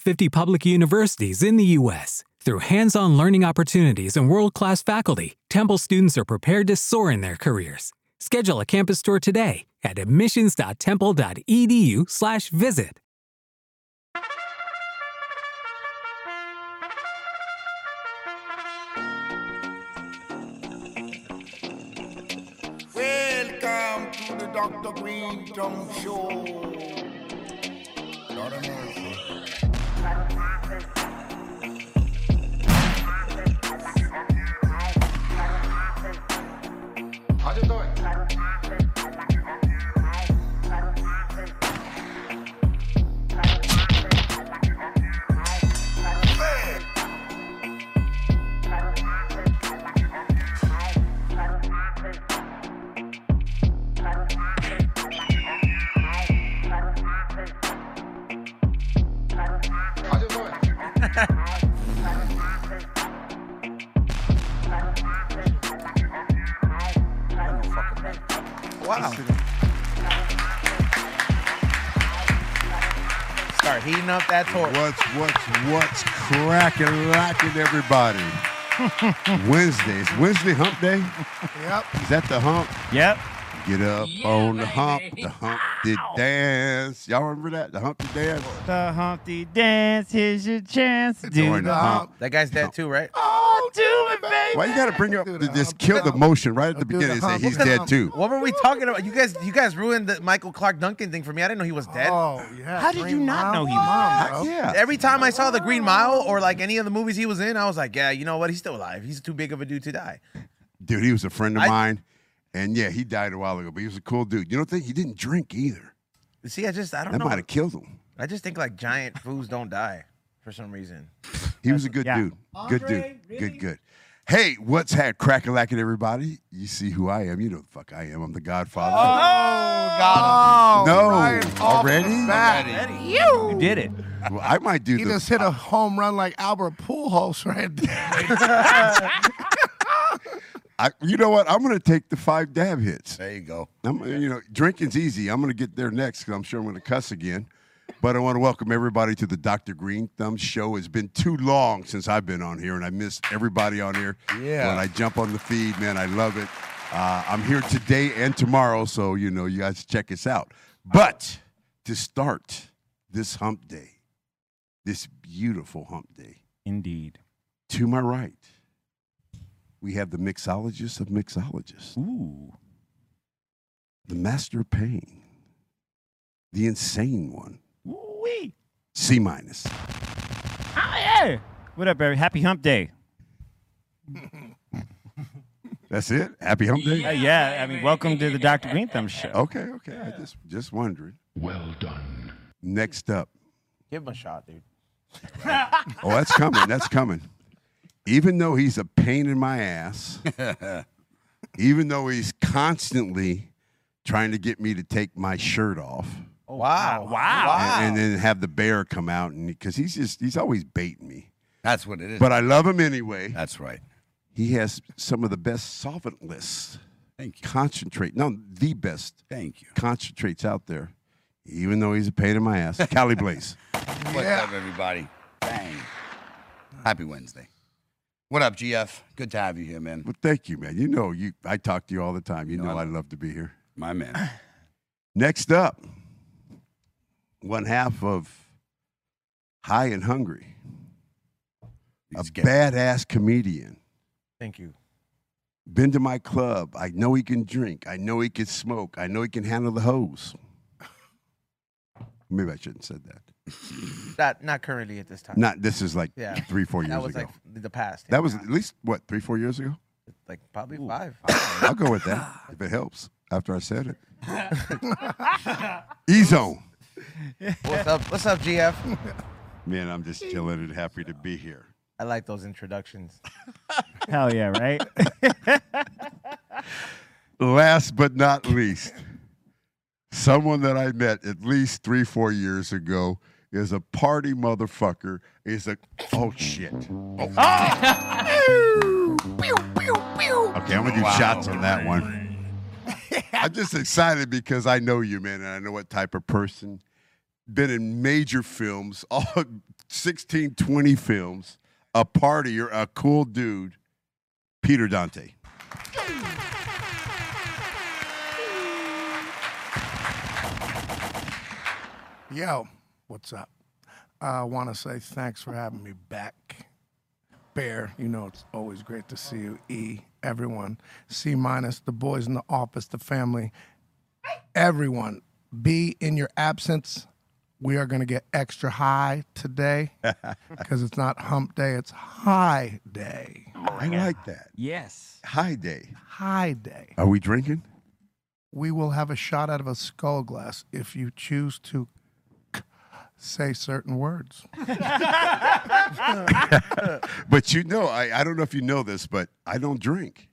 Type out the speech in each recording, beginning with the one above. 50 public universities in the U.S. Through hands on learning opportunities and world class faculty, Temple students are prepared to soar in their careers. Schedule a campus tour today at admissions.temple.edu/slash visit. Welcome to the Dr. Green Tongue Show. Lord have mercy. How's it going? Man, How's it going? Wow. Start heating up that torch. What's what's what's cracking lacking everybody? Wednesdays. Wednesday hump day? Yep. Is that the hump? Yep. Get up on the hump. The hump did dance. Y'all remember that? The hump did dance? The Humpty dance, here's your chance. to Do During the the hump. That guy's dead too, right? Oh, do it, baby. Why you gotta bring up Do the this hump. kill the motion right at the Do the beginning and say hump. he's Look at dead hump. too? What were we talking about? You guys, you guys ruined the Michael Clark Duncan thing for me. I didn't know he was dead. Oh, yeah. How did you Green not Mile. know he Mom, Heck bro. yeah. Every time I saw the Green Mile or like any of the movies he was in, I was like, yeah, you know what? He's still alive. He's too big of a dude to die. Dude, he was a friend of I- mine. And yeah, he died a while ago, but he was a cool dude. You don't think he didn't drink either. See, I just, I don't That know. might have killed him. I just think like giant fools don't die for some reason. He was a good yeah. dude. Good Andre, dude. Good, good. Hey, what's hat crackalacking everybody? You see who I am. You know who the fuck I am. I'm the godfather. Oh, no. right off the Already? bat. Oh! You did it. Well, I might do He the just hit a home run like Albert Pujols right there. I, you know what? I'm gonna take the five dab hits. There you go. I'm, you know, drinking's easy. I'm gonna get there next because I'm sure I'm gonna cuss again. But I want to welcome everybody to the Dr. Green Thumb Show. It's been too long since I've been on here, and I miss everybody on here. Yeah. When I jump on the feed, man, I love it. Uh, I'm here today and tomorrow, so you know you guys check us out. But to start this hump day, this beautiful hump day, Indeed. to my right, we have the mixologist of mixologists. Ooh. the master of pain, the insane one, Wee. C minus. Oh, yeah. What up, baby? Happy Hump Day. That's it. Happy hump day. Uh, yeah, I mean, welcome to the Dr. Green Thumb Show. Okay, okay. I just just wondering. Well done. Next up. Give him a shot, dude. Oh, that's coming. That's coming. Even though he's a pain in my ass, even though he's constantly trying to get me to take my shirt off. Oh, wow. Wow. And, and then have the bear come out and because he's just he's always baiting me. That's what it is. But I love him anyway. That's right. He has some of the best solvent lists. Thank you. concentrate. No, the best Thank you. concentrates out there, even though he's a pain in my ass. Cali Blaze. What's up, everybody? Bang. Happy Wednesday. What up, GF? Good to have you here, man. Well, thank you, man. You know, you I talk to you all the time. You No, know, I I know. love to be here. My man. Next up, one half of High and Hungry, a He's getting- badass comedian. Thank you. Been to my club. I know he can drink. I know he can smoke. I know he can handle the hose. Maybe I shouldn't have said that. Not, not currently at this time. Not this is like Yeah. three, four years that was ago. like the past. that was at least what three, four years ago. like probably five. I'll go with that if it helps after I said it. E Zone. What's up? What's up, GF? Man, I'm just chilling and happy to be here. I like those introductions. Hell yeah, right? Last but not least, someone that I met at least three, four years ago is a party motherfucker. Is a oh shit. Oh. okay, I'm gonna do Wow. shots on that one. I'm just excited because I know you, man, and I know what type of person. Been in major films, all 16, 20 films. A partier, a cool dude, Peter Dante. Yo, what's up? I want to say thanks for having me back. Bear, you know it's always great to see you. E, everyone. C minus, the boys in the office, the family, everyone. B, in your absence, we are going to get extra high today because it's not hump day, it's high day. I like that. yes. Hi day. High day. Are we drinking? we will have a shot out of a skull glass if you choose to k- say certain words. But you know, I, I don't know if you know this, but I don't drink.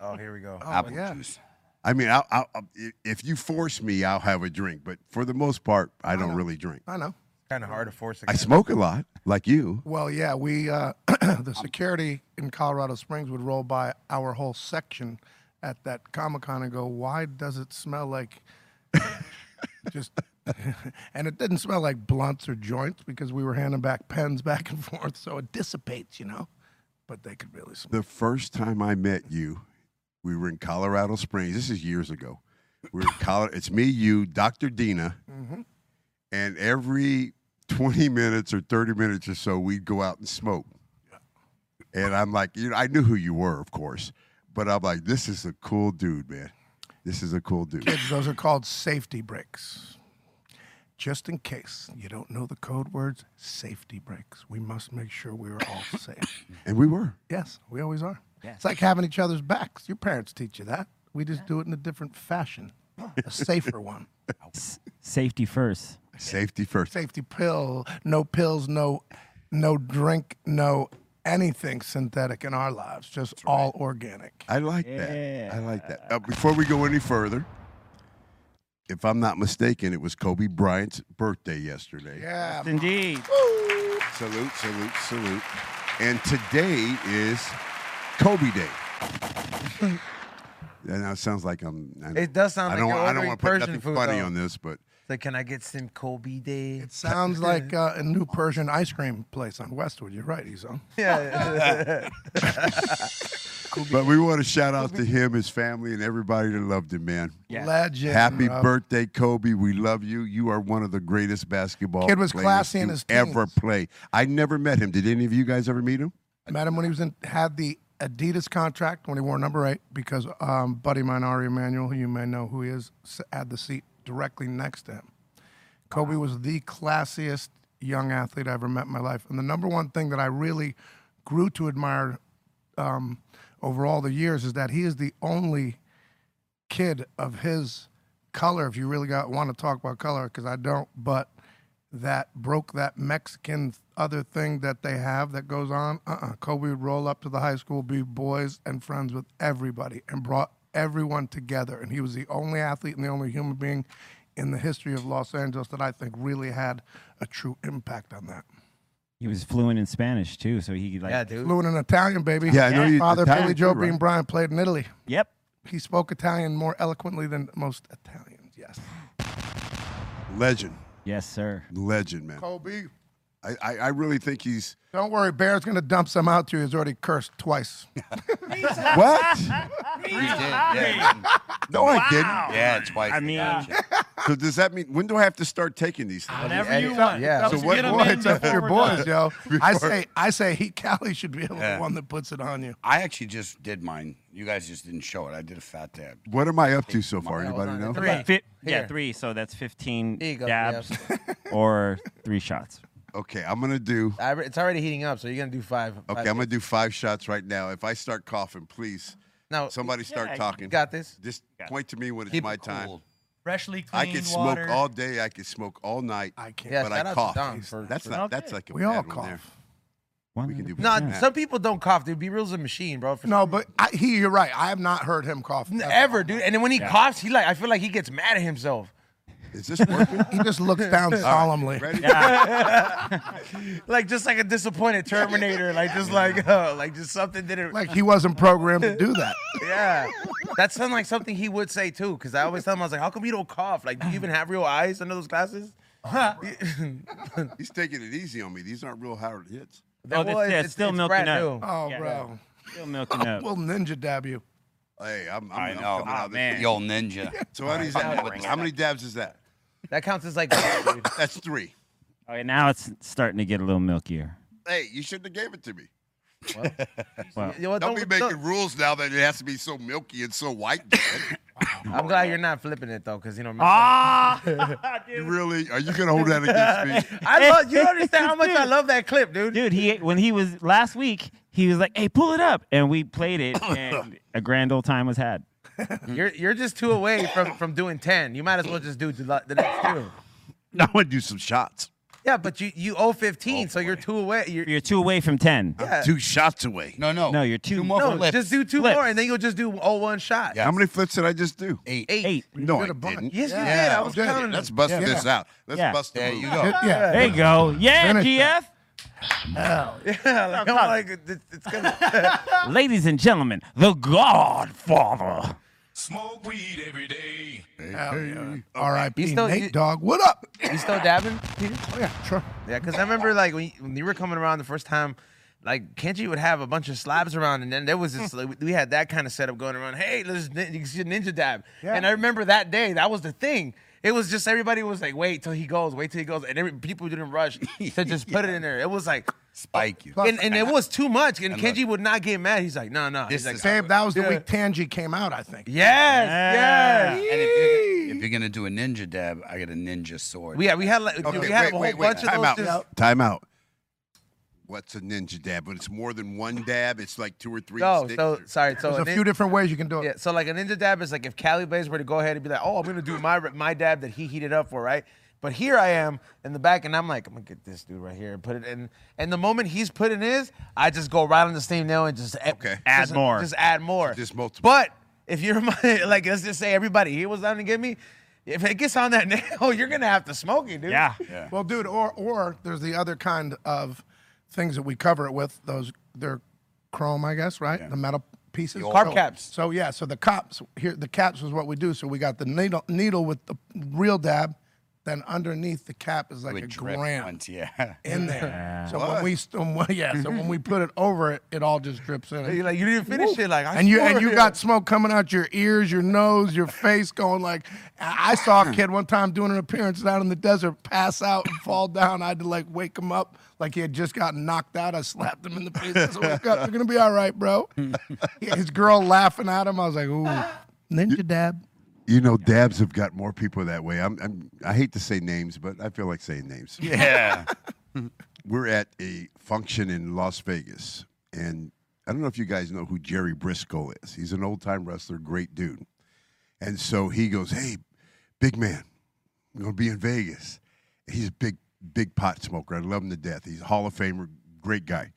Oh, here we go. Apple yeah. juice. I mean, I'll, I'll, I'll- i- if you force me, I'll have a drink. But for the most part, I don't really drink. I know. Kind of hard to force a I smoke a lot, like you. Well, yeah, we uh, the security in Colorado Springs would roll by our whole section at that Comic Con and go, "Why does it smell like?" just and it didn't smell like blunts or joints because we were handing back pens back and forth, so it dissipates, you know. But they could really smell. The first time I met you, we were in Colorado Springs. This is years ago. We were in Colorado. It's me, you, Dr. Dina, Mhm. and every 20 minutes or 30 minutes or so, we'd go out and smoke. And I'm like, you know, I knew who you were, of course, but I'm like, this is a cool dude, man. This is a cool dude. Kids, those are called safety breaks. Just in case you don't know the code words, safety breaks. We must make sure we are all safe. And we were. yes, we always are. It's like having each other's backs. Your parents teach you that. We just do it in a different fashion, a safer one. S- safety first. Safety first. Safety pill, no pills, no, no drink, no anything synthetic in our lives. Just all organic. I like Yeah. that. I like that. Uh, before we go any further, if I'm not mistaken, it was Kobe Bryant's birthday yesterday. Yeah, Indeed. Salute, salute, salute. And today is Kobe Day. Yeah, now it sounds like I'm. I, It does sound I like don't. you're want- I ordering don't want to put Persian nothing food, funny though. on this, but So can I get some Kobe day? it sounds like uh, a new Persian ice cream place on Westwood. You're right, Ezo. Yeah. but we want to shout out to him, his family, and everybody that loved him, man. Yeah. Legend. Happy bro. birthday, Kobe. We love you. You are one of the greatest basketball Kid was players classy in to his ever teens. play. I never met him. Did any of you guys ever meet him? Met him when he was in had the Adidas contract when he wore number eight because um, buddy of mine Ari Emanuel, who you may know who he is, s- had the seat directly next to him. Kobe was the classiest young athlete I ever met in my life, and the number one thing that I really grew to admire um, over all the years is that he is the only kid of his color. If you really got want to talk about color, because I don't, but that broke that Mexican other thing that they have that goes on. Uh-uh. Kobe would roll up to the high school, be boys and friends with everybody, and brought everyone together. And he was the only athlete and the only human being in the history of Los Angeles that I think really had a true impact on that. He was fluent in Spanish too, so he like. yeah, dude. Fluent in Italian, baby. Yeah, I know you- Father Italian Billy too, Joe right? Bean Bryant played in Italy. Yep. He spoke Italian more eloquently than most Italians. Yes. Legend, Yes, sir. legend, man. Kobe. I, I, I really think he's Don't worry, Bear's gonna dump some out to you. He's already cursed twice. what? You did, yeah. No, I didn't. yeah, twice. I mean- So does that mean when do I have to start taking these? Things? Whatever you want. Yeah. So what? what Except for your boys, yo. I say, I say, he Cali should be the Yeah. one that puts it on you. I actually just did mine. You guys just didn't show it. I did a fat dab. what am I up to so far? Anybody know? Three. Fi- yeah, Here. three. So that's fifteen Here you go, dabs or three shots. Okay, I'm gonna do. I, it's already heating up, so you're gonna do five. Okay, I'm gonna do five shots right now. If I start coughing, please Now, somebody start Yeah, you talking. you got this. Just point to me when it's Keep my it time. cool. freshly cleaned I could smoke water. all day. I could smoke all night. I can't. Yeah, but shout I out cough. to Don for- that's for- not. Okay. That's like a We all bad one there. cough. We can do No, better than that. some people don't cough, dude. B Real's a machine, bro. For No, but I, he, you're right. I have not heard him cough N- ever, dude. And then when he coughs, he like I feel like he gets mad at himself. Is this working? He just looks down solemnly. Ready? Like just like a disappointed Terminator. Like just like uh, like just something didn't Like he wasn't programmed to do that. Yeah. That sounds like something he would say too, because I always tell him, I was like, how come you don't cough? Like, do you even have real eyes under those glasses? He's taking it easy on me. These aren't real hard hits. Oh, this- Well, yeah, it's still milking brand up. new. Oh, Yeah. bro. Still milking up. We'll ninja dab you. Hey, I'm, I'm, I I'm know. Ah, coming out of this. man. thing. The old ninja. So how, many is that? how many dabs is that? That counts as like, dude. That's three. Okay, Oh, now it's starting to get a little milkier. Hey, you shouldn't have gave it to me. Well, You know what, Don't be don't- making don't- rules now that it has to be so milky and so white. man. I'm glad you're not flipping it though, because you know. ah, you dude. really? Are you gonna hold that against me? I love you. Don't understand how much I love that clip, dude. dude, he when he was last week, he was like, "Hey, pull it up," and we played it, and a grand old time was had. Mm. You're you're just two away from from doing ten. You might as well just do the, the next two. I want to do some shots. Yeah, but you you owe fifteen, so you're two away. You're, You're two away from ten. Two shots away. No, no. No, you're two- more no, for lips. just do two Flips. more, and then you'll just do all one shot. How many flips did I just do? Eight. Eight. Eight. No, did I a bunch. didn't. Yes, you Yeah, did. I was did. counting. Let's bust Yeah. this out. Let's Yeah. bust the There move you out. go. Yeah. There you go. Yeah, Finish GF. Yeah, like, I'm like, it's, it's gonna. Ladies and gentlemen, the Godfather. Smoke weed every day. R.I.P. You still- Nate you- Dog. What up? You still dabbing, Peter? Oh, yeah, sure. Yeah, because I remember like when you, when you were coming around the first time, like Kenji would have a bunch of slabs around, and then there was this like, we had that kind of setup going around. Hey, let's nin- you can see a ninja dab. Yeah. And I remember that day, that was the thing. It was just everybody was like, wait till he goes, wait till he goes, and every, people didn't rush to just put it in there. It was like, Spike you. Plus- and, and it was too much, and look- Kenji would not get mad. He's like, no, no. He's This like, is- Babe, that was the Yeah. week Tangy came out, I think. yes, Yeah. yes. And if you're, if you're gonna do a ninja dab, I got a ninja sword. We had we had like Okay, we had wait, a whole wait, wait. bunch of Time those. out. Just, Time out. What's a ninja dab? But it's more than one dab. It's like two or three. no, sticks so or- sorry. So There's a an in- few different ways you can do it. Yeah, so like a ninja dab is like if Cali Blaze were to go ahead and be like, oh, I'm gonna do my my dab that he heated up for, right? But here I am in the back, and I'm like, I'm gonna get this dude right here and put it in. And the moment he's putting his, I just go right on the same nail and just add- Okay. Add just- more. just add more, Just multiple. But if you're my, like, let's just say everybody here was down to get me. If it gets on that nail, you're gonna have to smoke it, dude. Yeah. Well, dude, or or there's the other kind of things that we cover it with. Those they're chrome, I guess, right? The metal pieces, Carb So- caps. So yeah, so the cops here, the caps was what we do. So we got the needle needle with the real dab, then underneath the cap is like Would a drip gram once, yeah. in there. So when we st- when- yeah, so when we put it over it, it all just drips in. You're like you didn't finish it, like I and you and swore you it. got smoke coming out your ears, your nose, your face, going like I I Hmm. saw a kid one time doing an appearance out in the desert, pass out and fall down. I had to like wake him up like he had just gotten knocked out. I slapped him in the face. I said, wake up, you're gonna be all right, bro. His girl laughing at him. I was like, ooh, ninja dab. You know, dabs have got more people that way. I'm, I'm, I hate to say names, but I feel like saying names. Yeah. We're at a function in Las Vegas, and I don't know if you guys know who Jerry Briscoe is. He's an old time wrestler, great dude. And so he goes, Hey, big man, I'm going to be in Vegas. He's a big, big pot smoker. I love him to death. He's a Hall of Famer, great guy.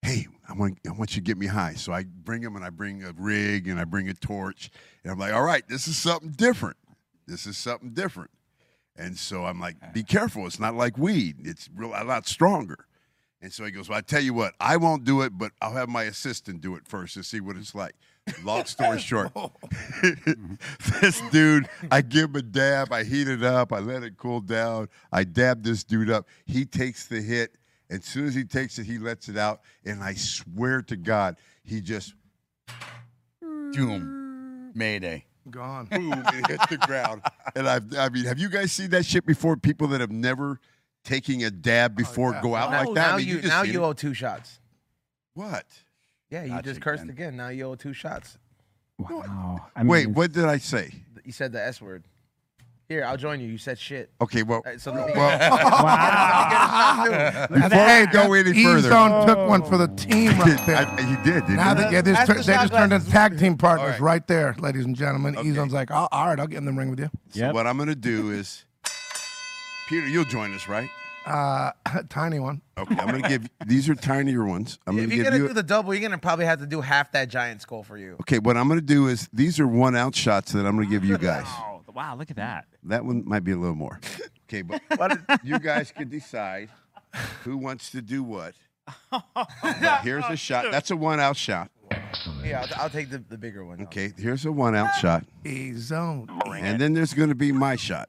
Hey, I want, I want you to get me high. So I bring him and I bring a rig and I bring a torch. And I'm like, All right, this is something different. This is something different. And so I'm like, Be careful. It's not like weed, it's real, a lot stronger. And so he goes, Well, I tell you what, I won't do it, but I'll have my assistant do it first and see what it's like. Long story short, this dude, I give him a dab, I heat it up, I let it cool down, I dab this dude up. He takes the hit. As soon as he takes it, he lets it out. And I swear to God, he just Doom. Mayday. Gone. boom and hit the ground. And I've, I mean, have you guys seen that shit before? People that have never taking a dab before go out Oh, now, like that. I now mean, you just now seen you it. owe two shots. what? Yeah, you Gotcha just cursed again. again. Now you owe two shots. Wow. Oh, I mean, Wait, what did I say? You said the S word. Here, I'll join you. You said shit. Okay, well, All right, so let me- well before I go any Ease further, on took one for the team right I- there. I- you did, didn't Now you? that yeah, they That's just, tur- the they shot just turned into glasses. tag team partners All right. there, ladies and gentlemen. Ezon's like, "I'll- all right, I'll get in the ring with you. Yep. What I'm going to do is, Peter, you'll join us, right? Uh, tiny one. Okay, I'm going to give these are tinier ones. I'm going if to you're give gonna you. do the double, you're gonna probably have to do half that giant skull for you. okay, what I'm going to do is these are one ounce shots that I'm going to give you guys. Wow, wow, look at that. That one might be a little more. Okay, but you guys can decide who wants to do what. But here's a shot. That's a one ounce shot. Yeah, I'll, I'll take the, the bigger one. Okay, here's a one ounce shot. Ezone. And then there's going to be my shot.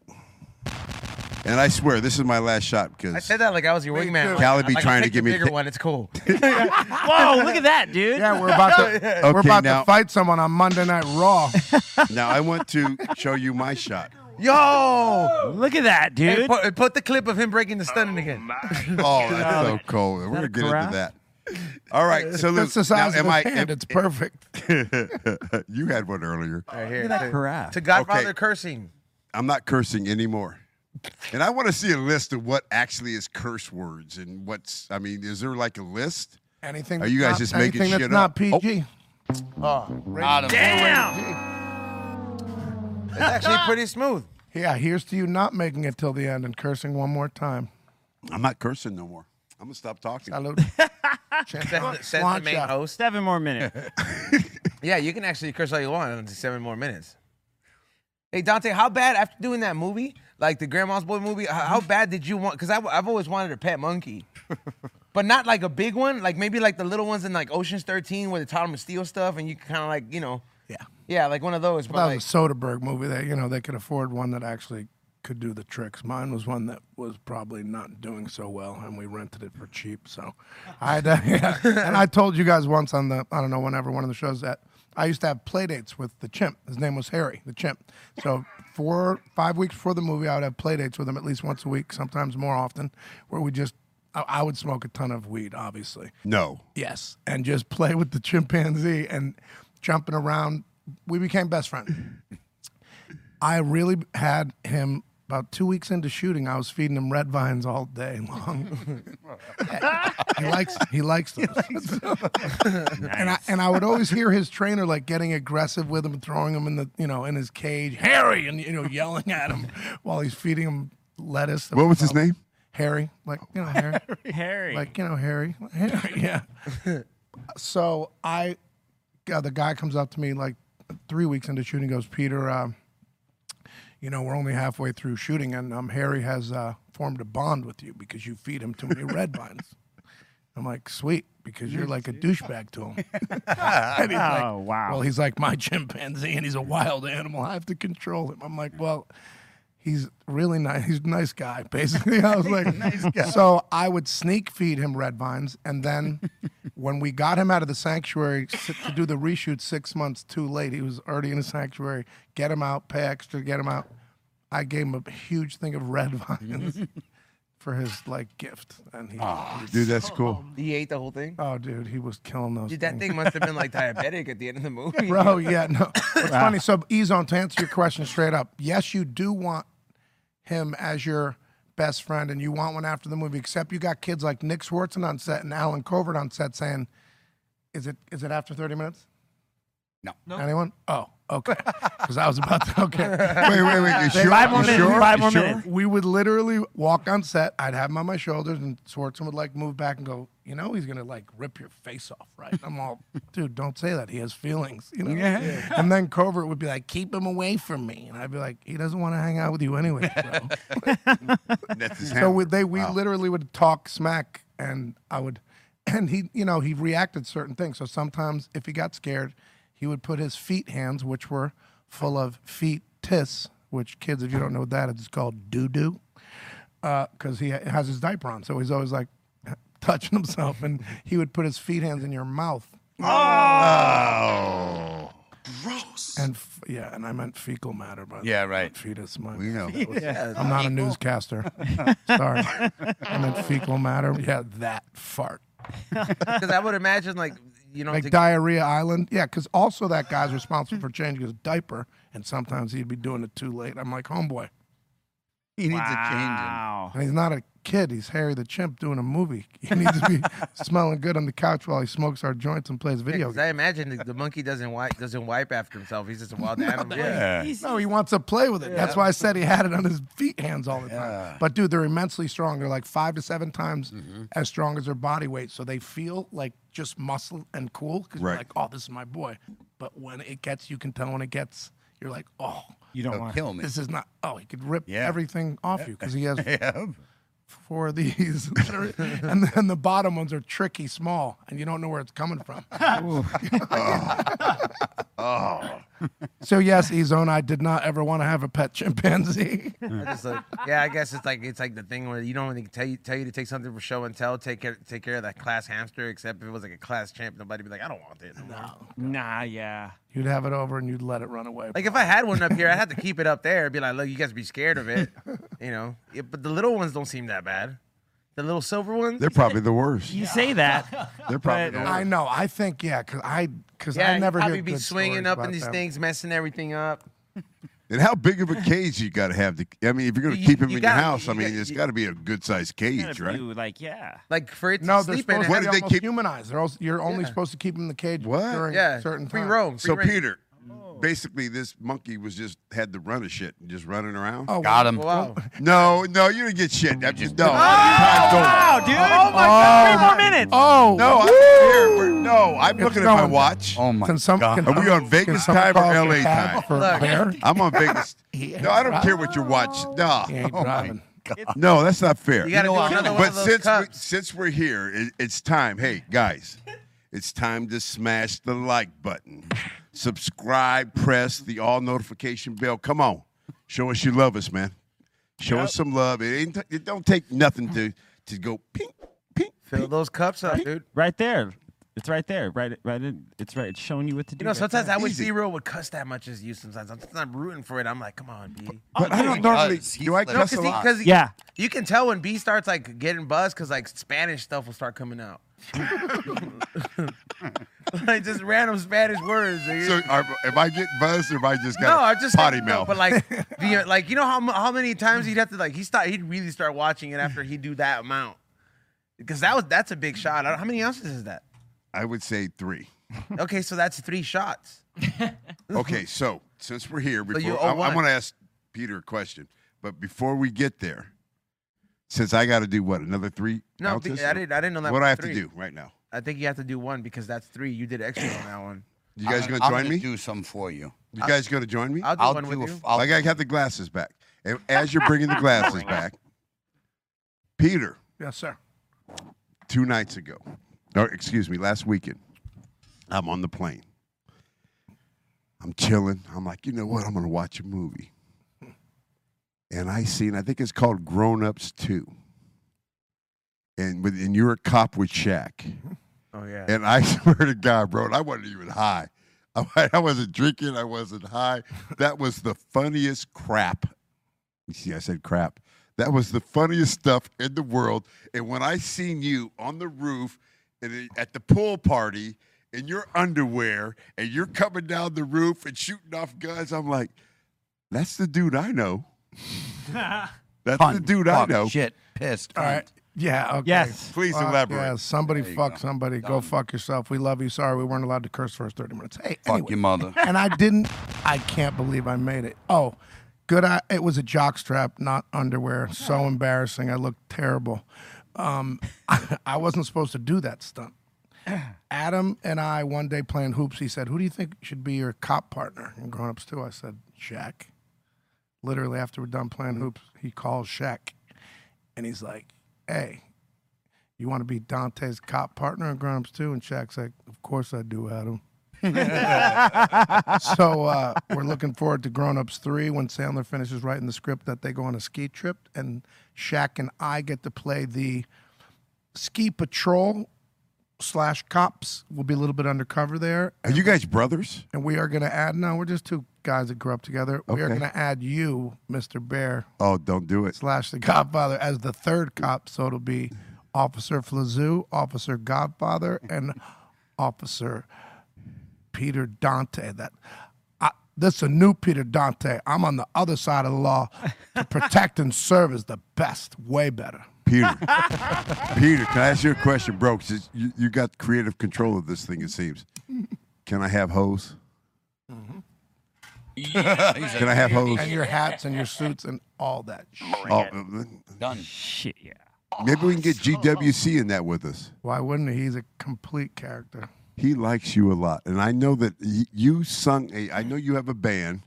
And I swear, this is my last shot I because said that like I was your wingman. too. Callie be Like, trying to take give the me. bigger thi- one. It's cool. Whoa, look at that, dude. Yeah, we're about to we're Okay, about now- to fight someone on Monday Night Raw. now I want to show you my shot. Yo, Look at that, dude. Hey, put, put the clip of him breaking the stunning again. Oh, that's so cool. We're gonna a get graph? into that. All right, so That's the look, now size of am his I? hand. am- it's perfect. you had one earlier. Right here. that to- crap. To Godfather Okay. cursing. I'm not cursing anymore. And I want to see a list of what actually is curse words and what's. I mean, is there like a list? Anything. Are that's you guys not- just making anything shit that's up? Oh. not PG? Oh, Out of Damn. It's Ah. actually pretty smooth. Yeah, here's to you not making it till the end and cursing one more time. I'm not cursing no more. I'm gonna stop talking. Salute. Check Says, out the- says the Swancha. main host. Seven more minutes. Yeah, you can actually curse all you want in seven more minutes. Hey Dante, how bad after doing that movie, like the Grandma's Boy movie, how, how bad did you want? Because I've, I've always wanted a pet monkey, but not like a big one. Like maybe like the little ones in like Ocean's Thirteen where they taught them to steal stuff, and you kind of like you know, Yeah. yeah, like one of those. But That like, was a Soderbergh movie that you know they could afford one that actually could do the tricks. Mine was one that was probably not doing so well, and we rented it for cheap. So, I had to- yeah. and I told you guys once on the I don't know whenever one of the shows that I used to have play dates with the chimp. His name was Harry, the chimp. So four five weeks before the movie, I would have play dates with him at least once a week, sometimes more often, where we just I, I would smoke a ton of weed, obviously. no. Yes, and just play with the chimpanzee and jumping around. We became best friends. I really had him about two weeks into shooting. I was feeding him red vines all day long. he likes he likes those. and I and I would always hear his trainer like getting aggressive with him, and throwing him in the you know in his cage, Harry, and you know yelling at him while he's feeding him lettuce. What was his name? Harry, like you know Harry. Harry. Like, you know, Harry. Harry, yeah. so I, uh, the guy comes up to me like three weeks into shooting, goes, Peter, uh, you know, we're only halfway through shooting, and um, Harry has uh, formed a bond with you because you feed him too many red vines. I'm like, sweet, because you're like a douchebag to him. And he's like, Oh, wow. Well, he's like my chimpanzee, and he's a wild animal. I have to control him. I'm like, well, he's really nice. He's a nice guy, basically. I was like, so I would sneak feed him red vines, and then when we got him out of the sanctuary s- to do the reshoot six months too late, he was already in the sanctuary. Get him out, pay extra, get him out. I gave him a huge thing of red vines for his like gift, and he, Ah. Dude, that's cool. he ate the whole thing. oh dude, he was killing those. Dude, that things. thing must have been like diabetic at the end of the movie. Bro, yeah, no. It's funny. So, Ezone, to answer your question straight up, yes, you do want him as your best friend, and you want one after the movie. Except you got kids like Nick Swartzen on set and Alan Covert on set saying, "Is it is it after thirty minutes?" No. Anyone? Oh, okay. Because I was about to. Okay. Wait, wait, wait. You sure? Five more you minutes. sure? Five You more sure? minutes. We would literally walk on set. I'd have him on my shoulders, and Swartzen would like move back and go, "You know, he's gonna like rip your face off, right?" I'm all, "Dude, don't say that. He has feelings." You know. And then Covert would be like, "Keep him away from me," and I'd be like, "He doesn't want to hang out with you anyway." Bro. That's his So hand. we, they we literally would talk smack, and I would, and he you know he reacted certain things. So sometimes if he got scared, he would put his feet hands, which were full of feet tiss, which kids if you don't know what that is, it's called doo doo, because he ha- has his diaper on, so he's always like touching himself, and he would put his feet hands in your mouth, Oh. and f- yeah, and I meant fecal matter, but Yeah, right. fetus. My We know. I'm not a newscaster. Sorry, I meant fecal matter. Yeah, that fart. Because I would imagine like you know like to- diarrhea island yeah because also that guy's responsible for changing his diaper and sometimes he'd be doing it too late i'm like homeboy He needs to change him. wow. And he's not a kid. He's Harry the Chimp doing a movie. He needs to be smelling good on the couch while he smokes our joints and plays video Because games. I imagine the, the monkey doesn't wipe doesn't wipe after himself. He's just a wild animal. Yeah. No, he wants to play with it. That's why I said he had it on his feet hands all the time. But dude, they're immensely strong. They're like five to seven times as strong as their body weight. So they feel like just muscle and cool. Because Right. you're like, oh, this is my boy. But when it gets, you can tell when it gets, you're like, oh, You don't He'll want. kill me. this is not, oh, he could rip Yeah. everything off you because he has Yeah. four of these. that are- and then the bottom ones are tricky small and you don't know where it's coming from. So, yes, Ezone, I did not ever want to have a pet chimpanzee. I just like, yeah, I guess it's like it's like the thing where you don't really tell you tell you to take something for show and tell, take care take care of that class hamster, except if it was like a class champ, nobody'd be like, I don't want it. Nah, yeah. You'd have it over and you'd let it run away. Like if I had one up here, I'd have to keep it up there. and Be like, look, you guys be scared of it, you know. Yeah, but the little ones don't seem that bad. The little silver ones. They're probably the worst. You say that. They're probably the But- worst. I know. I think yeah, cause I cause yeah, I never you'd hear probably be good swinging stories up in about these them. things, messing everything up. And how big of a cage you got to have? To, I mean, if you're going You- to keep him you in gotta- your house, you I mean, gotta- it's you- got to be a good sized cage, right? You, like, yeah. Like for it to No, they're sleep in. supposed it. to What be did they almost keep- humanized. They're also, you're only supposed to keep them in the cage What? during yeah, certain free time. roam. So free range. Peter, basically, this monkey was just had the run of shit and just running around. Oh, Got him. Wow. No, no, you didn't get shit. That just no. Wow, dude. Oh, my God. Three more minutes. Oh, No, I'm here. We're, no, I'm looking at my going. watch. Oh my Can some, god. can Are we some- on Vegas can some time or call LA a cab time? For Look. Bear? I'm on Vegas. Yeah, No, I don't right. care what your watch. Nah, He ain't driving. no, that's not fair. You gotta know do what? another one but of those since we, cups. since we're here, it, it's time. Hey guys, it's time to smash the like button, subscribe, press the all notification bell. Come on, show us you love us, man. Show us some love. It ain't. It don't take nothing to to go ping, ping. Fill those cups up, dude. Right there. It's right there. Right, right. In, it's right. It's showing you what to do. You know, right sometimes there. I wish Easy. Z-Real would cuss that much as you sometimes. I'm sometimes rooting for it. I'm like, come on, B. But I don't he normally. does. Do I He's cuss a like- lot? because Yeah. you can tell when B starts like getting buzzed because like Spanish stuff will start coming out. like just random Spanish words. dude. So are, am I getting buzzed or am I just got no, a I just potty no, mouth? But like, the, like you know how mu- how many times he'd have to like he start he'd really start watching it after he do that amount because that was that's a big shot. I don't, how many ounces is that? I would say three. Okay, so that's three shots. Okay, so since we're here, before, Mm-hmm. you owe I, one. am going to ask Peter a question. But before we get there, since I got to do what another three No, ounces? B- I didn't I didn't know that. What do was I have three. to do right now? I think you have to do one because that's three. You did extra on that one. You guys I'm going to I'm join me? Do some for you. you guys going to join me? I'll do I'll one do. A, with you. I'll, I got to have the glasses back. And as you're bringing the glasses back, Peter, Yes, sir. two nights ago, or excuse me, last weekend, I'm on the plane. I'm chilling. I'm like, you know what? I'm gonna watch a movie. And I seen, I think it's called Grown Ups Two. And with and you're a cop with Shaq. oh yeah. And I swear to God, bro, and I wasn't even high. I, I wasn't drinking. I wasn't high. That was the funniest crap. You see, I said crap. That was the funniest stuff in the world. And when I seen you on the roof and it- at the pool party in your underwear and you're coming down the roof and shooting off guns, I'm like, that's the dude I know. That's the Cunt, dude fuck, I know. Shit. Pissed. All right. Yeah. Okay. Yes. Please Fuck elaborate. Yeah, somebody fuck somebody. Go fuck yourself. We love you. Sorry, we weren't allowed to curse for 30 minutes. Hey, Fuck anyway. your mother. and I didn't. I can't believe I made it. Oh, good. I, it was a jockstrap, not underwear. So embarrassing. I looked terrible. Um, I, wasn't supposed to do that stunt. Adam and I one day playing hoops. He said, "Who do you think should be your cop partner?" And grown ups too. I said, "Shaq." Literally after we're done playing hoops, he calls Shaq, and he's like, "Hey." You want to be Dante's cop partner in Grown Ups too? And Shaq's like, Of course I do, Adam so uh, we're looking forward to Grown Ups 3 when Sandler finishes writing the script that they go on a ski trip and Shaq and I get to play the ski patrol slash cops. We'll be a little bit undercover there. Are you guys brothers? And we are going to add, no, we're just two guys that grew up together. We are Okay. going to add you, Mr. Bear Oh, don't do it. slash the Godfather as the third cop. So it'll be Officer Flazoo, Officer Godfather, and Officer Peter Dante. That I, This is a new Peter Dante. I'm on the other side of the law to protect and serve is the best, way better. Peter, Peter, can I ask you a question, bro? 'Cause you, you got creative control of this thing, it seems. Can I have hose? Can I have hose? And your hats and your suits and all that. shit. Oh, uh, Done. Shit, yeah. maybe we can get GWC in that with us. Why wouldn't he? He's a complete character. He likes you a lot, and I know that y- you sung. A, I know you have a band,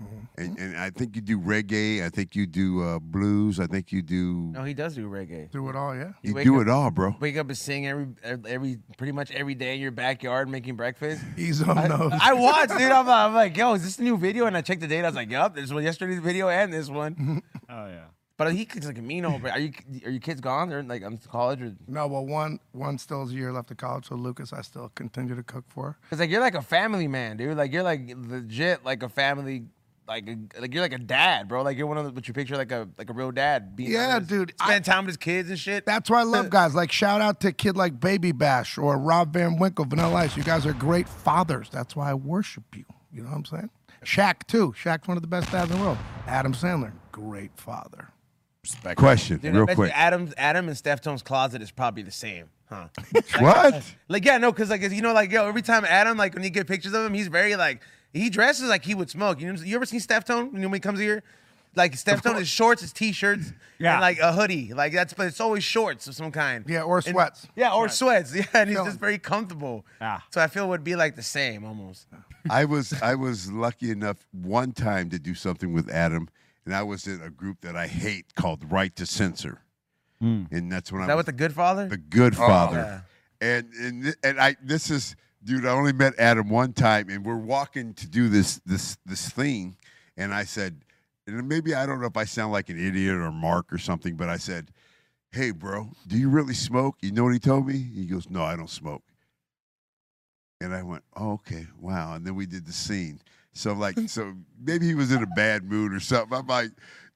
Mm-hmm. and, and I think you do reggae. I think you do uh, blues. I think you do. No, he does do reggae. Do it all, yeah. You wake do up- it all, bro. Wake up and sing every every pretty much every day in your backyard making breakfast. He's on those. I watched, dude. I'm, I'm like, yo, is this a new video? And I checked the date. I was like, yup, there's one yesterday's video and this one. Oh yeah. But he kicks like a mean old. Are you are your kids gone? They're in, like I'm to college or no, well, one one still has a year left of college, so Lucas, I still continue to cook for. Cause like you're like a family man, dude. Like you're like legit like a family, like a, like you're like a dad, bro. Like you're one of the, what you picture like a like a real dad. Being Yeah, honest. dude. I- Spend time with his kids and shit. That's why I love guys. Like shout out to a kid like Baby Bash or Rob Van Winkle, Vanilla Ice. You guys are great fathers. That's why I worship you. You know what I'm saying? Shaq too. Shaq's one of the best dads in the world. Adam Sandler, great father. Respect. Question, Dude, I real bet quick. You Adam's Adam and Steph Tone's closet is probably the same, huh? What? like yeah, no, cause like you know like yo, every time Adam like when you get pictures of him, he's very like he dresses like he would smoke. You know, you ever seen Steph Tone when he comes here? Like Steph Tone is shorts, his t-shirts, Yeah. and like a hoodie. Like that's but it's always shorts of some kind. Yeah, or And- sweats. yeah, or sweats. Yeah, and he's Chilling. just very comfortable. Ah. So I feel it would be like the same almost. I was I was lucky enough one time to do something with Adam, and I was in a group that I hate called Right to Censor, and that's when Hmm. Is I that was what the good father? the good father. And and thi- and I this is dude. I only met Adam one time, and we're walking to do this this this thing, and I said, and maybe I don't know if I sound like an idiot or Mark or something, but I said, "Hey, bro, do you really smoke?" You know what he told me? He goes, "No, I don't smoke." And I went, "Oh, okay, wow." And then we did the scene. So like, so maybe he was in a bad mood or something. I'm like,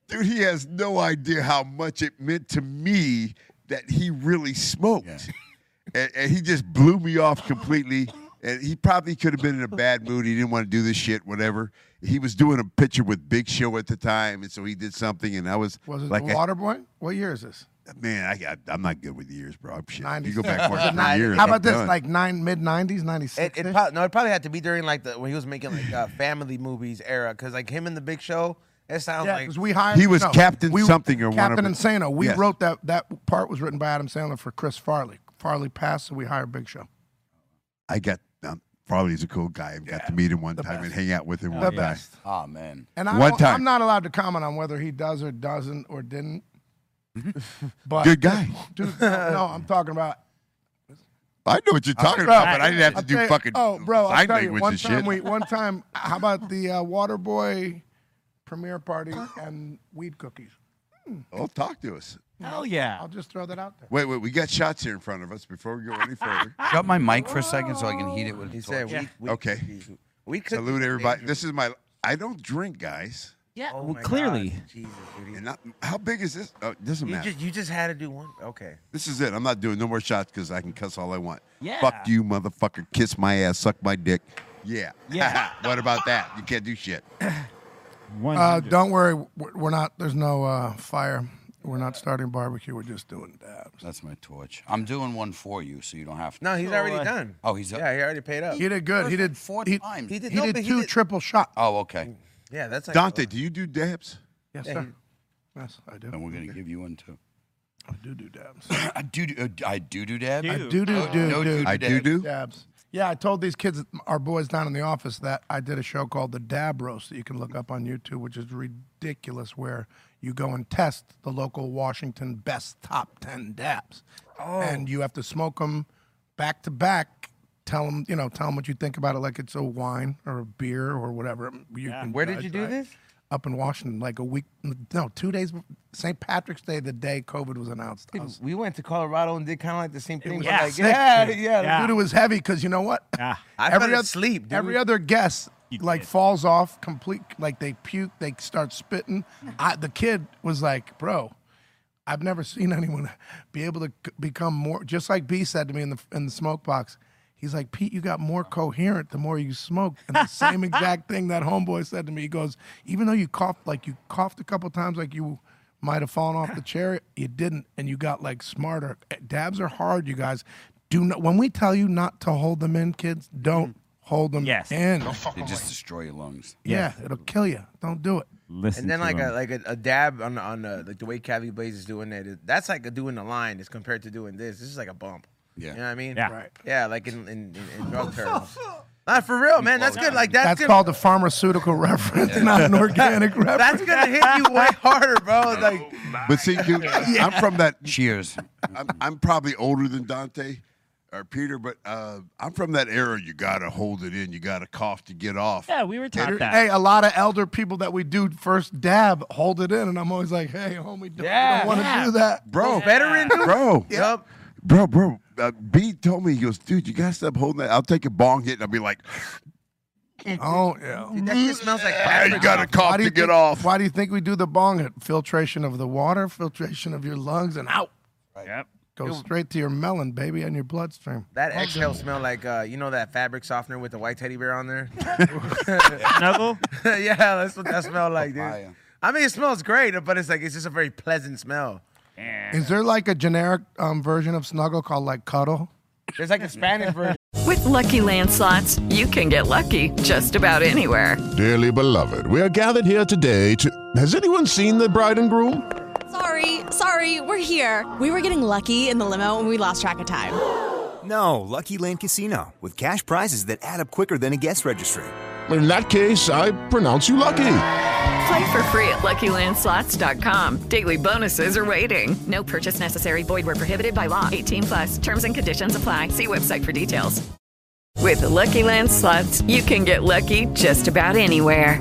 dude, he has no idea how much it meant to me that he really smoked, and, and he just blew me off completely. And he probably could have been in a bad mood. He didn't want to do this shit, whatever. He was doing a picture with Big Show at the time, and so he did something, and I was, Was it like, the Water Boy? What year is this? man, I, I, I'm not good with years, bro. I'm shit. You 90s. go back more than Nine- years. How I'm about this? done. Like nine mid nineties, ninety It, six. it prob- no, it probably had to be during like the when he was making like uh, family movies era, because like him and the Big Show, it sounds Yeah, like 'cause we hired. He was no, Captain something or one of Captain the- Insano. We Yes. wrote that. That part was written by Adam Sandler for Chris Farley. Farley passed, so we hired Big Show. I got um, Farley's a cool guy. I've got to meet him one time and hang out with him The one time. best. Oh, man. And I One don't- time. I'm not allowed to comment on whether he does or doesn't or didn't. But Mm-hmm. Good guy. dude, no, no, I'm talking about. I know what you're talking about, but I didn't have to I'll do tell you- fucking Oh, bro! I'll sign tell you, language one and time shit. we, one time, how about the uh, Waterboy premiere party and weed cookies? Hmm. oh, talk to us. Hell yeah. I'll just throw that out there. Wait, wait. We got shots here in front of us before we go any further. Shut my mic for a second so I can heat it with he a said torch. we, we Okay. we- we could Salute everybody. This is my. I don't drink, guys. Yeah. Oh my well, God. clearly. Jesus, dude. And not, how big is this? Oh, it doesn't You matter. just, you just had to do one. Okay. This is it. I'm not doing no more shots because I can cuss all I want. Yeah. Fuck you, motherfucker. Kiss my ass. Suck my dick. Yeah. Yeah. what about that? You can't do shit. One. Uh, don't worry, we're we're not. There's no uh, fire. We're not starting barbecue. We're just doing dabs. That's my torch. I'm doing one for you so you don't have to. No, he's already done. Oh, he's up. yeah, he already paid up. He did good. He did Four he, times. he did, He no, did but he two did- triple shot. Oh, okay. Yeah, that's like Dante, do you do dabs? Yes, sir. Yes, I do. And we're going to give you one too. I do do dabs. I do do, uh, I do do dab. I do do do no, do dude. I do dabs. do. dabs. Yeah, I told these kids, our boys down in the office, that I did a show called The Dab Roast that you can look up on YouTube, which is ridiculous, where you go and test the local Washington best top 10 dabs. And you have to smoke them back to back. Tell them, you know, tell them what you think about it, like it's a wine or a beer or whatever. You can Where did judge, you do right? this? Up in Washington, like a week, no, two days, bef- St. Patrick's Day, the day COVID was announced. I Dude, was- we went to Colorado and did kind of like the same thing. was but like, sick, yeah, dude. yeah, Yeah. Dude, it was heavy because you know what? Ah. I fell oth- asleep, dude. Every other guest You like did. falls off complete. Like they puke, they start spitting. I, the kid was like, "Bro, I've never seen anyone be able to c- become more." Just like B said to me in the in the smoke box, he He's like, Pete, you got more coherent the more you smoke. And the same exact thing that homeboy said to me. He goes, even though you coughed, like you coughed a couple times, like you might have fallen off the chair, you didn't, and you got like smarter. Eh, Dabs are hard, you guys. Do not when we tell you not to hold them in, kids, don't hold them Mm-hmm. Yes. in. They just destroy your lungs. Yeah, it'll kill you. Don't do it. Listen. And then to like him. a like a, a dab on the- on the like the way Cali Blaze is doing it. That's like a doing the line as compared to doing this. This is like a bump. Yeah. You know what I mean? Yeah. Right. Yeah, like in in, in, in drug terms. Not for real, man. That's good. Like that's, That's good. called a pharmaceutical reference, not an organic reference. That's gonna hit you way harder, bro. Like But see, dude, I'm from that. Cheers. I'm, I'm probably older than Dante or Peter, but uh, I'm from that era. You gotta hold it in. You gotta cough to get off. yeah, we were taught Later- that. Hey, a lot of elder people that we do first dab hold it in, and I'm always like, hey, homie, don't, Yeah. want to do that. bro, veteran dude. bro, Yup. bro, bro. Uh, B told me he goes, dude, you gotta stop holding that. I'll take a bong hit, and I'll be like, Oh, yeah. That shit smells like ah, you aspirin. gotta cough Why to do you get think- off. Why do you think we do the bong? hit? Filtration of the water, filtration of your lungs, and out. Yep. Goes straight to your melon, baby, and your bloodstream. That exhale smell like uh, you know that fabric softener with the white teddy bear on there. Snuggle. yeah, that's what that smell like, Papaya. dude. I mean, it smells great, but it's like it's just a very pleasant smell. Is there like a generic um, version of snuggle called like cuddle? There's like a Spanish version. With Lucky Land slots, you can get lucky just about anywhere. Dearly beloved, we are gathered here today to. Has anyone seen the bride and groom? Sorry, sorry, we're here. We were getting lucky in the limo and we lost track of time. No, Lucky Land Casino, with cash prizes that add up quicker than a guest registry. In that case, I pronounce you lucky. Play for free at LuckyLandSlots.com. Daily bonuses are waiting. No purchase necessary. Void where prohibited by law. 18 plus. Terms and conditions apply. See website for details. With Lucky Land slots, you can get lucky just about anywhere.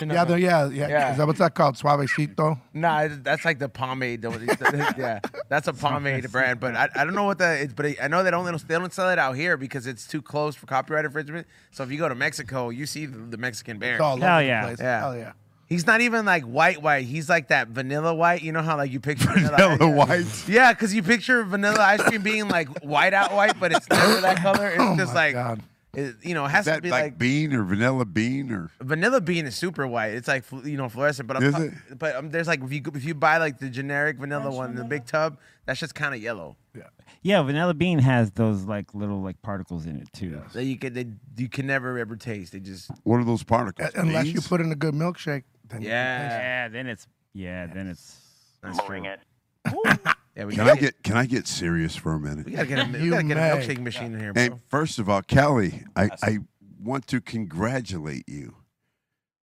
Yeah, the, yeah, yeah, Yeah. Is that what's that called? Suavecito. Nah, it- that's like the pomade. though. yeah, that's a pomade brand, but I, I don't know what that is. But I know they don't, they don't they don't sell it out here because it's too close for copyright infringement. So if you go to Mexico, you see the, the Mexican bear. It's all over Hell the yeah. place. Yeah. Hell yeah. He's not even like white white. He's like that vanilla white. You know how like you picture vanilla, Vanilla ice- white. Yeah, because you picture vanilla ice cream being like white out white, but it's never that color. It's Oh just my like God. it- you know, it has Is that to be like, like bean or vanilla bean or vanilla bean is super white. It's like fl- you know fluorescent, but I'm Is ta- it? but um, there's like if you go- if you buy like the generic vanilla one in the big tub, that's just kind of yellow. Yeah, vanilla bean has those like little like particles in it too. That you can they, you can never ever taste. They just what are those particles? A- Unless you Beans? put in a good milkshake. Then you can taste yeah. Yeah, then it's yeah, then it's That's true. it. Yeah, we Can gotta I get can I get serious for a minute? we gotta get a, we You gotta get a may. milkshake machine in here, bro. Hey, first of all, Kelly, I, I want to congratulate you.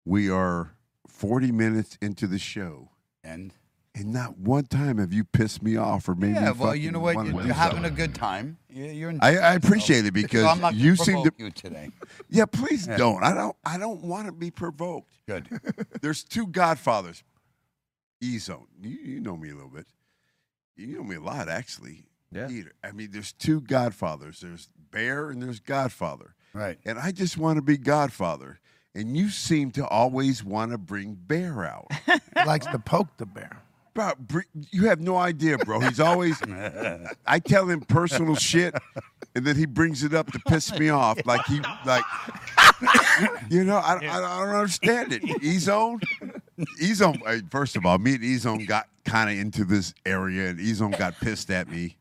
We are 40 minutes into the show, And and not one time have you pissed me off or made me. yeah, well, you fucking know what? wanna You're, do you're having a something. good time. You're, you're I, I enjoying appreciate yourself. it because so I'm not gonna you seem to. provoke you today. Yeah, please Yeah. don't. I don't. I don't want to be provoked. Good. There's two Godfathers. E Zone, you, you know me a little bit. You know me a lot, actually. Yeah. Peter. I mean, there's two Godfathers. There's Bear and there's Godfather. Right. and I just want to be Godfather. And you seem to always want to bring Bear out. it. He likes to poke the bear. bro, br- you have no idea, bro. He's always, I tell him personal shit, and then he brings it up to piss me off. Like he, like, you know, I, I, I don't understand it. Ezone, Ezone. uh, First of all, me and Ezone got kind of into this area, and Ezone got pissed at me,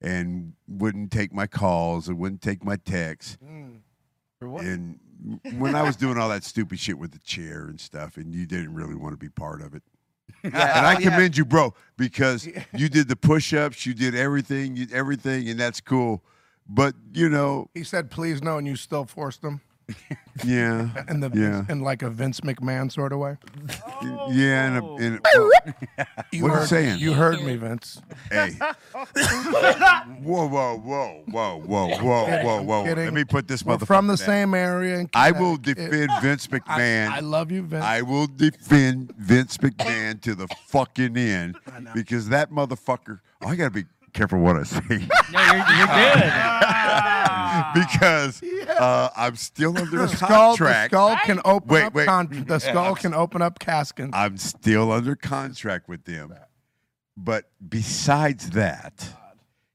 and wouldn't take my calls and wouldn't take my texts. For what? And when I was doing all that stupid shit with the chair and stuff, and you didn't really want to be part of it. and I Oh, yeah. commend you, bro, because you did the push-ups, you did everything, you, everything, and that's cool. But you know, He said, please no, and you still forced him. Yeah. In the yeah. in like a Vince McMahon sort of way. Yeah, and, a, and a- Oh. you what are heard, you saying? You heard me, Vince. Hey. whoa, whoa, whoa, whoa, whoa, whoa, Kidding, whoa, I'm whoa. Let kidding. me put this We're motherfucker from the back. same area. In I will Connecticut. defend Vince McMahon. I love you, Vince. I will defend Vince McMahon to the fucking end because that motherfucker. Oh, I gotta be careful what I say. No, you're, you're good. because uh, I'm still under Ah. the a skull, the contract. skull can open Wait, up wait. con- the skull can open up caskets. I'm still under contract with them. But besides that,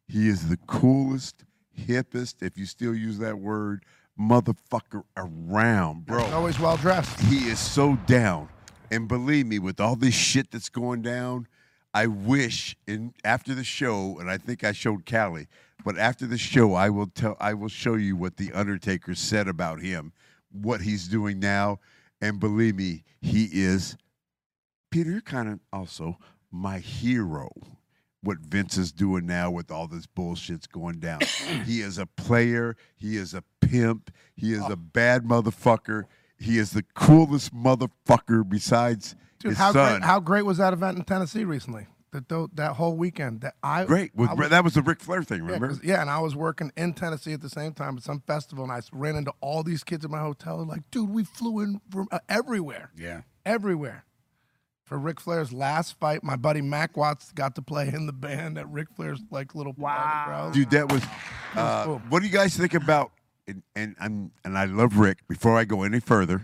he is the coolest, hippest, if you still use that word, motherfucker around, bro. Always well dressed. He is so down. And believe me, with all this shit that's going down, I wish in after the show, and I think I showed Callie, but after the show, I will tell I will show you what the Undertaker said about him, what he's doing now. And believe me, he is Peter, you're kind of also my hero. What Vince is doing now with all this bullshit's going down. he is a player. He is a pimp. He Oh. is a bad motherfucker. He is the coolest motherfucker besides Dude, his how son. great, how great was that event in Tennessee recently? That tho- that whole weekend. That I great. With, I that was the Ric Flair thing, Yeah, remember? 'cause- yeah, and I was working in Tennessee at the same time at some festival, and I s- ran into all these kids at my hotel. They're Like, dude, we flew in from uh, everywhere, Yeah. everywhere. For Ric Flair's last fight, my buddy Mac Watts got to play in the band at Ric Flair's like little party, bro. Dude, Oh, that was. Uh, What do you guys think about? And, and I'm and I love Rick. Before I go any further,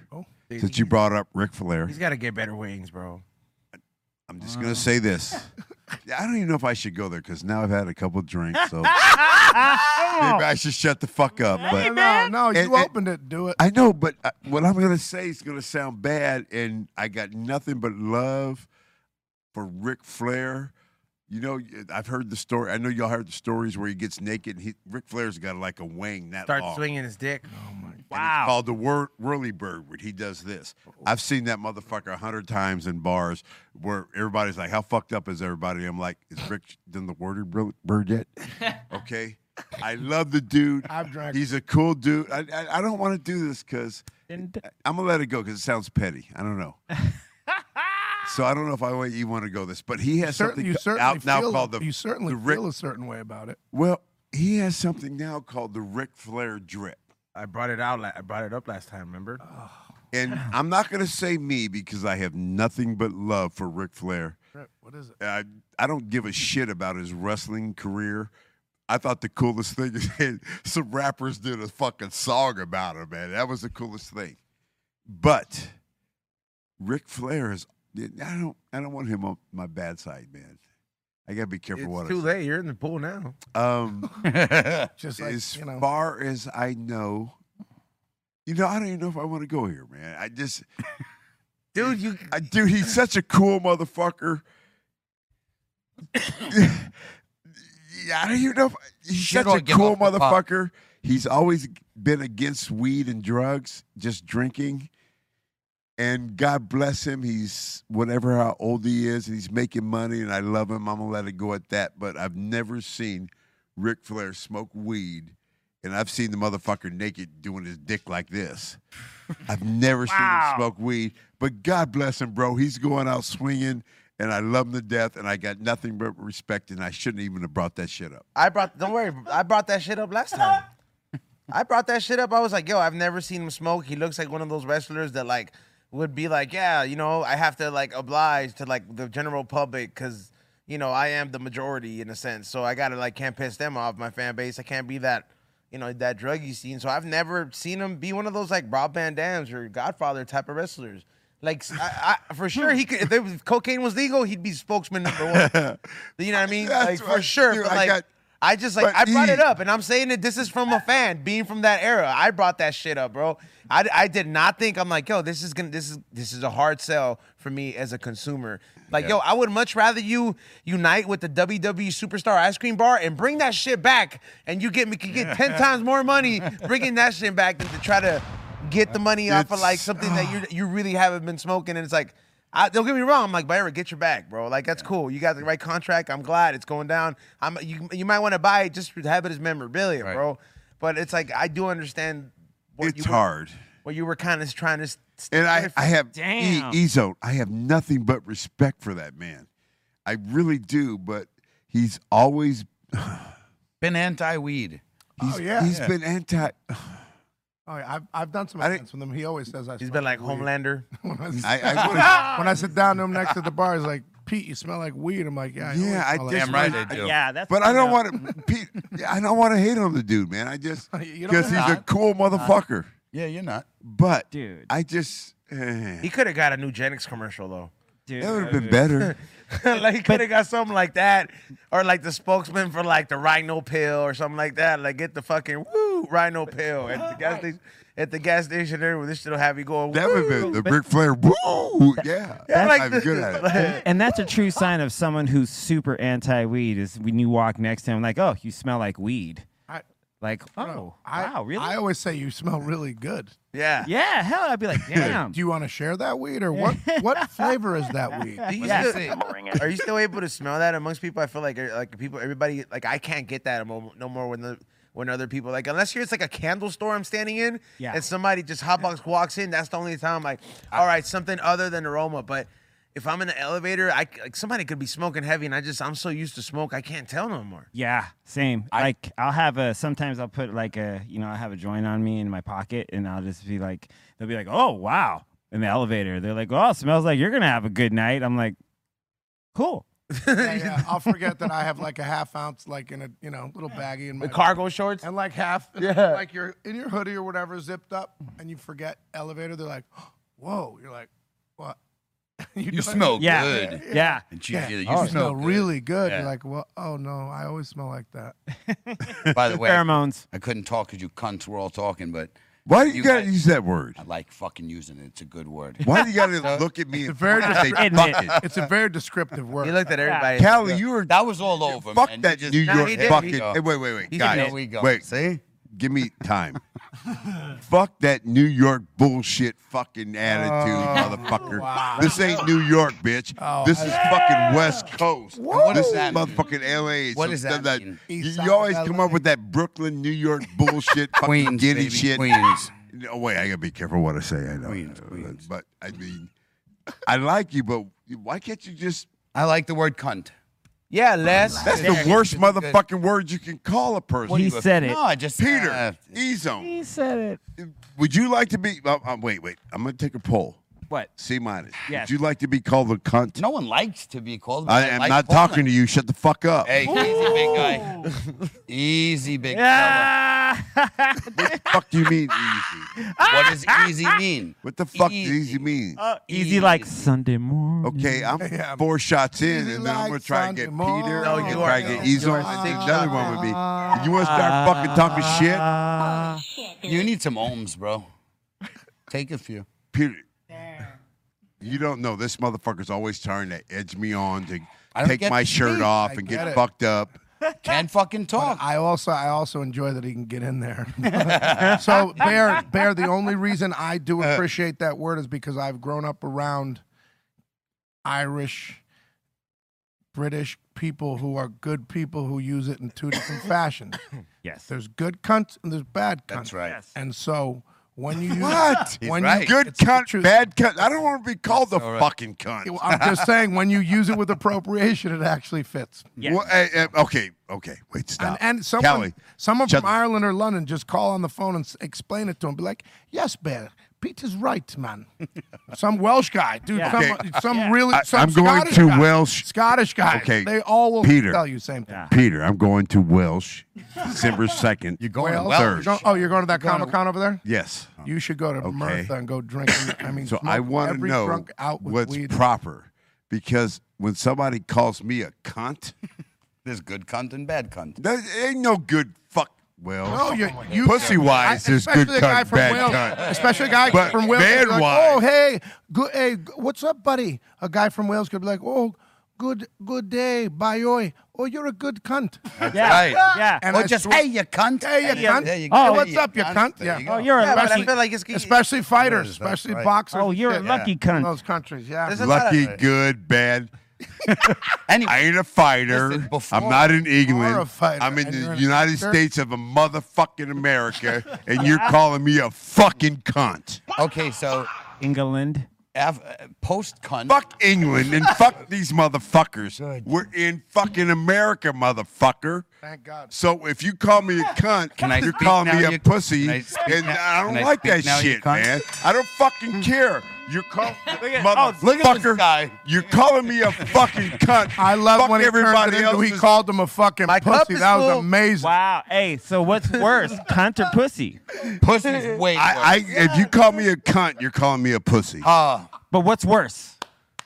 since you brought up Ric Flair, He's got to get better wings, bro. I'm just gonna say this. I don't even know if I should go there because now I've had a couple drinks, so maybe I should shut the fuck up. But no, no, you And- and- opened it. Do it. I know, but uh what I'm gonna say is gonna sound bad, and I got nothing but love for Ric Flair. You know, I've heard the story. I know y'all heard the stories where he gets naked. And he, Ric Flair's got like a wing that Start long. Oh swinging his dick. Wow. It's called the wor- whirly bird where he does this. I've seen that motherfucker a hundred times in bars where everybody's like, How fucked up is everybody? I'm like, Is Rick done the whirly bir- bird yet? okay. I love the dude. I've drank. He's a cool dude. I, I, I don't want to do this because I'm going to let it go because it sounds petty. I don't know. so I don't know if I want you want to go this, but he has Certainly, something you co- certainly out now feel, called the you certainly the Ric- feel a certain way about it. Well, he has something now called the Ric Flair drip. I brought it out. la- I brought it up last time. Remember? And I'm not going to say me because I have nothing but love for Ric Flair. What is it? I, I don't give a shit about his wrestling career. I thought the coolest thing is that some rappers did a fucking song about him, man. That was the coolest thing. But Ric Flair is. I don't. I don't want him on my bad side, man. I gotta be careful what it's I too say. late. You're in the pool now. Um, Just like, as you know. far as I know, you know, I don't even know if I want to go here, man. I just, Dude, you I, dude, he's such a cool motherfucker. yeah, I don't even know. If, he's Shit such don't a give cool off the pot. motherfucker. He's always been against weed and drugs, just drinking. And God bless him. He's whatever how old he is, and he's making money, and I love him. I'm gonna let it go at that. But I've never seen Ric Flair smoke weed, and I've seen the motherfucker naked doing his dick like this. I've never seen him smoke weed, but God bless him, bro. He's going out swinging, and I love him to death, and I got nothing but respect, and I shouldn't even have brought that shit up. I brought. Don't worry. I brought that shit up last time. I brought that shit up. I was like, yo, I've never seen him smoke. He looks like one of those wrestlers that like would be like, yeah, you know, I have to like oblige to like the general public because you know I am the majority in a sense. So I gotta like can't piss them off my fan base. I can't be that. You know that druggy scene, so I've never seen him be one of those like Rob Van Dams or Godfather type of wrestlers. Like, I, I, for sure, he could. If, there was, if cocaine was legal, he'd be spokesman number one. You know what I mean? That's like for right, sure. dude, but I like, I, got- just like but I brought E- it up, and I'm saying that this is from a fan being from that era. I brought that shit up, bro. I, I did not think I'm like, yo, this is gonna this is this is a hard sell for me as a consumer. Like, yo, I would much rather you unite with the WWE Superstar Ice Cream Bar and bring that shit back, and you get me could get ten times more money bringing that shit back than to try to get the money off of like It's- something that you you really haven't been smoking, and it's like. I, don't get me wrong. I'm like, Byron, get your bag, bro. Like that's cool. You got the right contract. I'm glad it's going down. I'm you. You might want to buy it just to have it as memorabilia, bro. But it's like I do understand what It's you were, hard. What you were kind of trying to. And I, I have e, damn. Ezo. I have nothing but respect for that man. I really do, but he's always been anti weed. He's, Oh, yeah. he's Yeah. been anti. Oh, yeah, I've, I've done some events with him. He always says I. He's been like Homelander. when, I, I- I would've- when I sit down to him next to the bar, he's like, "Pete, you smell like weed." I'm like, "Yeah, I Yeah, I always smell just- like weed." But I don't want to. Pete, I don't want to hate on the dude, man. I just You don't- because he's a Not. cool Not. motherfucker. Yeah, you're not. But dude, I just eh. He could have got a new Genix commercial though. Dude, That would've been better. like he could have got something like that, or like the spokesman for like the Rhino pill or something like that. Like get the fucking woo Rhino pill at the gas station. At the gas station there, where this shit'll have you going. that would have been the Ric Flair. Woo, yeah, Yeah, like I'm the- good at it. and that's a true sign of someone who's super anti-weed. Is when you walk next to him, like, oh, you smell like weed. I- like, oh, No, I, wow, really? I always say you smell really good. Yeah. yeah, hell, I'd be like, damn. Do you want to share that weed or what? what flavor is that weed? Do you still, are you still able to smell that amongst people? I feel like uh, like people, everybody, like I can't get that emo- no more when the when other people like unless you're it's like a candle store I'm standing in, Yeah. and somebody just hotbox walks in. That's the only time I'm like, all right, something other than aroma. But if I'm in the elevator, I c- like somebody could be smoking heavy, and I just I'm so used to smoke, I can't tell no more. Yeah, same. like I'll have a sometimes I'll put like a you know I have a joint on me in my pocket and I'll just be like they'll be like oh wow in the elevator they're like oh it smells like you're gonna have a good night I'm like cool Yeah, yeah, uh, I'll forget that I have like a half ounce, like in a you know little baggie in my The cargo shorts and like half, Yeah. like your in your hoodie or whatever zipped up, and you forget elevator. They're like, "Whoa!" You're like, "What?" You don't- smell Yeah. good. Yeah. And you- you Oh, smell you smell good. really good. Yeah. You're like, "Well, oh no, I always smell like that." By the way, pheromones. I couldn't talk because you cunts were all talking, but Why do you, gotta use that word? I like fucking using it. It's a good word. Why do you gotta look at me It's a and very, say descriptive- fucking? it's a very descriptive word. You looked at everybody. Callie, you were That was all over. fuck man. You that just- New Nah, York he didn't. fucking. He- Hey, wait, wait, wait, He guys. didn't. There we go. Wait, See? give me time. fuck that New York bullshit fucking attitude, Oh. motherfucker. This ain't New York, bitch. this is fucking West Coast. what this does is that mean? motherfucking LA. What So does that mean? You, East you side of always LA. come up with that Brooklyn, New York bullshit, fucking Queens, giddy baby, shit. Queens. No, wait, I gotta be careful what I say. I know. Uh, But I mean, I like you, but why can't you just? I like the word cunt. Yeah, Les. That's the worst motherfucking word you can call a person. He said it. No, I just Peter, uh, Ezone, He said it. would you like to be? Uh, uh, wait, wait. I'm gonna take a poll. What? C minus. Yes. Would you like to be called a cunt? no one likes to be called. I am not talking to you. Shut the fuck up. Hey, easy big guy. Easy big fella. Yeah. Fuck do you mean easy? What does easy mean? What the fuck does easy mean? Uh, Easy like Sunday morning. Okay, I'm Yeah. four shots in, Easy and then I'm gonna like try and get Sunday morning. Peter. No, I'm you gonna try are- and get you Ezo. are and six another one with me. You want to start fucking talking shit, Uh, You need some ohms, bro. Take a few. Peter? You don't know this motherfucker's always trying to edge me on to I don't take get my the shirt speech. off I and get get it. fucked up. Can't fucking talk. I also I also enjoy that he can get in there. so Bear Bear, the only reason I do Uh. appreciate that word is because I've grown up around Irish, British people who are good people who use it in two different fashions. yes. There's good cunts and there's bad cunts. That's right. And so when you use What? when you right. Good it's the cunt, truth. bad cunt. I don't want to be called the all right. fucking cunt. I'm just saying when you use it with appropriation, it actually fits. Yeah. Well, eh, eh, okay, okay, wait, And, stop. and someone, Kelly, someone shut from the- Ireland or London just call on the phone and s- explain it to him. Be like, "Yes, Bear, Peter's right, man." some Welsh guy, dude. Yeah. Some, Okay. some really. I- some I'm going Scottish to guy, Welsh- Scottish guy. Okay, they all will Peter. tell you same thing. Yeah. Peter, I'm going to Welsh December 2nd. You're going to You're Welsh? go- oh, you're going to that Comic Con over there? Yes. You should go to Mirtha and go drinking. I mean, So I want to every know drunk out with what's weed. proper because when somebody calls me a cunt, There's good cunt and bad cunt. there ain't no good fuck. Well, No, you- you- pussy wise, I- there's good especially the guy cunt, from bad Wales, cunt. Especially a guy But from Wales. bad could be like, wine. oh, hey, good, hey, g- what's up, buddy? A guy from Wales could be like, oh, good, good day, bayoi. Oh, you're a good cunt. yeah. Right. Yeah. And Or I just, swear- hey, you cunt. hey, you cunt. There you go. Oh, Hey, what's up, you cunt? There you Yeah. go. oh, you're a Yeah, but I lucky. feel like it's Especially fighters, that's especially right. boxers. Oh, you're a and shit. lucky In cunt. those countries, yeah. There's a lot of- Lucky, good, bad. I ain't a fighter. Listen, before- I'm not in You are England. a fighter, I'm in and you're the an United actor. States of a motherfucking America, and you're calling me a fucking cunt. Okay, so England. uh, post cunt. Fuck England and fuck these motherfuckers. We're in fucking America, motherfucker. Thank God. So if you call me a cunt, Can I you're speak calling now, me a you- pussy, can I speak and now- I don't can I like speak that now, you shit, cunt? man. I don't fucking care. You're calling oh, look at this guy. motherfucker. You're calling me a fucking cunt. I love Fuck when he turned everybody it into, else. he called him a fucking cup pussy. is That was full. amazing. Wow. Hey, so what's worse, cunt or pussy? Pussy's way. I, I if you call me a cunt, you're calling me a pussy. uh, But what's worse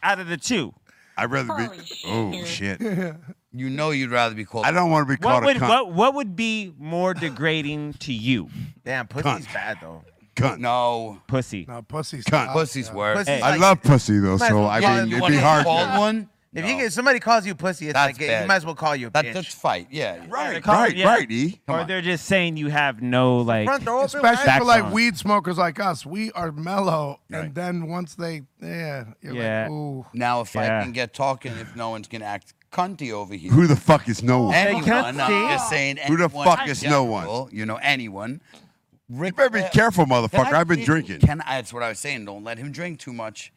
out of the two? I'd rather be. Oh shit! you Oh, know you'd rather be called. I don't want to be What called a would cunt. what what would be more degrading to you? Damn, pussy's bad though. Cunt. No, Pussy. Now pussy's Cunt. tough, pussy's yeah. worse. Pussy- Hey. I love pussy though, Might as so well I call it mean you it'd want be to hard. Called one. If No. you get if somebody calls you pussy, it's That's like bad. you might as well call you a that, bitch. that's fight. Yeah. yeah. Right, Call it- right, yeah. right. E. Or they're just saying you have no like Front door open, Especially right? for Back's like on. weed smokers like us, we are mellow, Right. and then once they, yeah, you're Yeah. like, ooh, Now if I Yeah. can get talking, if no one's gonna act cunty over here. Who the fuck is no one? Hey, anyone. cunt, I'm see? just saying. Who the anyone fuck in is no one? general, You know anyone. Rick, You better be careful, motherfucker. I've been drinking. Can I, that's what I was saying. Don't let him drink too much.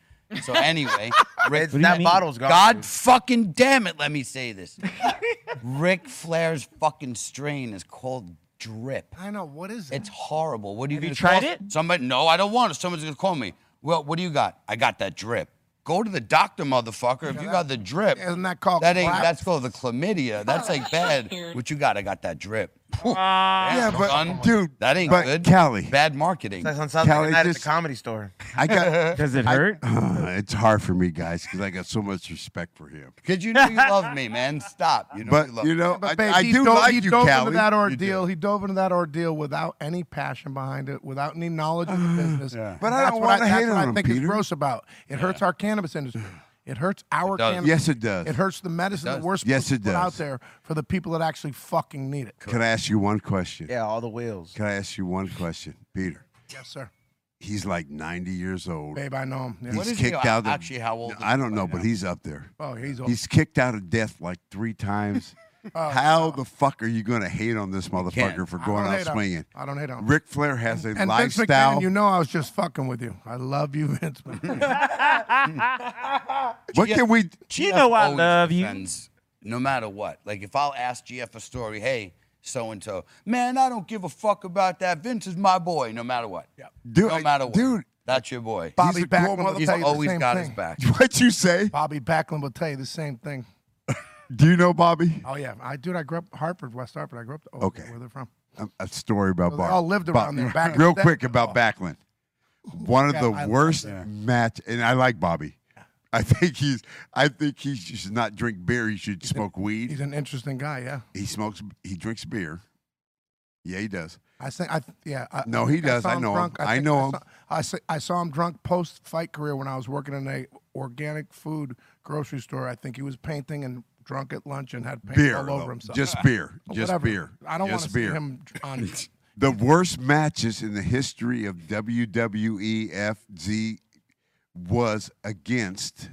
So anyway, Rick, It's- that mean? bottle's gone. God fucking damn it, let me say this. Rick Flair's fucking strain is called drip. I know what is it? It's horrible. What do you Have you gonna tried call- it? Somebody no, I don't want it. Someone's gonna call me. Well, what do you got? I got that drip. Go to the doctor, motherfucker. If you got the drip, Isn't that called that ain't clap? that's called the chlamydia. That's like bad. What you got? I got that drip. yeah, Damn, but son. dude, that ain't but good. Cali. bad marketing. That sounds like Kelly, a night at the just- comedy store. I got. Does it hurt? Uh, it's hard for me, guys, because I got so much respect for him. Cause you know you love me, man. Stop. You know you But love you know, But I, babe, I he do dove, like he you, dove Cali. into that You ordeal. do. He dove into that ordeal without any passion behind it, without any knowledge of the business. But And I that's what don't wanna that's hate what on I him, think Peter. is gross about. It hurts our cannabis industry. It hurts our does. cannabis. Yes, it does. It hurts the medicine that we're supposed Yes, to it put out does. there for the people that actually fucking need it. Can I ask you one question? Yeah, all the wheels. Can I ask you one question, Peter? Yes, sir. He's like 90 years old. Babe, I know him. Yeah. He's What is he, kicked out. of- actually, how old is I he don't know, right but now? he's up there. Oh, he's old. He's kicked out of death like three times. How the fuck are you gonna hate on this motherfucker can't. for I going don't out hate on- swinging? I don't hate on. Ric Flair has a and Vince lifestyle. McMahon, you know I was just fucking with you. I love you, Vince. McMahon. what can we? You know I always love you. defends No matter what. Like if I'll ask GF a story, hey, so and so, man, I don't give a fuck about that. Vince is my boy, no matter what. Dude, no matter what. dude. That's your boy. Bobby He's a cool Backlund will He's tell you the always same got thing. his back. What you say? Bobby Backlund will tell you the same thing. Do you know Bobby? Oh yeah, I dude, I grew up Hartford, West Hartford. I grew up over Okay. there, where they're from. A, a story about Well, they Bob. all lived around Bob- there back in Real the day. Oh. quick about Backlund. One of Yeah, the I love worst match, and I like Bobby. I think he's. I think he should not drink beer. He should smoke He's weed. an interesting guy. Yeah, He smokes. He drinks beer. Yeah, he does. I think I th- yeah. I, No, I he think does. saw I know him. drunk. I think know I him. Saw, I, sa- I saw him drunk post fight career when I was working in a organic food grocery store. I think he was painting and drunk at lunch and had paint Beer. all though. over himself. Just beer. Just Whatever. beer. I don't want to just see beer. him on. The worst matches in the history of WWEFZ was against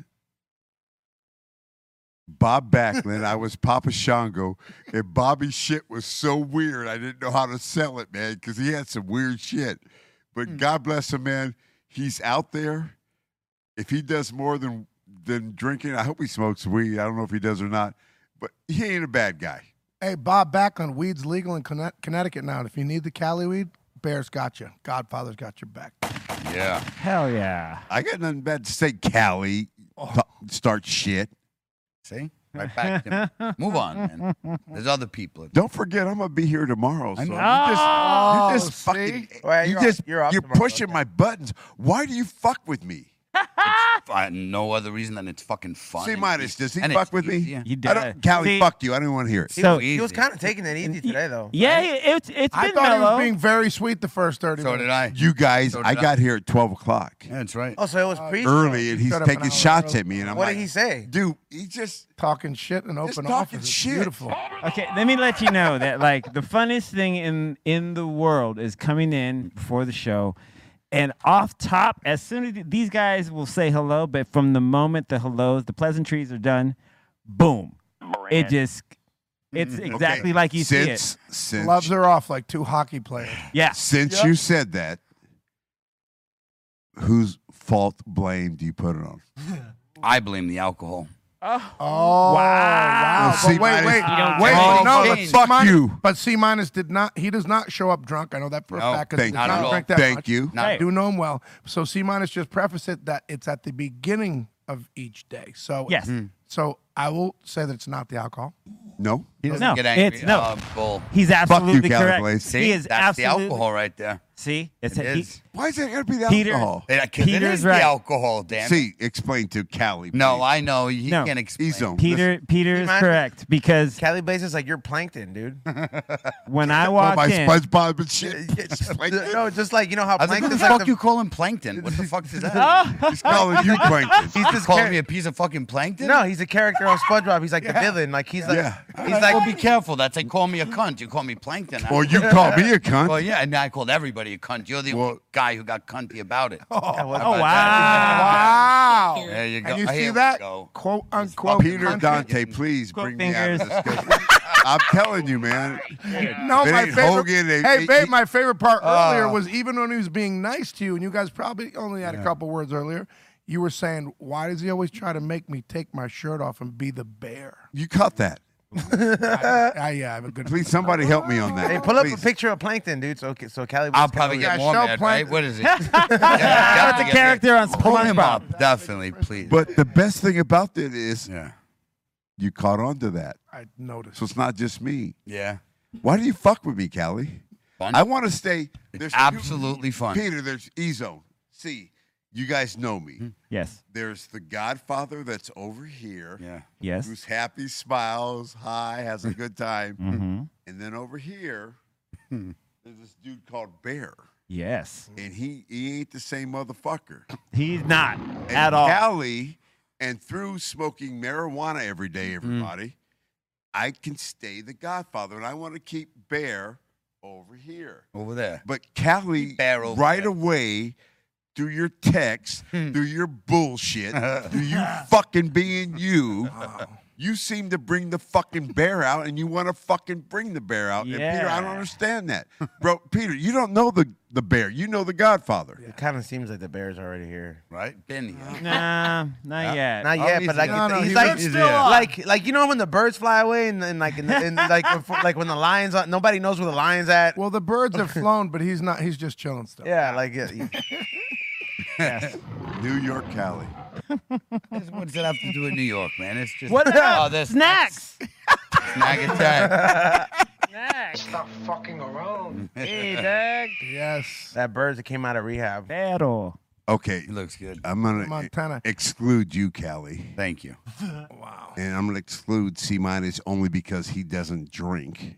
Bob Backlund. I was Papa Shango, and Bobby's shit was so weird. I didn't know how to sell it, man, because he had some weird shit. But Hmm. God bless him, man. He's out there. If he does more than than drinking, I hope he smokes weed. I don't know if he does or not, but he ain't a bad guy. hey, Bob Backlund, weed's legal in Conne- Connecticut now. And if you need the Cali weed, Bears got you. Godfather's got your back. Yeah. Hell yeah. I got nothing bad to say, Cali. Th- Start shit. See? Right back to him. Move on, man. There's other people. Don't forget, I'm gonna be here tomorrow. So I you know. just, Oh, you just see? fucking, Well, you you're off- just, you're off tomorrow, pushing okay. my buttons. Why do you fuck with me? Ah! I, no other reason than it's fucking fun. See, and Minus, easy- does he and fuck it's with me? easy, yeah. He I does. don't, Callie, See- fuck you. I don't want to hear it. See, So- easy. He was kind of taking it easy today, though. Yeah, it's it's I been thought he mellow. was being very sweet the first thirty. So minutes. did I. You guys, So I did I. got here at 12 o'clock That's right. Oh, so it was pre. early, and he's Uh, shut up taking an hour shots early. at me, and I'm What like, did he say? dude, he just talking shit and Just open talking office. It's shit. Beautiful. Okay, let me let you know that like the funnest thing in in the world is coming in before the show And off top, as soon as these guys will say hello, but from the moment the hellos, the pleasantries are done, boom. It just, it's Mm-hmm. Mm, okay. exactly like you since, see it. Since, Gloves are off like two hockey players. Yeah. Since you said that, whose fault blame do you put it on? I blame the alcohol. Oh, wow. C But wait, minus- wait, You don't wait. get it. no, Oh, but fuck C minus, you. But C minus did not. He does not show up drunk. I know that for a No, fact because he thank does you. Not at not all. drink that Thank much. you. I do know him well. So C minus just preface it that it's at the beginning of each day. So Yes. Hmm. Mm. So I will say that it's not the alcohol. No, He doesn't No, get angry. it's- no. Oh, bull. He's absolutely correct. See, He is that's absolutely. the alcohol right there. See, it's It he- is. Why is it going to be the Peter- alcohol? It- 'cause it Peter's is right. the alcohol, damn. it. See, explain to Callie. no, please. I know he No. can't explain. He's on. Peter, Peter is Imagine- correct because Cali Blaze is like you're plankton, dude. when I Listen, walk my in, SpongeBob and shit. no, just like you know how I was like, what the plankton's like fuck the- you call him plankton? What the fuck is that? He's calling you plankton. he's He's just calling char- me a piece of fucking plankton? No, he's a character on SpongeBob. He's like the Yeah. villain. Like he's like Yeah. he's He's like, well, like be careful. That's like, call me a cunt. You call me plankton. Or you call me a cunt. Well, yeah, and I called everybody a cunt. You're the Well- only guy who got cunty about it. Oh, oh wow, Oh, Wow. There you go. And you Here see we that? go. Quote unquote. Peter country. Dante, please bring me out of this fingers. discussion. I'm telling you, man. No, If it my ain't favorite. Hogan, it- hey, it- babe, it- my favorite part Ah. earlier was even when he was being nice to you, and you guys probably only had a couple words earlier. You were saying, "Why does he always try to make me take my shirt off and be the bear?" You caught that. I, I, yeah, I have a good. Please, somebody help me on that. Hey, pull up Please. a picture of plankton, dude. So so Cali. I'll probably Yeah, get more show mad, right? plankton. What is it? yeah, that's the character on Pull him SpongeBob. up, definitely, please. But the best thing about that is yeah, you caught on to that. I noticed. So it's not just me. yeah, Why do you fuck with me, Callie? Fun. I want to stay. it's there's absolutely fun. Peter, there's E Zone. See, you guys know Hmm. me. yes, There's the Godfather that's over here, Yeah, yes, who's happy, smiles, hi, has a good time. hmm And then over here, Hmm. there's this dude called Bear, yes. and he he ain't the same motherfucker He's not and at all. Cali, and through smoking marijuana every day, Mm-hmm. everybody, I can stay the Godfather, and I want to keep Bear over here. over there. But Callie, Bear over right there. Hmm. away, through your text, through your bullshit, through you fucking being you, you seem to bring the fucking bear out, and you want to fucking bring the bear out. And Peter, I don't Yeah. understand that, bro. Peter, you don't know the the bear. You know the Godfather. It kind of seems like the bear's already here. Right, been here. Nah, not yet. Oh, Not yet, but like No, it's- no, he's he like lives he's still on. like like you know when the birds fly away and, and like and, and like before, like when the lions on nobody knows where the lions at. Well, the birds have flown, but he's not. He's just chilling still. yeah, like yeah, you- New York, Cali. What does it have to do with New York, man? It's just What oh, up? this Snacks. snag attack. Snacks. Stop fucking around. Hey, Doug. Yes. that birds that came out of rehab. Battle. Okay, It looks good. I'm gonna e Montana. exclude you, Callie, Thank you. and I'm gonna exclude C minus only because he doesn't drink.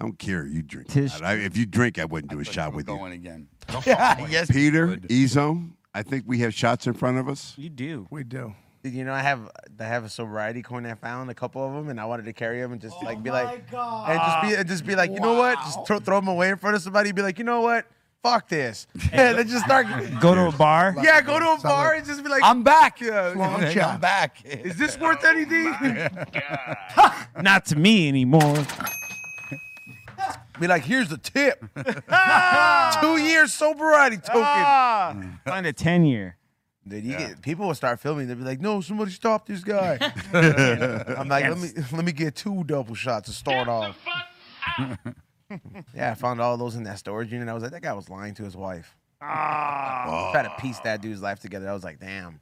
I don't care. You drink. or Tis- not. I, if you drink, I wouldn't do a But shot we're with you. going again. yes, Peter, good. Ezone, I think we have shots in front of us. You do. We do. Did you know I have I have a sobriety coin I found a couple of them and I wanted to carry them and just like Oh be like and just be and just be like you know what just throw, throw them away in front of somebody be like you know what fuck this and then just start Go to a bar. yeah go to a Sounds bar like- and just be like I'm back. Long I'm shot. back. is this worth anything Not to me anymore. be like here's the tip two years sobriety token Ah. Find a ten year. Dude, you get, people will start filming. They'll be like, "No, somebody stop this guy." I'm like, "Let me let me get two double shots to start off." yeah, I found all those in that storage unit. I was like, that guy was lying to his wife. Ah. Try to piece that dude's life together. I was like, damn.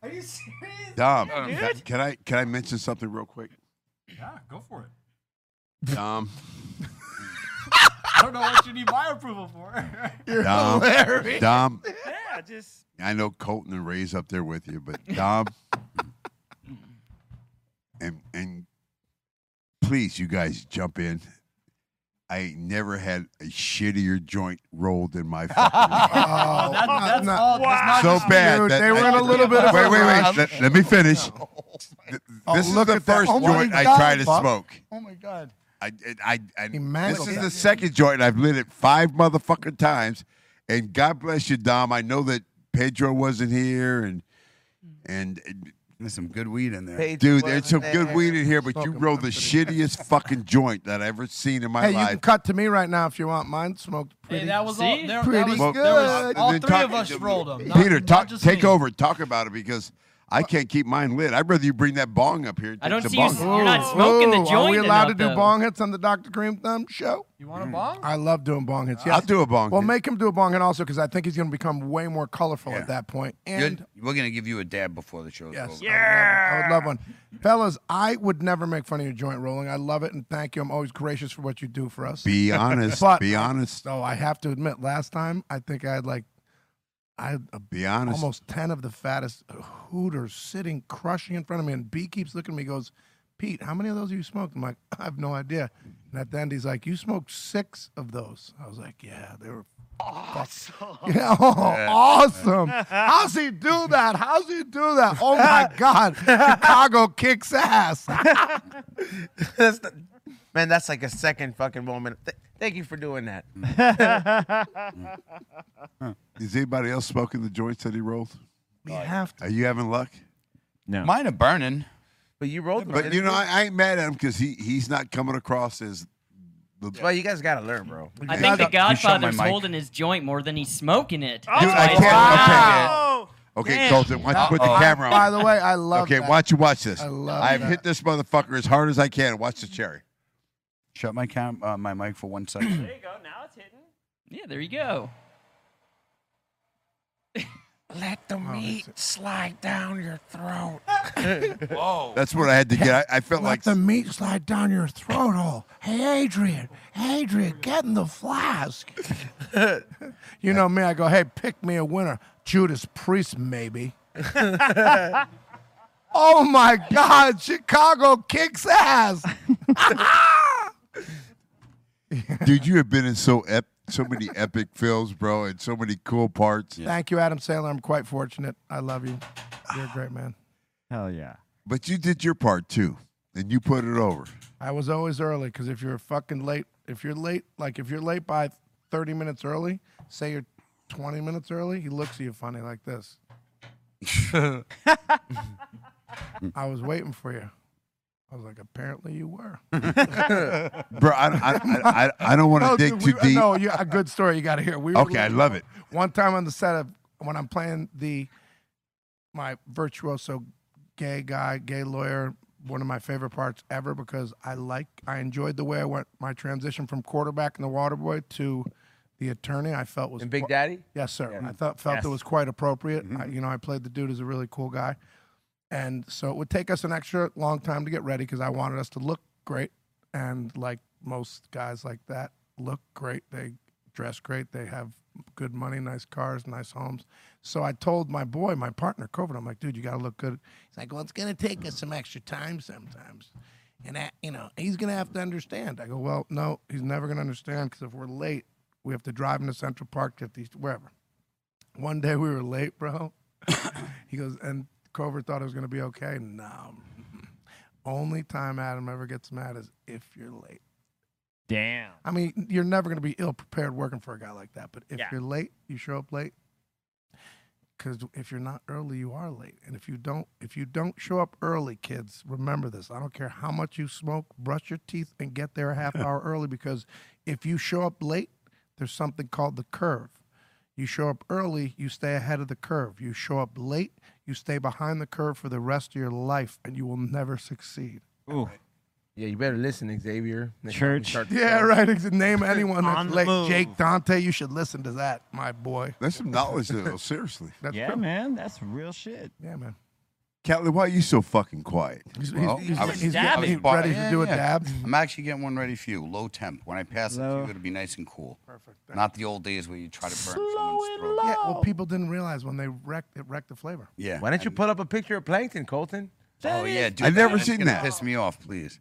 Dom, can- can I can I mention something real quick? Yeah, go for it. Dom, I don't know what you need my approval for. Dom, Dom. Yeah, just I know Colton and Ray's up there with you, but Dom and and please, you guys jump in. I ain't never had a shittier joint rolled in my fucking life. Oh, That's not- all. That's so not just bad. Dude, that- they were in a little bit of Wait, a wait, wait. rush. Let, let me finish. Th- This is look the at that. first Oh my joint I God, try to Buck. smoke. Oh my God. I, I, I, I mangled this is that. the second joint I've lit it five motherfucking times, And God bless you, Dom. I know that Pedro wasn't here, and and there's some good weed in there, Pedro Pedro dude. There's some wasn't good there. weed in here, but you Smoking rolled the shittiest fucking joint that I ever seen in my hey, you life. can cut to me right now if you want. Mine smoked pretty. that was all- See? there- that pretty was- good. there was- all Then three talk- of us rolled 'em, not- Peter, not talk, just take me. over. Talk about it because I can't keep mine lit. I'd rather you bring that bong up here. and I take don't the see you- bong. you're not smoking the Ooh, Are we joint allowed to enough, do though. bong hits on the Dr. Cream Thumb show? You want a bong? I love doing bong hits. Yes. I'll do a bong Well, hit. make him do a bong hit also because I think he's going to become way more colorful at that point. And Good. we're gonna give you a dab before the show's Yes, over. I would love one. Fellas, I would never make fun of your joint rolling. I love it and thank you. I'm always gracious for what you do for us. Be honest. But- be honest. So I have to admit, last time I think I had like I had a, Be honest. almost ten of the fattest hooters sitting crushing in front of me, and B keeps looking at me, and goes, Pete, how many of those you smoked? I'm like, I have no idea. And at the end, he's like, You smoked six of those. I was like, Yeah, they were awesome. Yeah, oh, Yeah. awesome. How's he do that? How's he do that? Oh my God, Chicago kicks ass. That's the- man, that's like a second fucking moment. Th- thank you for doing that. Is anybody else smoking the joints that he rolled? We have Are you having luck? No. Mine are burning. But you rolled. But you know, I, I ain't mad at him because he he's not coming across as. The, well, you guys gotta learn, bro. I think the Godfather's holding his joint more than he's smoking it. Dude, I can't- Wow. Oh, Okay, Damn. Colton, why don't you put the Uh-oh. camera on? By the way, I love Okay, that. watch you watch this. I love I've that. hit this motherfucker as hard as I can. Watch the cherry. Shut my cam- uh, my mic for one second. you go. Now it's hitting. Yeah, there you go. Let the meat slide down your throat. Whoa. That's what I had to get. I, I felt Let like the meat slide down your throat hole. Hey, Adrian, Adrian, get in the flask. you know me. I go, hey, pick me a winner. Judas Priest, maybe. oh my God, Chicago kicks ass. dude, you have been in so ep- so many epic films, bro, and so many cool parts. Thank you, Adam Sandler. I'm quite fortunate. I love you. You're a great man. Hell yeah. But you did your part too, and you put it over. I was always early because if you're fucking late, if you're late, like if you're late by 30 minutes early, say you're 20 minutes early, he looks at you funny like this. I was waiting for you. I was like, apparently you were. Bro, I, I, I, I don't want to No, dig dude, too we- uh, deep. No, you, a good story you got to hear. We were Okay, I late. love it. One time on the set of when I'm playing the my virtuoso gay guy, gay lawyer, one of my favorite parts ever because I like I enjoyed the way I went my transition from quarterback in the Waterboy to the attorney. I felt was And Big qu- Daddy? Yes, sir. Yeah. I thought felt Yes. Mm-hmm. it was quite appropriate. I, you know, I played the dude as a really cool guy, and so it would take us an extra long time to get ready because I wanted us to look great and like most guys like that look great they dress great they have good money nice cars nice homes so i told my boy my partner covid i'm like dude you gotta look good he's like well it's gonna take us some extra time sometimes and I, you know he's gonna have to understand i go well no he's never gonna understand because if we're late we have to drive into central park 50 wherever one day we were late bro he goes and Cover thought it was gonna be okay no only time adam ever gets mad is if you're late Damn. I mean, you're never going to be ill prepared working for a guy like that. But if Yeah. you're late, you show up late. Because if you're not early, you are late. And if you don't, if you don't show up early, kids, remember this. I don't care how much you smoke, brush your teeth, and get there a half hour early. Because if you show up late, there's something called the curve. You show up early, you stay ahead of the curve. You show up late, you stay behind the curve for the rest of your life, and you will never succeed. Ooh. Yeah, you better listen, Xavier. Next time we Church. start the Yeah, show. right. ex- Name anyone On that's the late. move. Jake Dante, you should listen to that, my boy. That's some knowledge, though. Seriously. That's yeah, true. man. That's real shit. Yeah, man. Catlin, why are you so fucking quiet? He's- Well, I was- I was bar- Yeah, yeah. I'm actually getting one ready for you. Low temp. When I pass it to you, it'll be nice and cool. Perfect. Not the old days where you try to burn someone's throat. Yeah, well, people didn't realize when they wrecked it wrecked the flavor. Yeah. Why don't you put up a picture of Plankton, Colton? Oh yeah, dude. that's gonna Piss me off, please.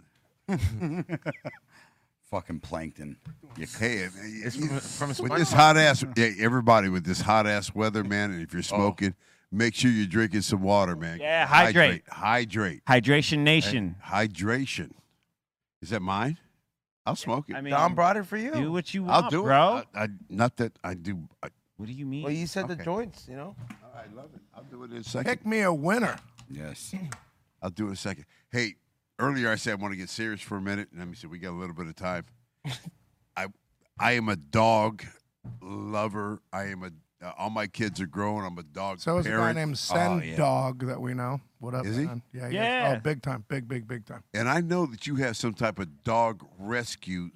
Fucking plankton. You hey, from, With this hot ass, yeah, everybody with this hot ass weather, man. And if you're Oh. smoking, make sure you're drinking some water, man. Yeah, hydrate. hydrate, Hydration Nation. Hy- hydration. Is that mine? I'll smoke it. I mean, Dom brought it for you. Do what you want, I'll do bro. it. I, I, not that I do. I, What do you mean? Well, you said the Okay. joints, you know? I love it. I'll do it in a Pick me a winner. Yes. I'll do it in a second. Hey, earlier I said I want to get serious for a minute. Let me see. We got a little bit of time. I I am a dog lover. I am a uh, all my kids are grown. I'm a dog. So is a guy parent. Oh, named Send Dog that we know. What up, Is he? man? Yeah, Yeah. Oh, big time, big, big, big time. And I know that you have some type of dog rescue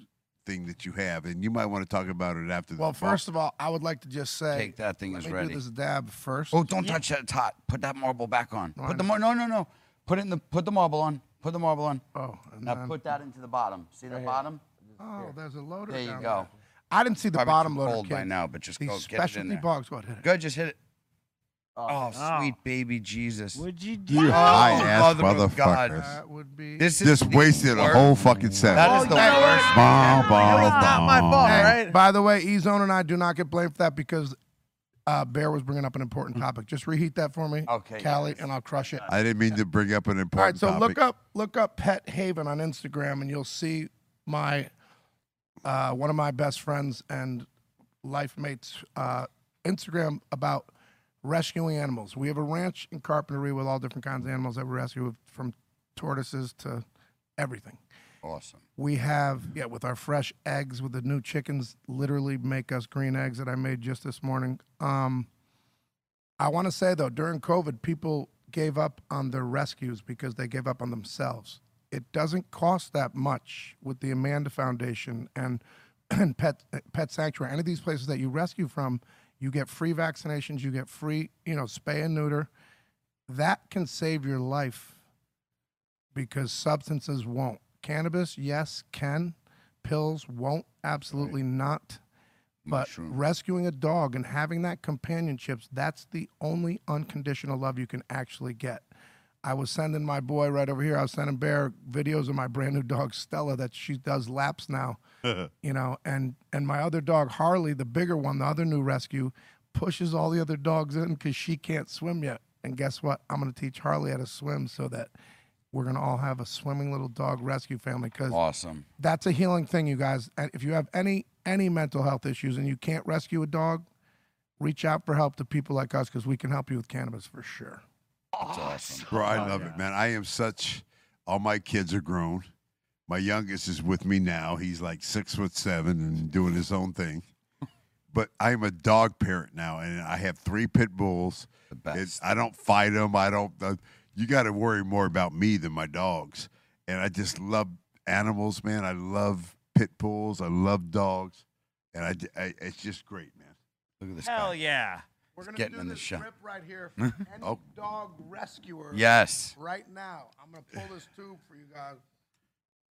thing that you have, and you might want to talk about it after. Well, the first of all, I would like to just say Take that thing let is me ready. Do this dab first. Oh, don't touch that tot. Put that marble back on. No, I put the mar- no, no, no. Put it in the put the marble on. Put the marble on. Oh, now then- put that into the bottom. See the bottom? Oh, there's a loader. There you down go. I didn't see the Probably bottom too loader. cold by kid. now, but just These go get it in specialty there. bogs. What hit it? Good, just hit it. Oh, sweet baby Jesus. Oh, What'd you do? You high-ass of God. motherfuckers. That would be Oh, this is just the wasted a worst. whole fucking set. That is the worst. Bah, bah, bah. Hey, By the way, E Zone and I do not get blamed for that because uh, Bear was bringing up an important Hmm. topic. Just reheat that for me, Okay, Callie, and I'll crush it. I didn't mean to bring up an important All right, so look topic. up look up Pet Haven on Instagram, and you'll see my uh, one of my best friends and life mates uh, Instagram about rescuing animals. We have a ranch in Carpinteria with all different kinds of animals that we rescue, from tortoises to everything. Awesome. We have yeah, with our fresh eggs, with the new chickens, literally make us green eggs that I made just this morning. Um, I want to say though, during COVID, people gave up on their rescues because they gave up on themselves. It doesn't cost that much with the Amanda Foundation and and Pet Pet Sanctuary. Any of these places that you rescue from, you get free vaccinations, you get free, you know, spay and neuter. That can save your life because substances won't. Cannabis, yes, can. Pills won't. Absolutely not. But rescuing a dog and having that companionship, that's the only unconditional love you can actually get. I was sending my boy right over here, I was sending Bear videos of my brand new dog, Stella, that she does laps now you know and and my other dog harley the bigger one the other new rescue pushes all the other dogs in because she can't swim yet and guess what i'm going to teach harley how to swim so that we're going to all have a swimming little dog rescue family because Awesome. that's a healing thing you guys And if you have any any mental health issues and you can't rescue a dog reach out for help to people like us because we can help you with cannabis for sure That's awesome. Bro, I love it, man. I am such. All my kids are grown. My youngest is with me now. He's like six foot seven and doing his own thing. But I'm a dog parent now, and I have three pit bulls. The best. I don't fight them. I don't. Uh, you got to worry more about me than my dogs. And I just love animals, man. I love pit bulls. I love dogs, and I, d- I- it's just great, man. Look at this. Hell yeah. We're gonna getting do in the this shot. rip right here for any Oh. dog rescuer. Yes. Right now, I'm going to pull this tube for you guys.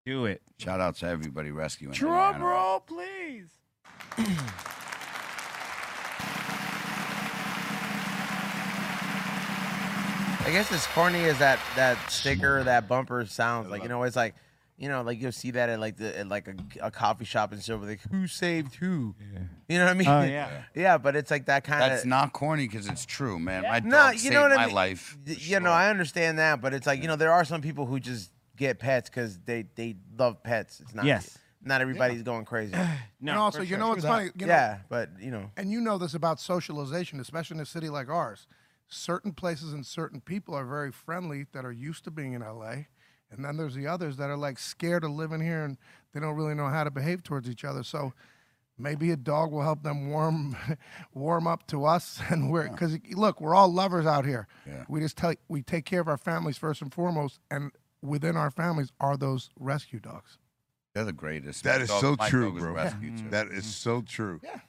Do it. Shout out to everybody rescuing. their Drum animals. roll, please. I guess as corny as that that sticker, that bumper sounds like, you know, it's like, you know, like you'll see that at like the at like a, a coffee shop and stuff, like who saved who, you know what I mean? Oh, yeah. yeah, but it's like that kind of. That's not corny because it's true, man. My dog No, you saved know what I my mean? life. Y- You know, I understand that, but it's like you know, there are some people who just get pets because they they love pets. It's not Yes. not everybody's going crazy. and also, you know what's funny? You know, yeah, but you know, And you know this about socialization, especially in a city like ours. Certain places and certain people are very friendly that are used to being in LA. And then there's the others that are like scared of living here and they don't really know how to behave towards each other. So maybe a dog will help them warm warm up to us and we're cuz look, we're all lovers out here. We just tell we take care of our families first and foremost and within our families are those rescue dogs. They're the greatest. That My is dog- so my true, dog was bro. rescued, too. Mm-hmm. That is so true. Yeah.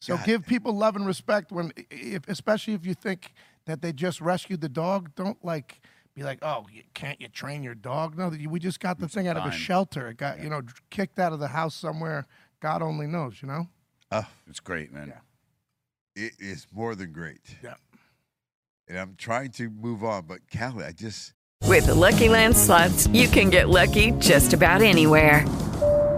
So give people love and respect when, i- if, especially if you think that they just rescued the dog. Don't like be like, oh, you, can't you train your dog? No, you- we just got the thing out of a time. shelter. It got you know dr- kicked out of the house somewhere. God only knows, you know. It's great, man. Ah. It is more than great. Yeah. And I'm trying to move on, but Callie, I just With the Lucky Land slots, you can get lucky just about anywhere.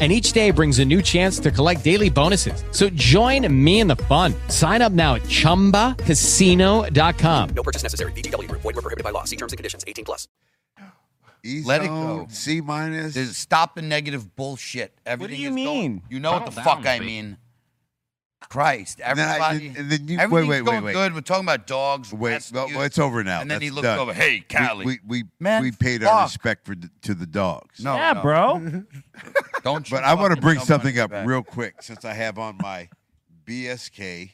And each day brings a new chance to collect daily bonuses. So join me in the fun. Sign up now at chumbacasino.com. No purchase necessary. VGW Group. Void where prohibited by law. See terms and conditions. 18 plus. Let it go. C minus. stop the negative bullshit. Everything you is going- mean? you know what the Calm fuck down, I babe. mean. Christ, And then I- everybody. and then you- wait, everything's wait, wait, going wait. good. We're talking about dogs. Wait, no, well, it's over now. And then That's he looks done. over. Hey, We- Callie. We we, Man, we paid our fuck. respect for, to the dogs. No, Yeah, no. bro. Don't. But I want to bring something up real quick since I have on my BSK.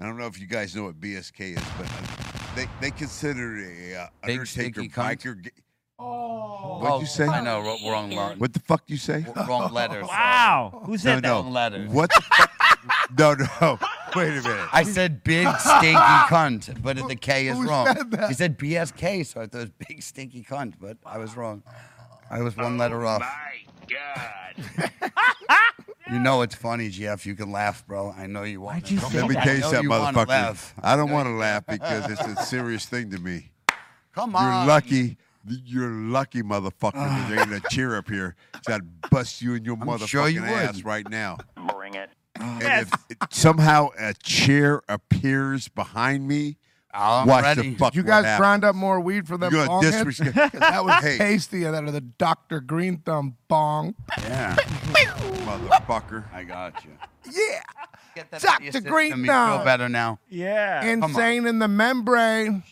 I don't know if you guys know what BSK is, but uh, they they consider it a uh, Big Undertaker sticky cunt? biker. Ga- Oh, What'd you say? I know. wr- Wrong, line. What the fuck you say? wrong letters. Wow. Who said that? no, Wrong letters. What the fuck? No, no. Wait a minute. I said big stinky cunt, but the K is Who wrong. said that? He said BSK, so I thought it was big stinky cunt, but I was wrong. I was one letter off. You know it's funny, Jeff. You can laugh, bro. I know you want. to. Let me I tell you know something, wanna motherfucker. laugh. I don't want to laugh because it's a serious thing to me. Come You're on. lucky. You're lucky, motherfucker. that There ain't a cheer up here. 'cause I'd bust you in your Ah. I'm motherfucking sure you would. ass right now. Bring it. Uh, And if somehow a chair appears behind me, I'm watch ready. the fuck. you guys what happens. grind up more weed for them You're bong hits? disrespect- 'Cause that was Hey. tasty. That of the Dr. Green Thumb bong. Yeah. Motherfucker. I got you. Yeah. Get that out of your Dr. system. Green You Thumb. feel better now. Yeah. Insane in the membrane.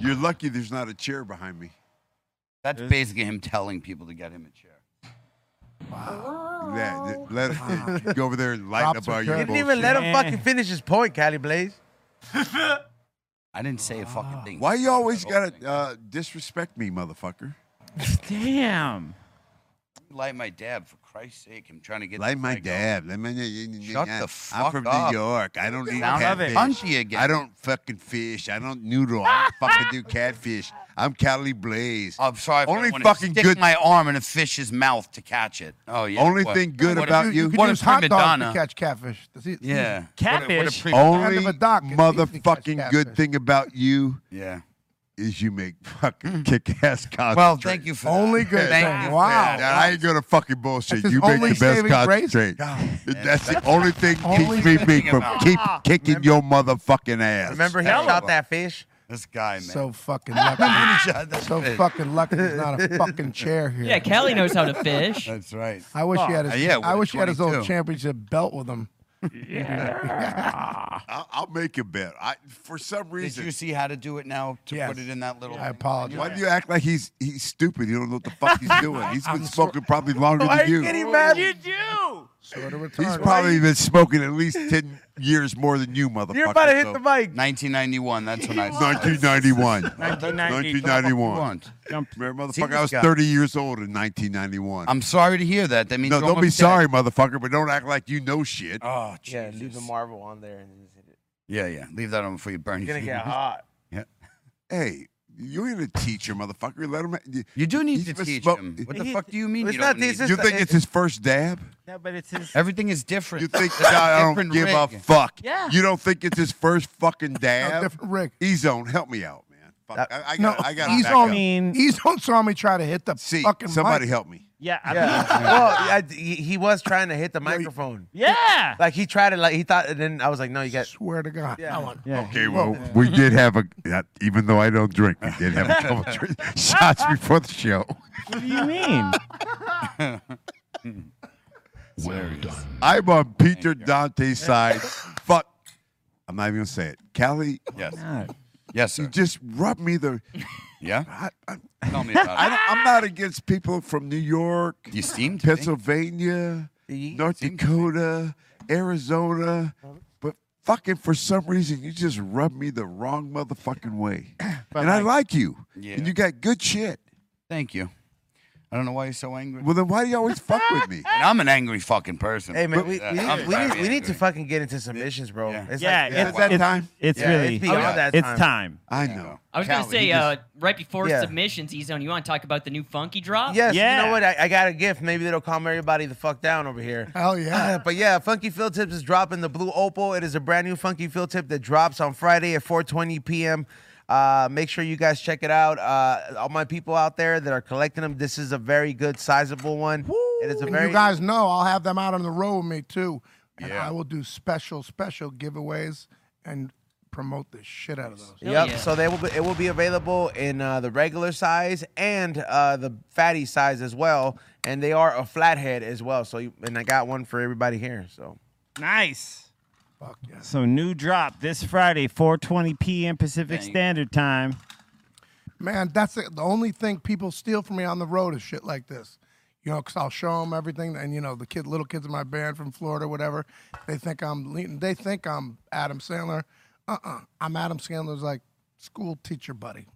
You're lucky there's not a chair behind me. That's basically him telling people to get him a chair. That, Ah. let, go over there and lighten up all You your didn't even let him bullshit. fucking finish his point, Cali Blaze. I didn't say a fucking thing. Why you always gotta uh, disrespect me, motherfucker? Damn. Light my dab, for Christ's sake. I'm trying to get Like this my thing dad. Let me- oh, Shut the I'm fuck from up. New York. I don't eat Sound of it. catfish. Punchy again. I don't fucking fish. I don't noodle. I don't fucking do catfish. I'm Cali Blaze. I'm Oh, sorry. If Only I wanna fucking stick good. my arm in a fish's mouth to catch it. Oh yeah. Only What- thing good what a- about You you. could What a use hot prima dogs donna. to catch catfish. That's easy. Yeah. Catfish? What a, what a Only Kind of a dock. It's easy to catch motherfucking good catfish. thing about you yeah. Mm. is you make fucking kick-ass concentrate. Well, thank you for Only that. good Thank thing. you for Wow. that. Now, I ain't gonna fucking That's bullshit. his You make only the best saving grace? concentrate. That's the only thing Only keeps me thing being from about- keep kicking your motherfucking ass. Remember he shot that fish? This guy, man. So fucking lucky. so fucking lucky. There's not a fucking chair here. Yeah, Kelly knows how to fish. That's right. I wish he had his. Oh, Uh, yeah, I with wish he had his old 22. championship belt with him. I'll, I'll make a bet. I for some Did reason. you see how to do it now to put it in that little? I apologize. why do you act like he's he's stupid? You don't know what the fuck he's doing. He's been smoking probably longer Why are than you you. getting mad? You do. Sort of retarded. He's probably been smoking at least ten years more than you, motherfucker. so- mic. 1991. That's when I. 1991. 1991. 1991. Remember, See motherfucker, this I was guy. 30 years old in 1991. I'm sorry to hear that. That means no, you're don't be almost dead. sorry, motherfucker, but don't act like you know shit. Oh, Yeah, leave the marble on there and then just hit it. Yeah, yeah. Leave that on before you burn It's your gonna get fingers. hot. Yeah. Hey, you ain't a teacher, motherfucker. Let him. You, do need to teach him. What the He- fuck do you mean? It's you not- don't need it's just You a- think it's his first dab? No, but it's his. Everything is different. You think It's a I don't different give a rig. fuck? Yeah. You don't think it's his first fucking dab? different rig. E-Zone, help me out, man. Fuck, I, I No, got. I got. he's back on up. me. He's on. Saw me try to hit the See, fucking. somebody mic. help me. Yeah. I Yeah. well, I, he, he was trying to hit the microphone. yeah. Like he tried it. Like he thought, and then I was like, no, you got. Swear to God. I want. Okay, well, we did have a. yeah, Even though I don't drink, we did have a couple drink- shots before the show. What do you mean? I'm on Peter Dante's side. Fuck. I'm not even gonna say it. Callie, Yes. God. Yes, sir. you just rub me the. Yeah. I, I, Tell me about I don't, I'm not against people from New York, it. You seem to be. Pennsylvania, North Dakota, Arizona, but fucking for some reason you just rub me the wrong motherfucking way. and I like you, Yeah. and you got good shit. Thank you. I don't know why you're so angry. Well, then why do you always fuck with me? And I'm an angry fucking person. Hey man, we, Yeah, we, I'm need, we, very need, we need angry. to fucking get into submissions, bro. It's Yeah, it's- like, Is it that it's- time? it's Yeah, really- it's beyond Oh, yeah. that It's time. time. I know. I was gonna Callie, say you uh, just- right before Yeah. submissions, Ezone, you want to talk about the new funky drop? Yes, you know what? I, I got a gift. Maybe that'll calm everybody the fuck down over here. Uh, Hell yeah. but yeah, Funky Field Tips is dropping the Blue Opal. It is a brand new Funky Field Tip that drops on Friday at 4.20 p.m. Uh, make sure you guys check it out. Uh, all my people out there that are collecting them, this is a very good, sizable one. It is a And very you guys know I'll have them out on the road with me too, and Yeah. I will do special, special giveaways and promote the shit out of those. Yep. So they will be, it will be available in uh, the regular size and uh, the fatty size as well, and they are a flathead as well. So you, and I got one for everybody here. So Nice. So new drop this Friday, 4:20 p.m. Pacific Dang. Standard Time. Man, that's the, the only thing people steal from me on the road is shit like this. You know, because I'll show them everything, and you know, the kid, little kids in my band from Florida, whatever, they think I'm leading. They think I'm Adam Sandler. Uh, uh-uh. uh, i am Adam Sandler's like school teacher buddy.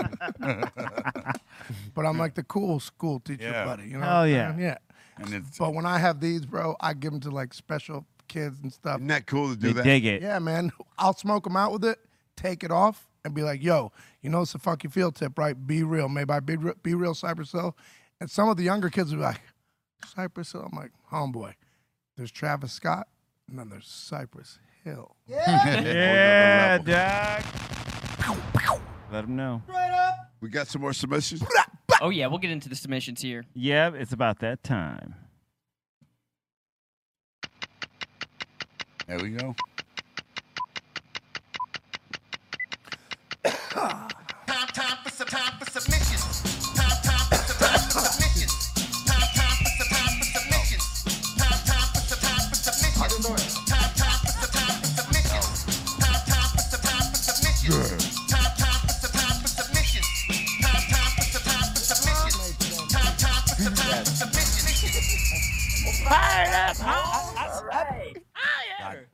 but I'm like the cool school teacher Yeah. buddy. You know? Hell what I'm yeah. saying? Yeah. And it's- but when I have these, bro, I give them to like special kids and stuff. Isn't that cool to do They that? dig it. Yeah, man. I'll smoke them out with it, take it off, and be like, "Yo, you know it's a funky field tip, right? Be real, made by Be Real, Be Real Cypress Hill." And some of the younger kids will be like, "Cypress Hill." I'm like, "Homeboy, there's Travis Scott, and then there's Cypress Hill." yeah, Doug. Let them know. We got some more submissions. Oh yeah, we'll get into the submissions here. Yeah, it's about that time. There we go. Time, time for some time for submissions. Time, time for some time for submissions. Time, time for some time for submissions. Time, time for some time for submissions. Time, time for some time for submissions. Time, time for some time for submissions. Time, time for some time for submissions. Time, time for some time for submissions. Time, time for some time for submissions. Fire up,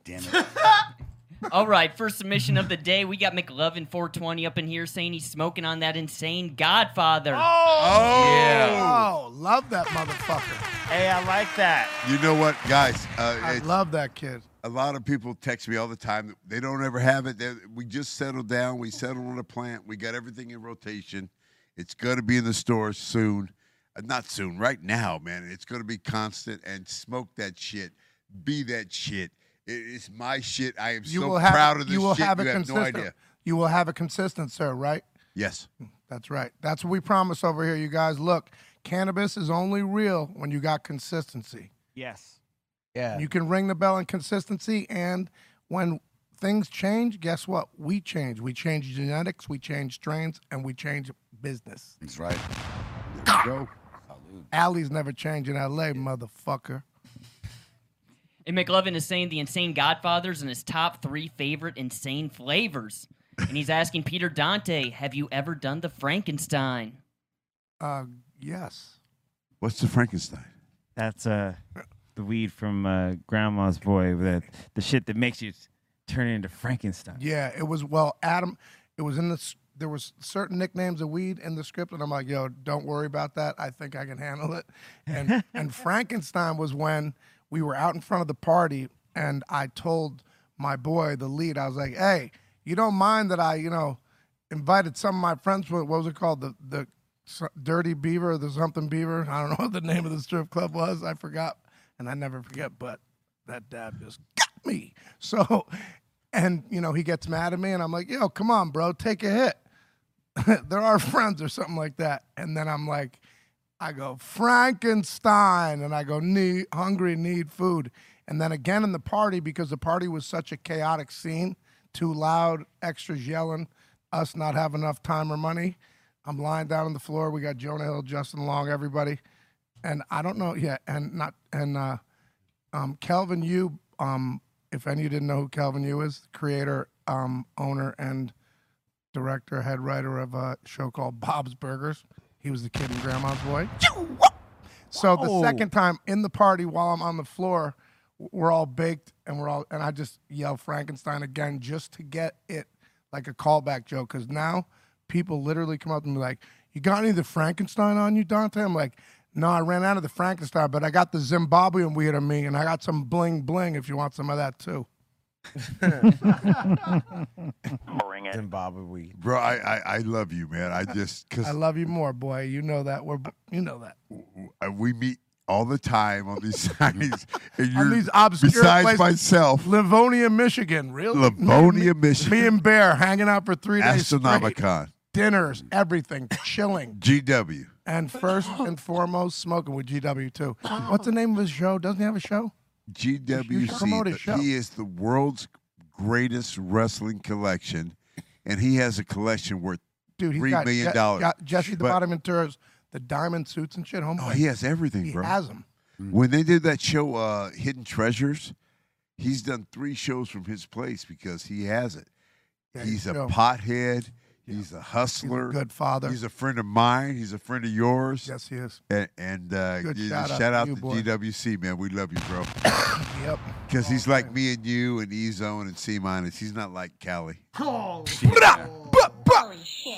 Damn it. All right, first submission of the day. We got McLovin 420 up in here saying he's smoking on that insane Godfather. Oh, love that motherfucker. Hey, I like that. You know what, guys? Uh, I it- love that kid. a lot of people text me all the time. They don't ever have it. They- we just settled down. We settled on a plant. We got everything in rotation. It's going to be in the store soon. Uh, not soon, right now, man. It's going to be constant and smoke that shit. Be that shit. It- it's my shit. I am You so will have proud it, of this you will shit. have you it have no consistent. idea. You will have it consistent, sir. Right? Yes. That's right. That's what we promise over here, you guys. Look, cannabis is only real when you got consistency. Yes. Yeah. You can ring the bell in consistency. And when things change, guess what? We change. We change genetics, we change strains, and we change business. That's right. Go. Allie's never changed in LA, motherfucker. And McLovin is saying the insane Godfathers and his top three favorite insane flavors. And he's asking Peter Dante, have you ever done the Frankenstein? Uh, yes. What's the Frankenstein? That's uh the weed from uh, Grandma's boy. That the shit that makes you turn into Frankenstein. Yeah, it was well, Adam. It was in the s- there was certain nicknames of weed in the script, and I'm like, yo, don't worry about that. I think I can handle it. And and Frankenstein was when we were out in front of the party, and I told my boy, the lead, I was like, hey, you don't mind that I, you know, invited some of my friends. What what was it called? The the s- Dirty Beaver, or the something Beaver. I don't know what the name of the strip club was. I forgot, and I never forget. But that dab just got me. So, and you know, he gets mad at me, and I'm like, yo, come on, bro, take a hit. They're our friends or something like that. And then I'm like, I go Frankenstein, and I go need hungry, need food. And then again in the party because the party was such a chaotic scene, too loud, extras yelling, us not have enough time or money. I'm lying down on the floor. We got Jonah Hill, Justin Long, everybody, and I don't know yet. And not and uh, um, Calvin Yu. Um, if any of you didn't know who Calvin Yu is, creator, um, owner, and director, head writer of a show called Bob's Burgers. He was the kid in Grandma's Boy. So the Whoa. second time in the party, while I'm on the floor, w- we're all baked and we're all and I just yell Frankenstein again just to get it like a callback joke because now people literally come up and be like, You got any of the Frankenstein on you, Dante? I'm like, no, I ran out of the Frankenstein, but I got the Zimbabwean weed on me, and I got some bling bling if you want some of that too. Bring it. Zimbabwe weed. Bro, I, I, I love you, man. I just, because I love you more, boy. You know that. We're you know that. we meet all the time on these signings. and On you're- these obscure Besides places. myself, Livonia, Michigan, really? Livonia, Me- Me Michigan. and Bear hanging out for three days. straight. Astronomicon. Dinners, everything, chilling. GW. And first and foremost, smoking with GW too. What's the name of his show? Doesn't he have a show? promote his show. GWC. He is the world's greatest wrestling collection, and he has a collection worth Dude, he's three got, million Je- dollars. got Jesse the But Bottom and Tours, the diamond suits and shit. Home. Oh, he has everything, He bro. has 'em. When they did that show, uh, Hidden Treasures, he's done three shows from his place because he has it. Yeah, he's you a know. pothead. He's a hustler. good father. He's a friend of mine. He's a friend of yours. Yes, he is. And, and uh, Good you- shout out shout, to out you, to boy. GWC, man. We love you, bro. Yep. Because he's like me and you and E Zone and C minus. He's not like Cali. Oh,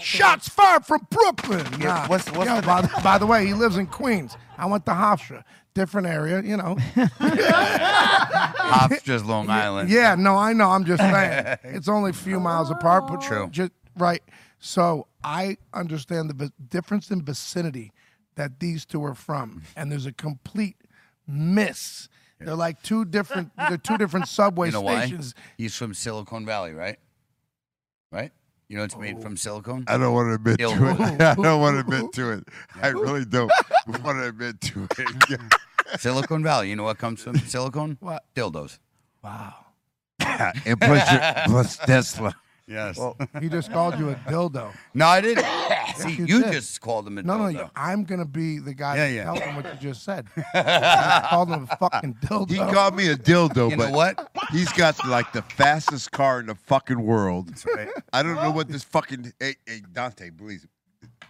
Shots fired from Brooklyn. Nah. what's- what's Yo, the- by, the- by the way, he lives in Queens. I went to Hofstra, different area, you know. Hofstra's Long Island. Yeah, no, I know. I'm just saying. it's only a few miles apart, but true. Just, right. So I understand the vi- difference in vicinity that these two are from, and there's a complete miss. They're like two different. They're two different subway you know stations. why? He's from Silicon Valley, right? Right? You know it's made from silicone? I don't want to admit to it. I don't want to admit to it. I really don't want to admit to it. Silicon Valley. You know what comes from silicone? What? Dildos. Wow. and plus, your, plus Tesla. Yes. He just called you a dildo. no, I didn't. See, you you, did. just called him a No, no, dildo. you- I'm gonna be the guy Yeah, to yeah. tell them what you just said. I called him a fucking dildo. He called me a dildo, You know but what? He's got like the fastest car in the fucking world. I don't know what this fucking hey, hey Dante, please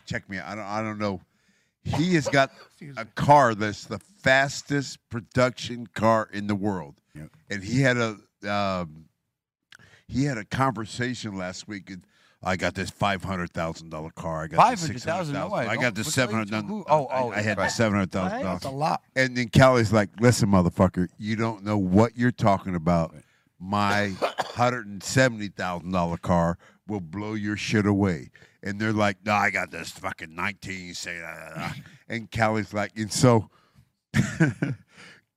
check me. out. I don't I don't know. He has got a car that's the fastest production car in the world, and he had a um, he had a conversation last week. And I got this five hundred thousand dollar car. I got this $500,000? No, $600,000. I I don't. got this What's seven hundred. related to who? Oh, Oh, I, oh, I had right. this seven hundred thousand dollars. That's a lot. And then Callie's like, "Listen, motherfucker, you don't know what you're talking about. My hundred and seventy thousand dollar car will blow your shit away." And they're like, "No, I got this fucking nineteen. Say, da, da, da." and Callie's like, and so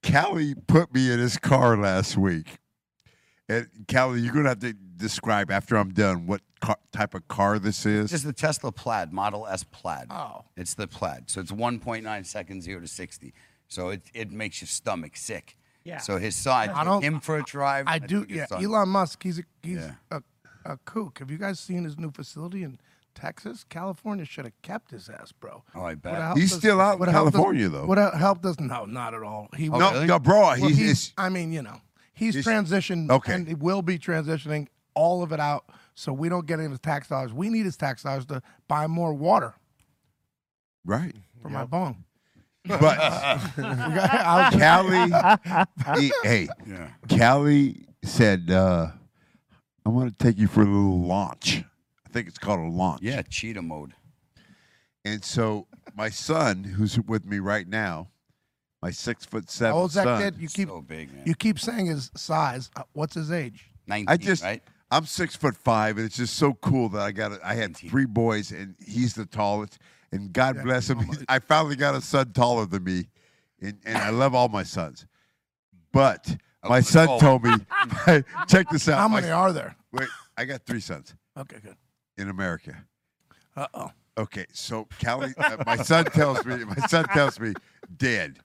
Callie put me in his car last week. And Callie, you're gonna have to describe after I'm done what car, type of car this is. This is the Tesla Plaid, Model S Plaid. Oh. It's the Plaid. So it's 1.9 seconds, 0 to 60. So it, it makes your stomach sick. Yeah. So his son, I don't- him for a drive. I do. took his Yeah, son. Elon Musk. He's a he's Yeah. a, a kook. Have you guys seen his new facility in Texas? California should have kept his ass, bro. Oh, I What bet. helped us- what helped us- What Oh, hel- helped us? No, not at all. He No, was- no, bro, Well, he's- it's- I mean, you know, he's, transitioned. okay. and he will be transitioning all of it out, so we don't get any of his tax dollars. We need his tax dollars to buy more water right. for my bong. But Callie, he- hey, Callie said, uh, "I want to take you for a little launch. I think it's called a launch." Yeah, cheetah mode. And so my son, who's with me right now, my six foot seven How old's that son, kid? You keep big, man. you keep saying his size. Uh, What's his age? 19, I just, I'm six foot five, and it's just so cool that I got. A, I had three boys, and he's the tallest. And God bless him, he- I finally got a son taller than me, and, and I love all my sons. But my good son call. told me, check this out. How my- many are there? Wait, I got three sons Okay, good. in America. Uh oh. Okay, so Callie, uh, my son tells me, my son tells me, Dad,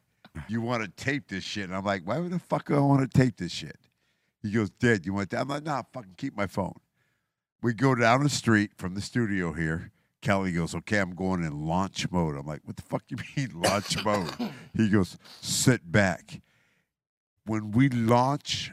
you want to tape this shit? And I'm like, why would the fuck do I want to tape this shit? He goes, Dad, you want that? I'm like, nah, fucking keep my phone. We go down the street from the studio here. Callie goes, okay, I'm going in launch mode. I'm like, what the fuck you mean launch mode? He goes, sit back. When we launch,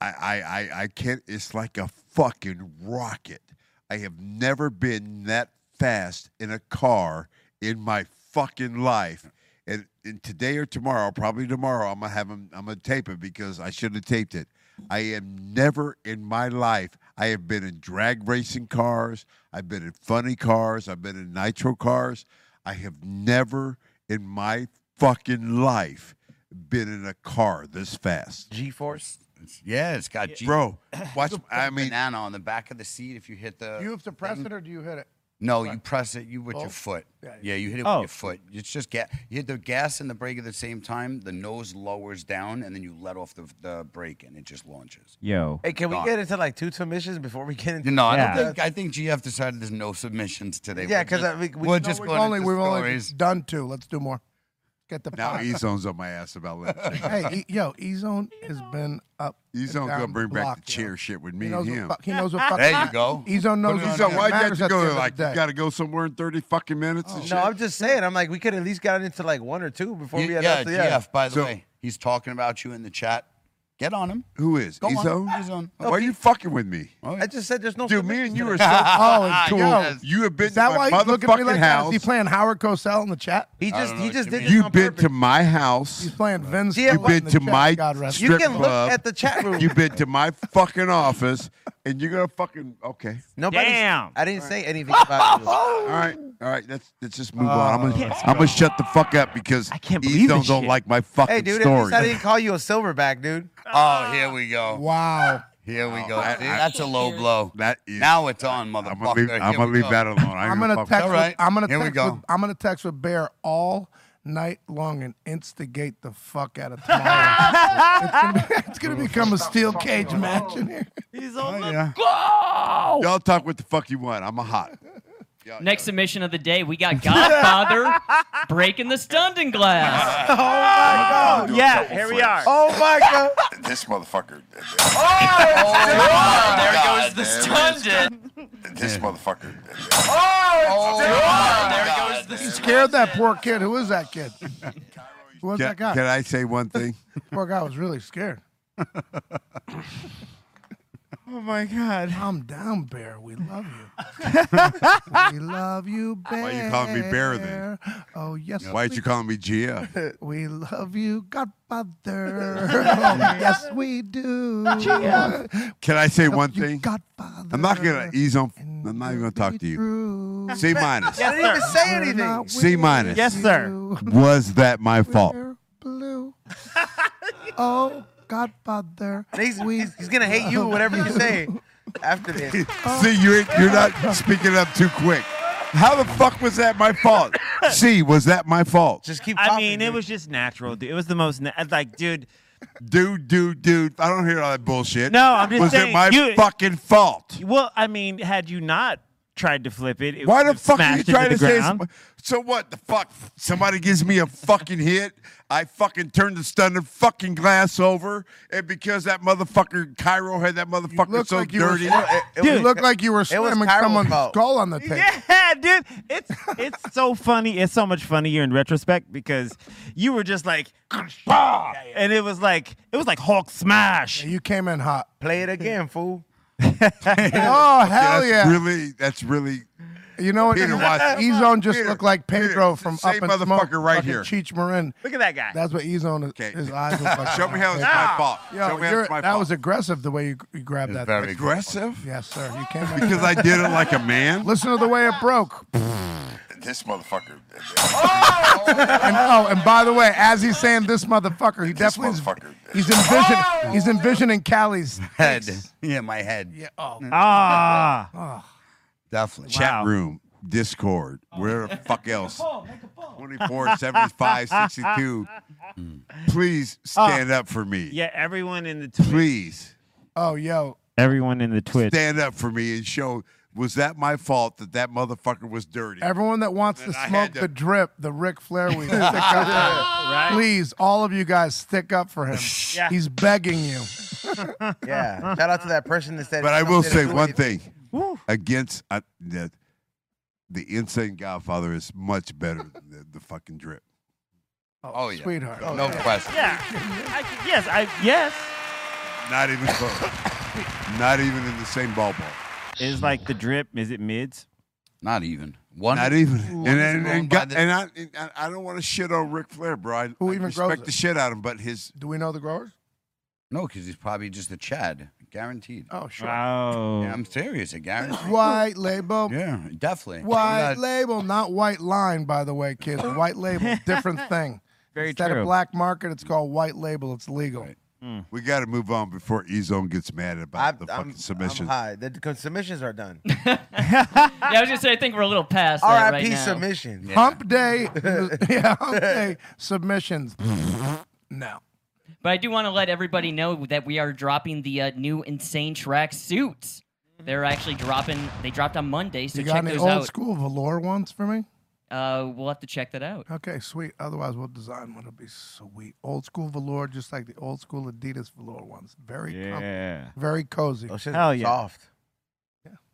I, I, I, I can't. It's like a fucking rocket. I have never been that fast in a car in my fucking life. And, and today or tomorrow, probably tomorrow, I'm gonna have 'em- I'm gonna tape it because I should have taped it. I am never in my life. I have been in drag racing cars. I've been in funny cars. I've been in nitro cars. I have never in my fucking life been in a car this fast. G force. Yeah, it's got G. Bro, watch. I mean, banana on the back of the seat. If you hit the, Do you have to press thing. it or do you hit it? No, you press it. You with your Both? foot. Yeah, Yeah, yeah. you hit it Oh. with your foot. It's just gas. You hit the gas and the brake at the same time. The nose lowers down, and then you let off the, the brake, and it just launches. Yo. Hey, can we Gone. get into like two submissions before we get into? No, I Yeah. don't think. I think GF decided there's no submissions today. Yeah, We're 'cause just- I- we- we- we're No, just we going only into we've stories. only done two. Let's do more. Get the Now pot. Ezone's on my ass about letting hey, e- yo, Ezone has been up. He's and not gonna down bring back block, the chair shit with me He and knows what him. fuck- he knows what fuck- There you go. Ezone knows But what Ezone, fucking why'd you have matters to at the go end of like the you day. got to go somewhere in thirty fucking minutes? and shit? Oh, No, I'm just saying. I'm like, we could at least got into like one or two before we yeah, had yeah, up to- yeah. GF. By the way, he's talking about you in the chat. Get on him. Who is Go on. Ezone? Ezone. Why are you fucking with me? I just said there's no. Dude, me and you are so Oh, fucking and cool. yo, you have been Is that to my why he's looking at me motherfucking like that? Is house. he playing Howard Cosell in the chat? He just he just did. You've been to my house. He's playing Vince. Yeah, You've what in been the to chat? my God rest strip You can look club. at the chat room. You've been to my fucking office, and you're gonna fucking okay. Nobody. I didn't say anything about you. All right, all right. Let's let's just move on. I'm Uh, gonna, I'm gonna shut the fuck up because I can't believe don't, don't like my fucking Hey, dude, at story. least I didn't call you a silverback, dude. Oh, here we go. Wow. Here we Oh, go. I- See, I- that's a low blow. That is. Now it's on, motherfucker. I'm gonna leave, Here I'm gonna we leave go. that alone. I ain't I'm gonna fuck with text. you. With, I'm gonna Here we text. go. With, I'm gonna text with Bear all night long and instigate the fuck out of tomorrow. it's, gonna be, it's gonna become a steel cage match in here. He's on yeah. go. Y'all talk what the fuck you want. I'm a hot. Next submission of the day, we got Godfather breaking the stunning glass. oh my god! do a Yeah, couple here we flips. are. Oh my god! This motherfucker. there God, goes the there it stunned. This motherfucker. He scared that poor kid. Who is that kid? Who was Can- that guy? Can I say one thing? Poor guy was really scared. Oh my God! Calm down, Bear. We love you. we love you, Bear. Why you calling me Bear then? Oh yes. Why aren't we you calling me GF? We love you, Godfather. Oh, yes, we do. Can I say one thing? I'm not gonna ease on. I'm not even gonna talk to you. C minus. I didn't even say anything. C minus. Yes, sir. Was that my fault? Blue. Oh, Godfather. He's, he's, he's gonna hate you, whatever you say after this. See, you're you're not speaking up too quick. How the fuck was that my fault? C, was that my fault? Just keep. I mean, it was just natural, dude. It was the most na- like, dude. Dude, dude, dude. I don't hear all that bullshit. No, I'm just was saying. it my you- fucking fault? Well, I mean, had you not tried to flip it, it Why the would've fuck are you smashed into trying to the say? ground. some- So what? The fuck? Somebody gives me a fucking hit. I fucking turn the stunning fucking glass over, and because that motherfucker Cairo had that motherfucker Looked so like you dirty, were. It, it- Dude. looked like you were It was slamming Kyle's someone's fault. skull on the table. Yeah, dude. It's it's so funny. It's so much funnier in retrospect because you were just like, "Bah!" and it was like it was like Hulk smash. You came in hot. Play it again, fool. Oh hell that's yeah! Really, that's really. You know what? Peter, watch. Ezone just Peter, looked like Pedro from say Up and motherfucker Smoke. right fucking here. Cheech Marin. Look at that guy. That's what Ezone. Okay. His eyes look like. Show me how it's my fault. Yo, Show me how you're- it's my that fault. was aggressive the way you, you grabbed that. very thing. aggressive Yes, sir. You came in- because I did it like a man. Listen to the way it broke. This motherfucker. And oh, and by the way, as he's saying this motherfucker, he definitely motherfucker. is, he's envisioning he's Oh! envisioning Callie's Head. Yeah, my head. Yeah. Oh. Ah. Definitely. Chat room, Discord, Oh. where the fuck else? 24, 75, 62. Please stand up for me. Yeah, everyone in the Uh, Twitch. Please. Oh, yo. Everyone in the Twitch. stand up for me and show was that my fault that that motherfucker was dirty? Everyone that wants to And I smoke had to- the drip, the Ric Flair we stick up for him. Please, all of you guys stick up for him. Yeah. He's begging you. Yeah. Shout out to that person that said. But I will something say to one it. thing Woo. against I, the, the insane Godfather is much better than the, the fucking drip. Oh, yeah. Sweetheart. No question. Yeah. I, yes. I yes. Not even close. Not even in the same ballpark. Is like the drip. Is it mids? Not even. One. Not even. Ooh, And and, going and, by God- the- and I and I- I don't want to shit on Ric Flair, bro. I, Who I even grows respect it? the shit out of him, but his Do we know the growers? No, because he's probably just a Chad. guaranteed. Oh, sure. Wow. Yeah, I'm serious. A guarantee. White label. Yeah, definitely. White I'm not- label, not white line, by the way, kids. White label, different thing. Very Instead true. of black market, it's called white label. It's legal. We got to move on before Ezone gets mad about the fucking submission. I'm high. The the submissions are done. yeah, I was just saying, I think we're a little past that right R.I.P. now. submission. Hump day. yeah, hump day submissions. no. But I do want to let everybody know that we are dropping the uh, new Insane Track suits. They're actually dropping. They dropped on Monday, so Mm-hmm. you check got any those old out. school velour ones for me? Uh, we'll have to check that out. Okay, sweet. Otherwise, we'll design one. It'll be sweet. Old school velour, just like the old school Adidas velour ones. Very comfy, Yeah. very cozy. Oh, shit. Hell yeah. Soft.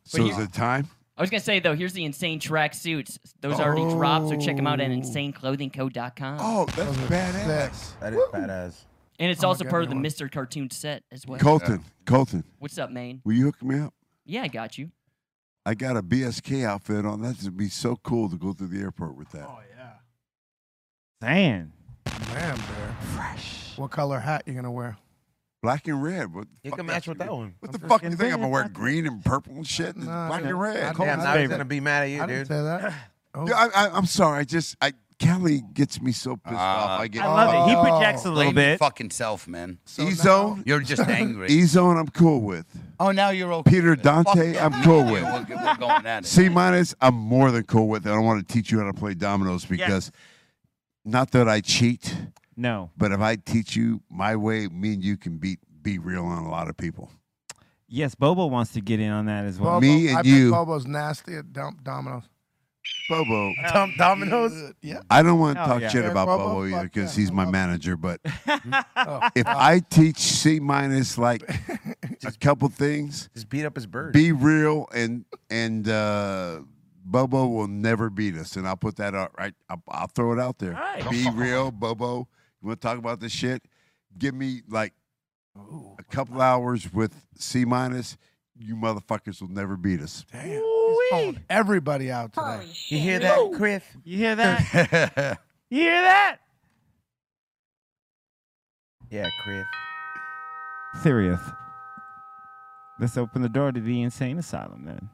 So is it time? I was gonna say though, here's the Insane Track suits. Those already dropped, so check them out at InsaneClothingCo.com. Oh, that's badass. That is badass. And it's Oh my also God, part I of the want- Mr. Cartoon set as well. Colton, Colton, What's up, man? will you hook me up? Yeah, I got you. I got a BSK outfit on. That would be so cool to go through the airport with that. Oh yeah. Damn. Damn, bear. Fresh. What color hat you gonna wear? Black and red. What You can match with that one. What the fuck you think I'm gonna wear green and purple and shit? It's Nah, black dude. and red. Damn, now he's gonna be mad at you, I dude. didn't say that. Oh. Yeah, I, I, I'm sorry. I just I Cali gets me so pissed Uh, off. I get. Blame your Fucking self, man. Ezone, You're just angry. Ezone, I'm cool with. Oh, now you're okay. Peter with it. Fuck Dante, you. I'm Me cool and you, with. We're, we're going at it. C minus, I'm more than cool with it. I want to teach you how to play dominoes because not that I cheat. No. But if I teach you my way, me and you can beat be real on a lot of people. Yes, Bobo wants to get in on that as well. Bobo- I bet Bobo's nasty at dump dominoes. Bobo. Dump dominoes? Yeah. I don't want to Oh, Hell talk Oh, yeah. shit Eric about Bobo? Bobo either Fuck because yeah. he's my manager. But Oh. if I teach C minus like a couple things, Just beat up his bird. be real and and uh, Bobo will never beat us. And I'll put that out right. I'll, I'll throw it out there. Nice. Be real, Bobo. You want to talk about this shit? Give me like a couple hours with C minus. You motherfuckers will never beat us. Damn. He's calling everybody out today. You hear that, Chris? You hear that? Damn. You hear that? Yeah, Chris. Theriath. Let's open the door to the insane asylum then.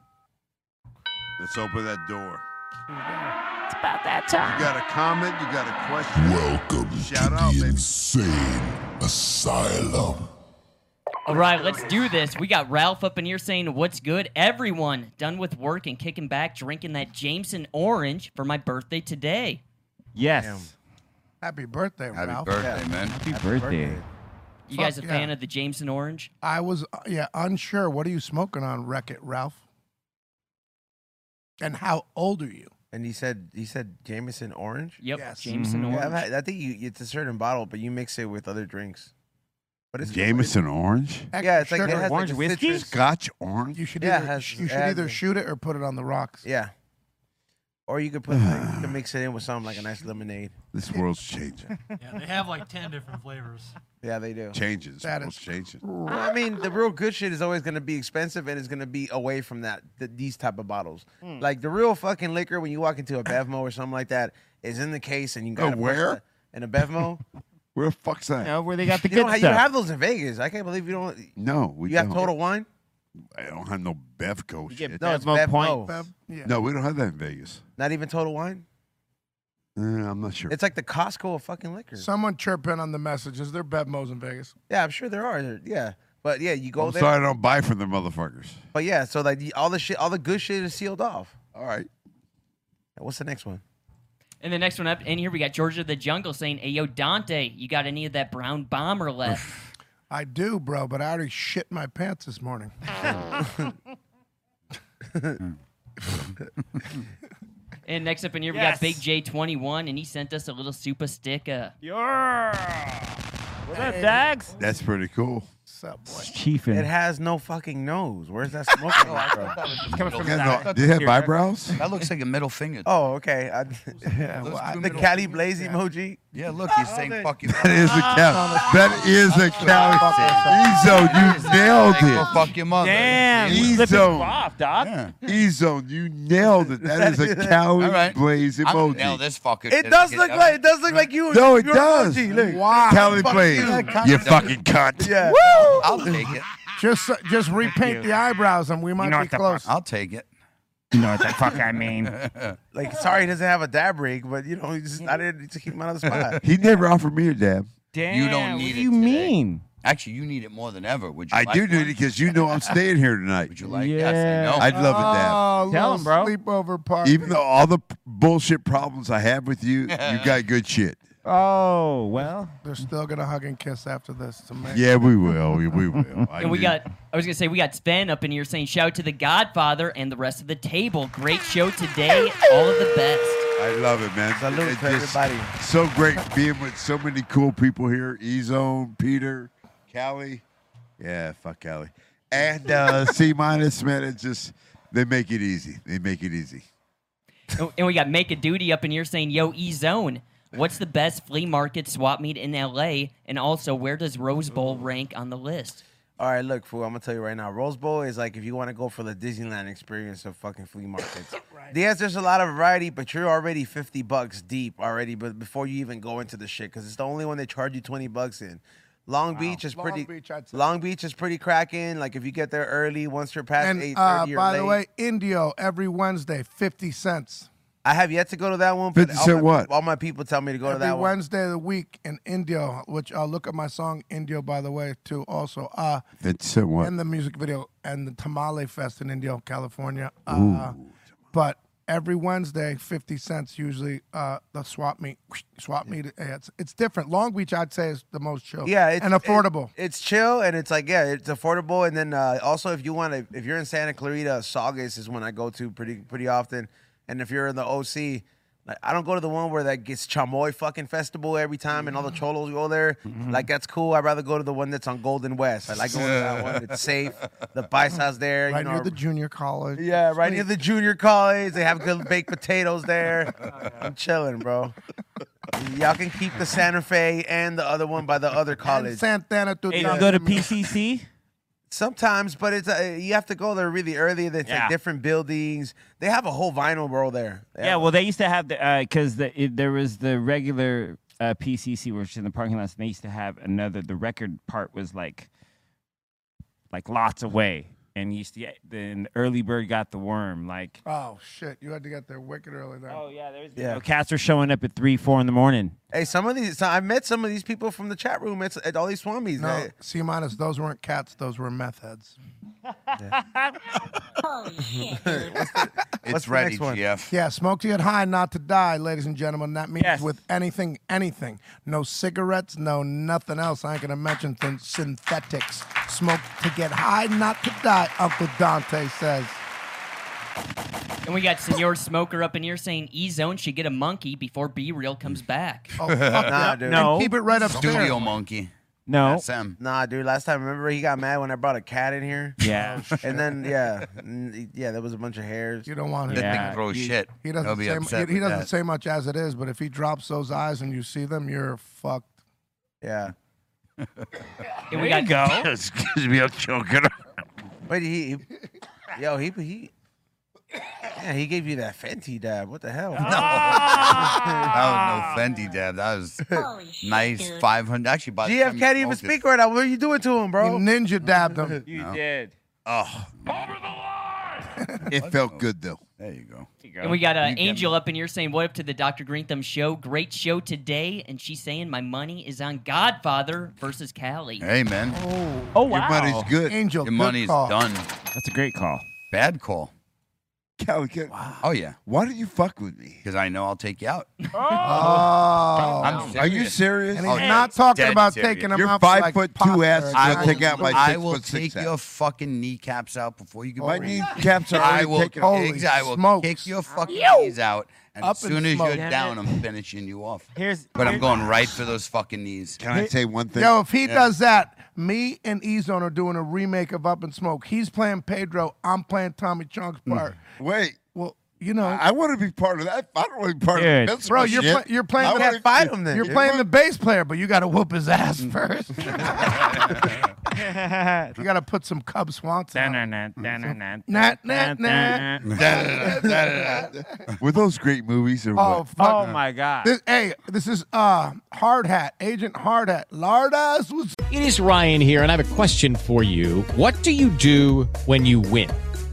Let's open that door. It's about that time. You got a comment? You got a question? Welcome Shout to out, the baby. insane asylum. All right, let's do this. We got Ralph up in here saying, What's good, everyone? Done with work and kicking back, drinking that Jameson orange for my birthday today. Yes. Happy birthday, Happy Ralph. birthday, man. Happy, birthday. You Fuck guys a yeah. fan of the Jameson orange? I was uh, yeah unsure. What are you smoking on, Wreck It Ralph? And how old are you? And he said he said Jameson orange. Yep, Yes. Jameson Mm-hmm. Yeah, I've orange. had- I think you it's a certain bottle, but you mix it with other drinks. But it's Jameson orange? Yeah, it's like it Extra has sugar. like a citrus- Scotch orange? You should Yeah, it either, has- you it should has either a- shoot it or put it on the rocks. Yeah. Or you could put like, you could mix it in with something like a nice lemonade. This world's changing. Yeah, they have like 10 different flavors. Yeah, they do. Changes. That world's changing. I mean, the real good shit is always going to be expensive and it's going to be away from that th- these type of bottles. Hmm. Like the real fucking liquor when you walk into a Bevmo or something like that is in the case and you got Oh, where? in a Bevmo. Where the fuck's that? No, where they got the you, don't good ha- you stuff. have those in Vegas. I can't believe you don't. No, we you have don't. Total Wine. I don't have no Bevco get shit. No, it's Bevmo Bevmo. No, points. yeah. we don't have that in Vegas. Not even Total Wine. Uh, I'm not sure. It's like the Costco of fucking liquor. Someone chirp in on the messages. They're Bevmos in Vegas. Yeah, I'm sure there are. There- Yeah, but yeah, you go I'm there. sorry I don't buy from the motherfuckers. But yeah, so like all the shit, all the good shit is sealed off. All right. What's the next one? And the next one up in here, we got Georgia the Jungle saying, Hey, yo, Dante, you got any of that brown bomber left? I do, bro, but I already shit my pants this morning. and next up in here, we Yes. got Big J21, and he sent us a little super sticker. What's up, Dags? That's pretty cool. Chiefin. It has no fucking nose. Where's that smoke Oh, coming from? Coming from Yeah, no, do you have eyebrows? That looks like a middle finger. Oh, okay. I, yeah, well, I- the Cali Blaze emoji. Yeah, look, he's saying fuck you. That is a cow. That is a cow. Ezo, you nailed it. fuck your mother. Damn. we flipping you Ezone. off, Doc. Ezone, you nailed it. That is a cow All right. blaze I'm gonna emoji. nail this fucker. It does look like it does look like you. No, it your does. emoji, look. Cali Fuck Blaze, you. you fucking cunt. Yeah. I'll take it. Just uh, just repaint the eyebrows and we might know be what the close. fuck- I'll take it. You know what the fuck I mean? Like, sorry, he doesn't have a dab rig, but you know, he just, I didn't to keep him out of the spot. he never offered me a dab. you don't need it. you mean? Actually, you need it more than ever. Would you? I like do one? need it because you know I'm staying here tonight. Would you like that? Say no. I'd love a dab. Oh, little Sleepover party. Even though all the p- bullshit problems I have with you, you got good shit. Oh well. They're still gonna hug and kiss after this. To make Yeah, we will. We, we will. I and we knew- got, I was going to say, we got Sven up in here saying, shout to the Godfather and the rest of the table. Great show today. All of the best. I love it, man. Salute It's to just everybody. So great being with so many cool people here. Ezone, Peter, Callie. Yeah, fuck Callie. And uh, C minus, man. It just they make it easy. They make it easy. And- and we got Make a Duty up in here saying, yo, E Zone, what's the best flea market swap meet in LA? And also, where does Rose Bowl rank on the list? All right, look, fool. I'm gonna tell you right now. Rose Bowl is like if you want to go for the Disneyland experience of fucking flea markets. Yes, there's a lot of variety, but you're already 50 bucks deep already. But before you even go into the shit, because it's the only one they charge you 20 bucks in. Long Beach is Long pretty. Beach, I'd say. Long Beach is pretty cracking. Like if you get there early, once you're past And 8:30 uh, you're by late. the way, Indio every Wednesday, fifty cents. I have yet to go to that one. But 50 all cent my- what? All my people tell me to go to every that one. Wednesday of the week in Indio, which I'll look at my song Indio by the way too also. Uh That's uh, what. and the music video and the Tamale Fest in Indio, California. Uh, but every Wednesday, fifty cents usually uh, the swap meet. Swap meet. yeah, It's, it's different. Long Beach, I'd say, is the most chill. Yeah, it's, and affordable. it- it's chill and it's like yeah, it's affordable. And then uh, also if you want to, if you're in Santa Clarita, Saugus is one I go to pretty pretty often. And if you're in the OC, like, I don't go to the one where that gets chamoy fucking festival every time, and all the cholos go there. Mm-hmm. Like that's cool. I'd rather go to the one that's on Golden West. I like going to that one. It's safe. The Paisa's there. right you know, near the junior college. yeah, right near the junior college. They have good baked potatoes there. Oh, I'm chilling, bro. Y'all can keep the Santa Fe and the other one by the other college. Santana Hey, you go to PCC? Sometimes, but it's uh, you have to go there really early. There's Yeah. like different buildings. They have a whole vinyl world there. They Yeah, have- well, they used to have the because the, it- there was the regular uh, PCC, which is in the parking lots, and they used to have another. The record part was like like lots away, and you used to get then the early bird got the worm. Like Oh shit! You had to get there wicked early. Then. Oh yeah, there's Yeah. you know, cats are showing up at three, four in the morning. Hey, some of these. So I met some of these people from the chat room. It's at all these swamis. No, They- Oh, C minus. Those weren't cats. Those were meth heads. It's the ready, next one? GF. Yeah, smoke to get high, not to die, ladies and gentlemen. That means with anything, anything. No cigarettes, no nothing else. I ain't gonna mention thin- synthetics. Smoke to get high, not to die. Uncle Dante says. And we got Senor Smoker up in here saying, E Zone should get a monkey before B Real comes back. Oh, fuck that. And keep it right up Studio monkey. No. That's him. Nah, dude. Last time, remember he got mad when I brought a cat in here. Yeah. Oh, and then yeah, n- yeah, there was a bunch of hairs. You don't want him. That thing throws shit. He doesn't, He'll be say, upset he, he with doesn't that. say much as it is, but if he drops those eyes and you see them, you're fucked. Yeah. And we got Excuse me, I'm choking. But he, he- yo, he he. Yeah, he gave you that Fenty dab. What the hell? Ah. That was no Fendi dab. That was nice. Five hundred. Actually, by the time GF you can't even smoked it- speak right now. What are you doing to him, bro? ninja dabbed him. You No. did. Oh, It felt good though. There you go. And we got You uh, get Angel up in here saying, What up to the Dr. Green Thumb show? Great show today. And she's saying, My money is on Godfather versus Callie. Hey, man. Oh, Oh, wow. Angel, Your money's done. That's a great call. Bad call. Cal, get, Oh yeah. Why do you fuck with me? Because I know I'll take you out. Oh. I'm Are you serious? And he's not talking dead about serious. taking him You're out. for, five like, foot pot two or ass. a I'll job. take out my I six will foot six take your fucking kneecaps out before you can. My breathe. kneecaps are I already will. taken out. ex- I will kick your fucking knees out, and Up as and soon as smoke. you're down, I'm finishing you off. Here's. But I'm going right for those fucking knees. Can I say one thing? Yo, if he Yeah. does that, me and Ezone are doing a remake of Up in Smoke. He's playing Pedro. I'm playing Tommy Chong's Hmm. part. Wait. Well, you know, I want to be part of that. I don't want to be part Dude. of that. bro, you're pla- you're playing the fight him then. Hmm. You're playing the bass player, but you got to whoop his ass first. you got to put some Cub Swanson. on it. Dun-dun-dun, Nat, nat, dun-dun-dun. nat. Were those great movies or Oh, what? fuck. This- hey, this is uh, Hard Hat, Agent Hard Hat. Lardass was. It is Ryan here, and I have a question for you. What do you do when you win?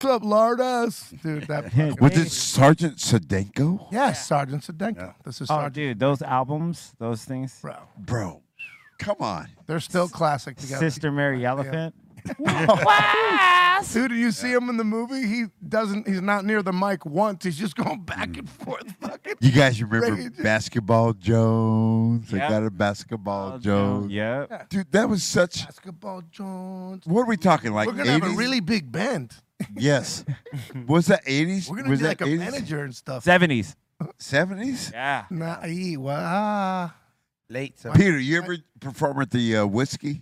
What's up, Lardass? Dude, that. fucking- Was it Sergeant Sedenko? Yes, Sergeant Sedenko. This is Oh, Sergeant. dude, those albums, those things, bro, bro, come on. They're still classic together. Sister Mary Elephant. Dude, you see him in the movie? He doesn't. He's not near the mic once. He's just going back Mm. and forth. You guys remember Rage. Basketball Jones? Yeah. I got a Basketball Jones. Yeah. Dude, that was such. Basketball Jones. What are we talking? Like We're gonna have a 80s? really big band. Yes. was that 80s? We're gonna was be like a that 80s? manager and stuff. 70s. 70s? Yeah. Nah, eh, well, ah. Late. Peter, you ever perform at the uh, whiskey?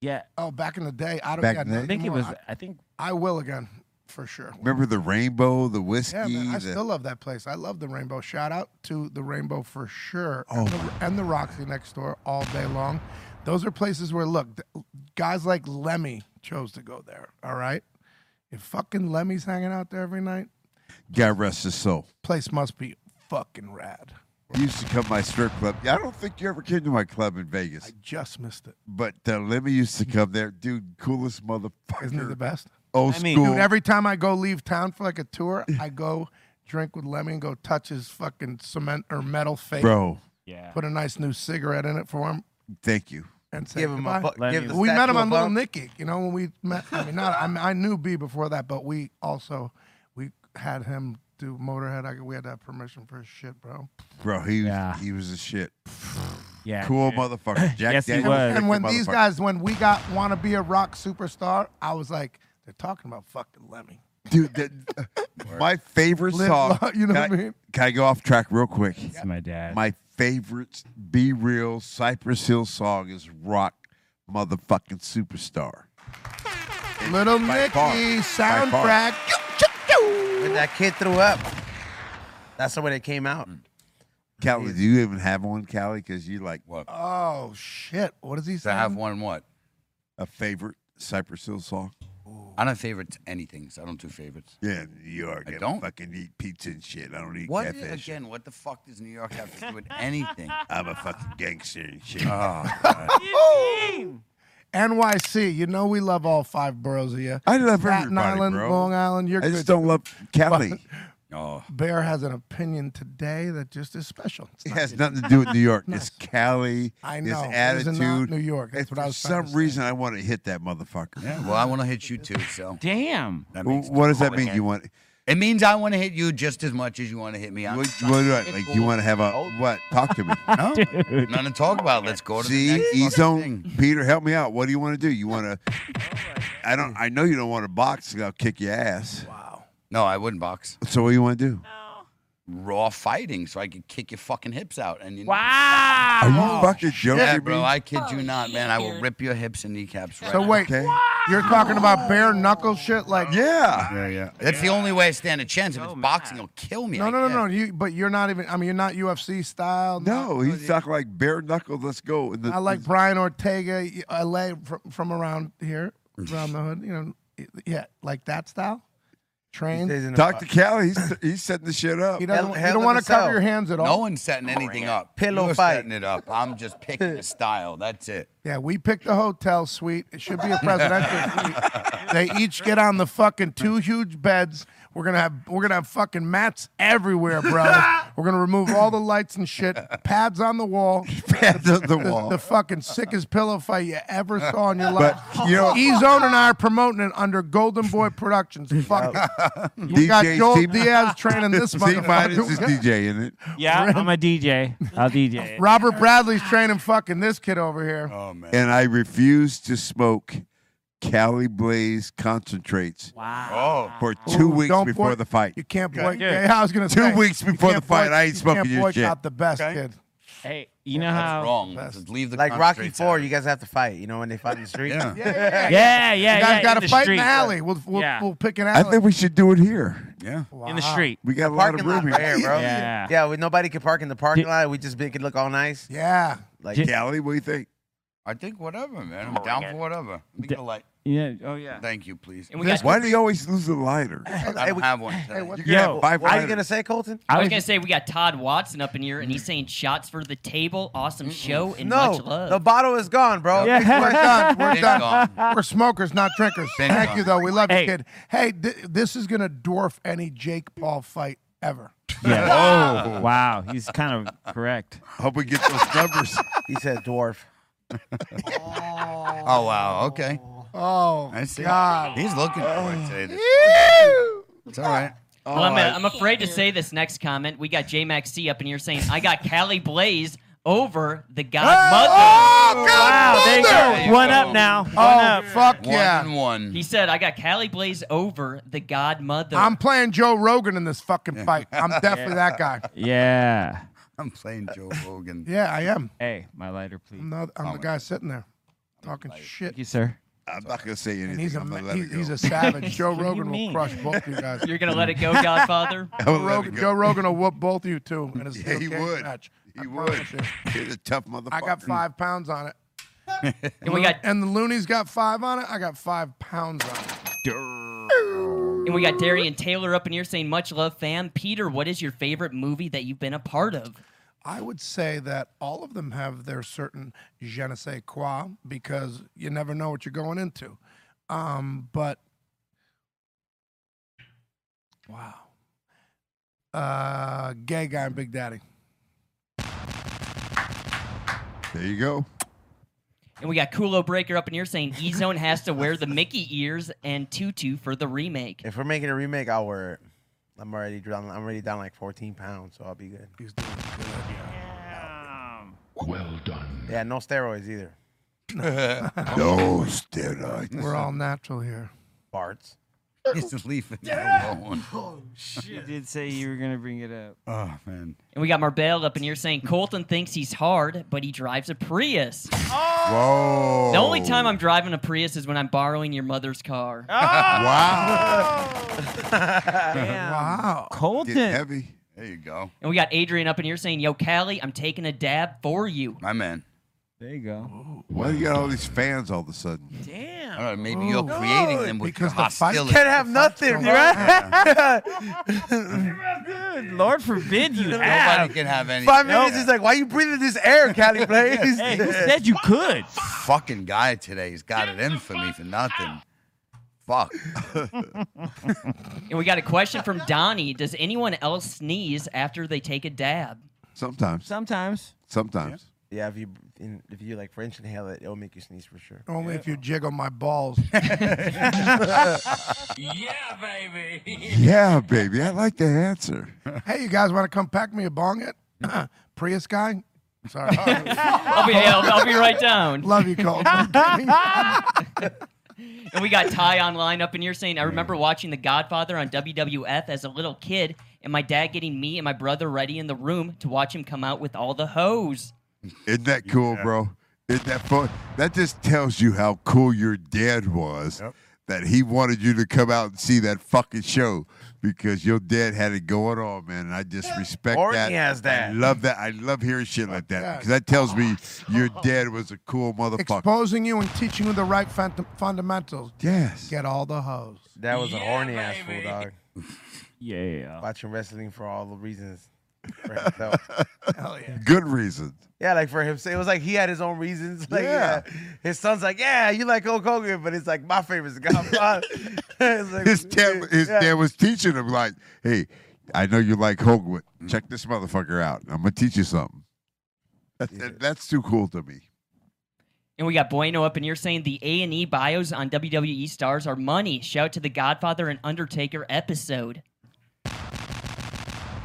Yeah. Oh, back in the day, I don't. Back got in the- nothing I think it more. was- I think I will again, for sure. Remember the rainbow, the whiskey? Yeah, man, I the- still love that place. I love the Rainbow. Shout out to the Rainbow for sure, Oh, and, the, and the Roxy next door all day long. Those are places where look, th- guys like Lemmy chose to go there. All right, if fucking Lemmy's hanging out there every night, God rest his soul. place must be fucking rad. You used to come to my strip club. I don't think you ever came to my club in Vegas. I just missed it. But uh, Lemmy used to come there. Dude, coolest motherfucker. Isn't it the best? Old school. Dude, every time I go leave town for like a tour, I go drink with Lemmy and go touch his fucking cement or metal face. Bro. Yeah. Put a nice new cigarette in it for him. Thank you. and say Give him a goodbye. bu- Lemmy give the we met statue him a on Little bump. Nicky. You know when we met. I mean, not I, mean, I knew B before that, but we also we had him do Motorhead. I, we had to have permission for his shit, bro. Bro, he was, he was a shit. Yeah. Cool dude. motherfucker. Jack Yes, he Daniels was. was And the when these motherfucker. guys, when we got want to be a rock superstar, I was like, they're talking about fucking Lemmy. Dude, that, my favorite Live song. lo- you know can what I mean? Can I go off track real quick? It's my dad. My favorite Be Real Cypress Hill song is Rock Motherfucking Superstar. Little By far. Nicky By far. soundtrack. When that kid threw up, that's the way they came out. Mm. Callie, do you even have one, Callie? Because you like what? Oh shit! What is he To saying? have one what? A favorite Cypress Hill song? I don't favorite anything. So I don't do favorites. Yeah, New York. I I don't. fucking eat pizza and shit. I don't eat What catfish. again? What the fuck does New York have to do with anything? Ah. I'm a fucking gangster and shit. NYC, you know we love all five boroughs of you. I love Staten everybody, Island, bro. Long Island. You're I good. just don't love Cali. oh. Bear has an opinion today that just is special. It's It not- has nothing to do with New York. Nice. It's Cali. I This know. It is attitude. not New York. That's And what I for was trying some reason, I want to hit that motherfucker. Yeah, well, I want to hit you too. So damn. That Wh- makes what does two that mean? again. You want? It means I want to hit you just as much as you want to hit me. I'm What, not- what, what, like you want to have a what? Talk to me. No, nothing to talk about. Let's go to the See, next he's fucking on. thing. Peter, help me out. What do you want to do? You want to? I don't. I know you don't want to box. 'cause I'll kick your ass. Wow. No, I wouldn't box. So what do you want to do? Raw fighting, so I could kick your fucking hips out. And you wow. Are you fucking joking Yeah, me? bro. I kid you not, man. I will rip your hips and kneecaps. Right So out. wait, you're talking about bare knuckle shit? Like yeah, Yeah, yeah. That's the only way I stand a chance. If it's boxing, it'll kill me. no, I no, no, guess. no. You, but you're not even. I mean, you're not UFC style. No, he's talking like bare knuckle. Let's go. And the- I like Brian Ortega, y- LA from, from around here, around the hood. You know, y- yeah, like that style. trained. Dr. Callie, he's, he's setting the shit up. He doesn't- Hell- you don't hell in wanna a cover cell. your hands at No all. one's setting anything up. Pillow You're fight. setting it up. I'm just picking the style. That's it. Yeah, we picked the hotel suite. It should be a presidential suite. They each get on the fucking two huge beds. We're gonna have we're gonna have fucking mats everywhere, bro. we're gonna remove all the lights and shit. Pads on the wall. Pads on the The, wall. fucking sickest pillow fight you ever saw in your life. But, you know- E-Zone and I are promoting it under Golden Boy Productions. Fuck it. We got DJ's Joel team- Diaz training this C-minus is motherfucker. DJ in it. Yeah, I'm a DJ. I'll DJ. it. Robert Bradley's training fucking this kid over here. Oh man. And I refuse to smoke Cali Blaze concentrates. Wow. For two Ooh, weeks don't before boy- the fight. You can't Good. boycott. Good. Yeah, I was gonna Two say, weeks you before the can't fight, boy- I ain't smoking you can't your boycott shit. the best kid. Hey, you know Yeah, that's how wrong. Just leave the like Rocky Four, you guys have to fight. You know when they fight in the street. Yeah. Yeah, Yeah, yeah, yeah, You guys yeah, got in to the fight in street. the alley. We'll we'll, we'll pick an I alley. think we should do it here. Yeah. In the street. We got a lot Parking of lot room right here, here. bro. Yeah. yeah. We, nobody could park in the parking lot. We just make it look all nice. yeah. Like Did- Cali, what do you think? I think whatever, man. I'm down for whatever. We get a light. Yeah. Oh yeah. Thank you, please. Why do you always lose the lighter? I don't have one. tonight. You're gonna have five what are you lighters. gonna say, Colton? I was, gonna say we got Todd Watson up in here, and he's saying shots for the table. Awesome show and No, much love. the bottle is gone, bro. We're done. We're Been done. gone. We're smokers, not drinkers. Been Thank gone. you, though. We love Hey. you, kid. Hey, th- this is gonna dwarf any Jake Paul fight ever. Yeah. Oh wow. He's kind of correct. Hope we get those numbers. He said dwarf. Oh wow. Okay. Oh I see. God. He's looking for it today. It's all right. Well, Oh, I'm, I'm afraid to say this next comment. We got J Max C up in here saying, "I got Callie Blaze over the Godmother." Wow. There you There you go. One go. up now. One Oh up. fuck One yeah. and one. He said, "I got Callie Blaze over the Godmother." I'm playing Joe Rogan in this fucking fight. I'm definitely that guy. Yeah. I'm playing Joe Rogan. Oh, Yeah, I am. Hey, my lighter, please. I'm, not, I'm the guy sitting there talking shit. Thank you, sir. I'm not gonna say anything. He's a I'm gonna ma- let it he's, he's go. a savage. Joe What do you Rogan will mean? crush both you guys. You're gonna let it go, Godfather? I'll Joe let it Rogan, go. Joe Rogan will whoop both you two in a Yeah, steel he cage would. match. I He would. promise you. He's a tough motherfucker. I got five pounds on it. and we got And the looney's got five on it. I got five pounds on it. and we got Darian Taylor up in here saying, "Much love, fam." Peter, what is your favorite movie that you've been a part of? I would say that all of them have their certain je ne sais quoi because you never know what you're going into. Um, but wow, uh, gay guy and Big Daddy. There you go. And we got Kulo Breaker up in here saying, "E Zone has to wear the Mickey ears and tutu for the remake." If we're making a remake, I'll wear it. I'm already down. I'm already down like 14 pounds, so I'll be good. He's doing good. Um, Well done. Yeah, no steroids either. No steroids. We're all natural here. Barts. Just leave it alone. Oh, you did say you were gonna bring it up. Oh man. And we got Marbell up in here saying, "Colton thinks he's hard, but he drives a Prius." Whoa. The only time I'm driving a Prius is when I'm borrowing your mother's car. Oh! Wow. Wow. Get Colton. heavy. There you go. And we got Adrian up in here saying, "Yo, Callie, I'm taking a dab for you." My man. There you go. Why do you got all these fans all of a sudden? Oh, I Damn. don't know, maybe you're Ooh. creating them with your Because the fight hostility. Can't have nothing, right? Dude, Lord forbid you Nobody have. can have any. Five minutes. He's like, "Why you breathing this air, Cali Blaze?" Hey, who said you could? fucking guy today. He's got it in for me for nothing. Fuck. And we got a question from Donnie: Does anyone else sneeze after they take a dab? Sometimes. Sometimes. Sometimes. yeah, if you in, if you like French inhale it, it'll make you sneeze for sure. Only if you jiggle my balls. Yeah, baby. I like the answer. hey, you guys want to come pack me a bong it? Prius guy? Sorry. I'll be, I'll, I'll be right down. Love you, Colton. And we got Ty online up in here saying, I remember watching The Godfather on WWF as a little kid, and my dad getting me and my brother ready in the room to watch him come out with all the hoes. Isn't that cool, bro? Isn't that fun? That just tells you how cool your dad was. That he wanted you to come out and see that fucking show because your dad had it going on, man. And I just respect Or he that. has that. I love that. I love hearing shit like that yeah. because that tells me your dad was a cool motherfucker. Exposing you and teaching you the right fun- fundamentals. yes. Get all the hoes. That was a horny ass fool, dog. Yeah. Watching wrestling for all the reasons. For himself. Hell yeah. Good reason. Yeah, like for him, it was like he had his own reasons. Like, Yeah. yeah. his son's like, yeah, you like Hulk Hogan, but it's like my favorite's Godfather. It's like, his dad, his yeah. dad was teaching him like, "Hey, I know you like Hogan. Check this motherfucker out. I'm gonna teach you something." That- that- that's too cool to me. And we got Bueno up in here saying the A and E bios on WWE stars are money. Shout to the Godfather and Undertaker episode.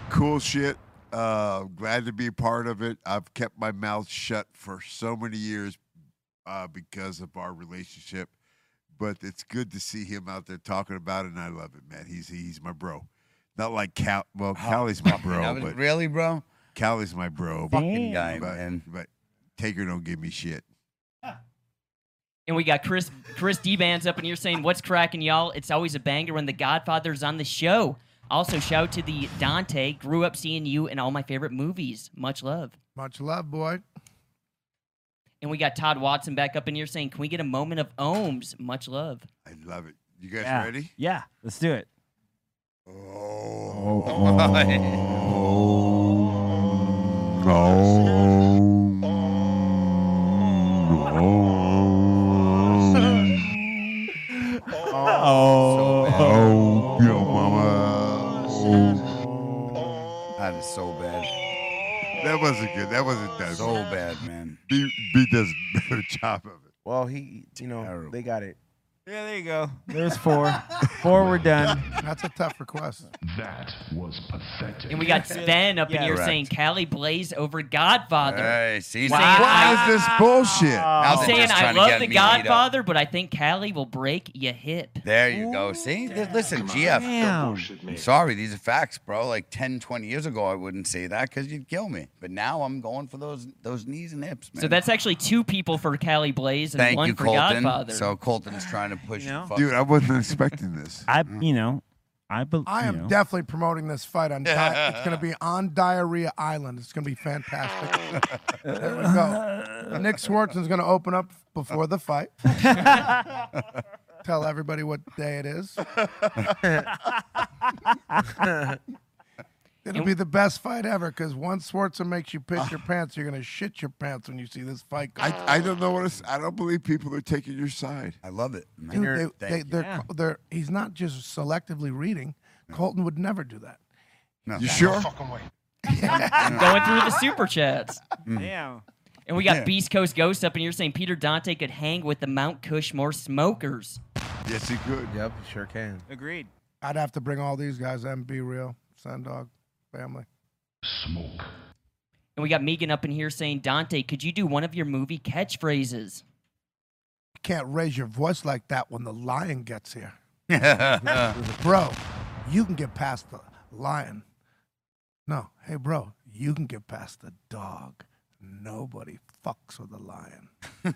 Cool shit. Uh, glad to be a part of it. I've kept my mouth shut for so many years uh, because of our relationship, but it's good to see him out there talking about it, and I love it, man. He's he's my bro. Not like Cal. Well, Callie's my bro, That was but really, bro. Callie's my bro. Fucking guy, but, man. But Taker don't give me shit. And we got Chris Chris D Bands up in here saying, What's cracking, y'all? It's always a banger when the Godfather's on the show. Also, shout to the Dante. Grew up seeing you in all my favorite movies. Much love. Much love, boy. And we got Todd Watson back up in here saying, Can we get a moment of ohms? Much love. I love it. You guys Yeah. ready? Yeah. Let's do it. Oh, oh, yo, mama. That is so bad. That wasn't good. That wasn't that So bad. bad, man. B, B does a better job of it. Well, he, you know, they got it. Yeah, there you go. There's four. four, we're done. That's a tough request. That was pathetic. And we got Sven up in Yeah. here Correct. saying, Cali Blaze over Godfather. Hey, see, Saying, now- I, Oh. this bullshit? Now they're saying, just I trying to love get the me to eat up. Godfather, but I think Cali will break you hip. There you go. See, Th- listen, GF. Damn. I'm sorry, these are facts, bro. Like 10, 20 years ago, I wouldn't say that because you'd kill me. But now I'm going for those those knees and hips, man. So that's actually two people for Cali Blaze and Thank one you, for Colton. Godfather. So Colton's trying to push. the fuck- Dude, I wasn't expecting this. I, you know, I believe. I am definitely promoting this fight on. Di- it's going to be on Diarrhea Island. It's going to be fantastic. there we go. Nick Swartzen's going to open up before the fight. Tell everybody what day it is. It'll be the best fight ever because once Swartzen makes you piss your pants, you're going to shit your pants when you see this fight. Go. I, I don't know what it's, I don't believe people are taking your side. I love it. Dude, they, they, they're, they're, he's not just selectively reading. Colton would never do that. No. You sure? Going through the super chats. Mm. Damn. And we got Yeah. Beast Coast Ghost up in here saying Peter Dante could hang with the Mount Cushmore smokers. Yes, he could. Yep, sure can. Agreed. I'd have to bring all these guys. MB real, Sun Dog, family. Smoke. And we got Megan up in here saying, Dante, could you do one of your movie catchphrases? Can't raise your voice like that when the lion gets here, bro. You can get past the lion. No, hey, bro, you can get past the dog. Nobody fucks with the lion. they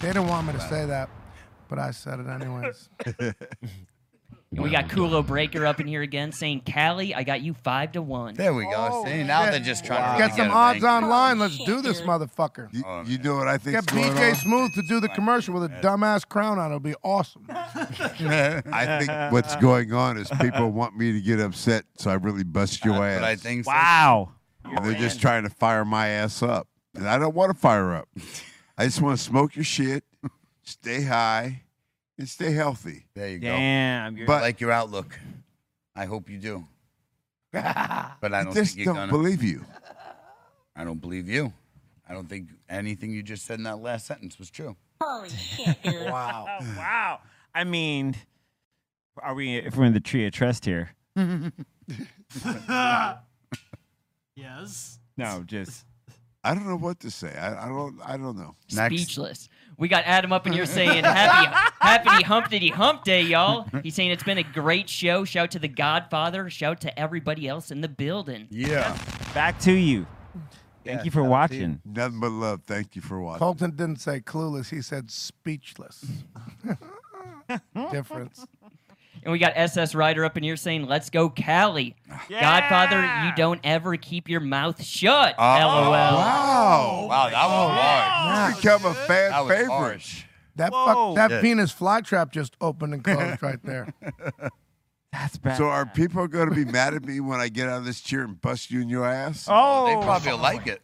didn't want me to say that, but I said it anyways. And we got Kulo Breaker up in here again saying, Callie, I got you five to one. There we go. See, now they're just trying to get really some it odds angry. online. Let's do this, motherfucker. You, you know what I think? Get BJ Smooth to do the commercial with a dumbass crown on. It'll be awesome. I think what's going on is people want me to get upset, so I really bust your ass. But I think so. Wow. And they're just trying to fire my ass up. And I don't want to fire up. I just want to smoke your shit, stay high, and stay healthy. There you Damn. go. you're- But like your outlook. I hope you do. But I I don't just think you're don't gonna. believe you. I don't believe you. I don't think anything you just said in that last sentence was true. wow. wow. I mean, are we? If we're in the tree of trust here. yes. No, just. I don't know what to say. I, I don't. I don't know. Speechless. We got Adam up in here saying, Happy Happy Humpty Hump Day, y'all. He's saying it's been a great show. Shout to the Godfather. Shout to everybody else in the building. Yeah. Back to you. Thank you for watching. Nothing but love. Thank you for watching. Colton didn't say clueless. He said speechless. Difference. And we got SS Ryder up in here saying, Let's go, Cali. Godfather, you don't ever keep your mouth shut. LOL. Oh, Wow. Wow, that was hard. It's become a fan Oh, That was favorite. harsh. That Whoa. fuck, that Yeah. penis fly trap just opened and closed right there. That's bad. So are people going to be mad at me when I get out of this chair and bust you in your ass? Oh, they probably like it.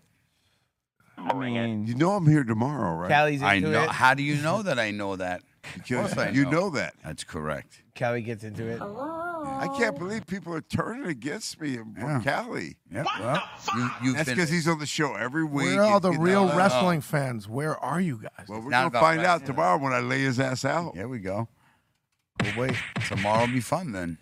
You know I'm here tomorrow, right? I know. How do you know that I know that? Because I you know that. That's correct. Callie gets into it. I can't believe people are turning against me and yeah. Cali. Yeah. Well, you, you've That's been- because he's on the show every week. Where are all It's the getting real all that- Oh. wrestling fans? Where are you guys? Well, we're Not going to about find out wrestling. tomorrow when I lay his ass out. There we go. We'll wait. Tomorrow will be fun then.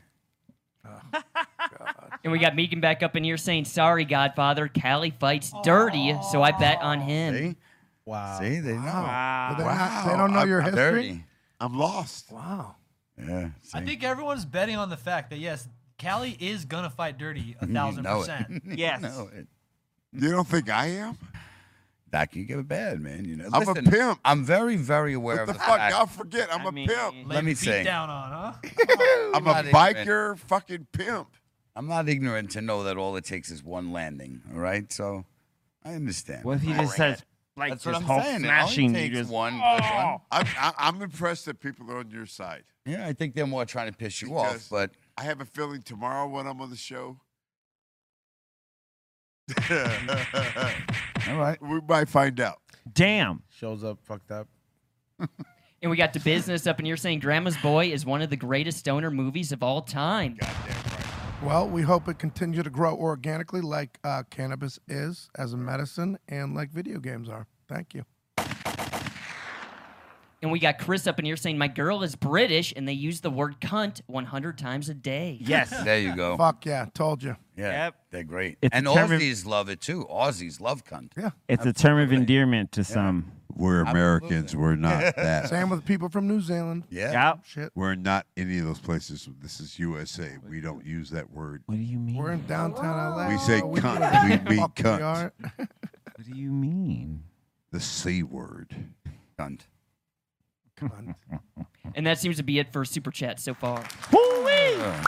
And we got Megan back up in here saying, "Sorry, Godfather, Callie fights dirty, so I bet on him." Wow. See, they know. Wow. But they're not- they don't know your history? I'm lost. Wow. Yeah. See? I think everyone's betting on the fact that yes, Callie is gonna fight dirty a You thousand know it. percent. You know it. You don't think I am? That could get bad, man. You know, I'm a Listen, pimp. I'm very, very aware What of the the, fuck? fact. Y'all forget I'm a pimp. Let me say, down Uh-huh. on, huh? I'm not a ignorant. biker fucking pimp. I'm not ignorant to know that all it takes is one landing. All right, so I understand. What if he just says, like, That's what just I'm Hulk saying. smashing, It you only takes just- Oh! one. good one. I'm, I- I'm impressed that people are on your side. Yeah, I think they're more trying to piss you Because- off, but I have a feeling tomorrow when I'm on the show. All right. We might find out. Damn. Shows up fucked up. And we got the business up in here saying, "Grandma's Boy is one of the greatest stoner movies of all time." Well, we hope it continue to grow organically, like uh, cannabis is as a medicine, and like video games are. Thank you. And we got Chris up in here saying, "My girl is British, and they use the word cunt 100 times a day." there you Oh. go. Fuck yeah, told you. Yeah, they're great. It's a and term of- Aussies love it too. Aussies love cunt. Yeah, It's a term of endearment to some. We're Americans. We're not that. Same with people from New Zealand. Yeah. Shit. We're not any of those places. This is USA. We don't use that word. What do you mean? We're in downtown LA. We say so do cunt. whatever We the mean fuck we cunt. are. What do you mean? The C word. Cunt. And that seems to be it for super chat so far. Oh,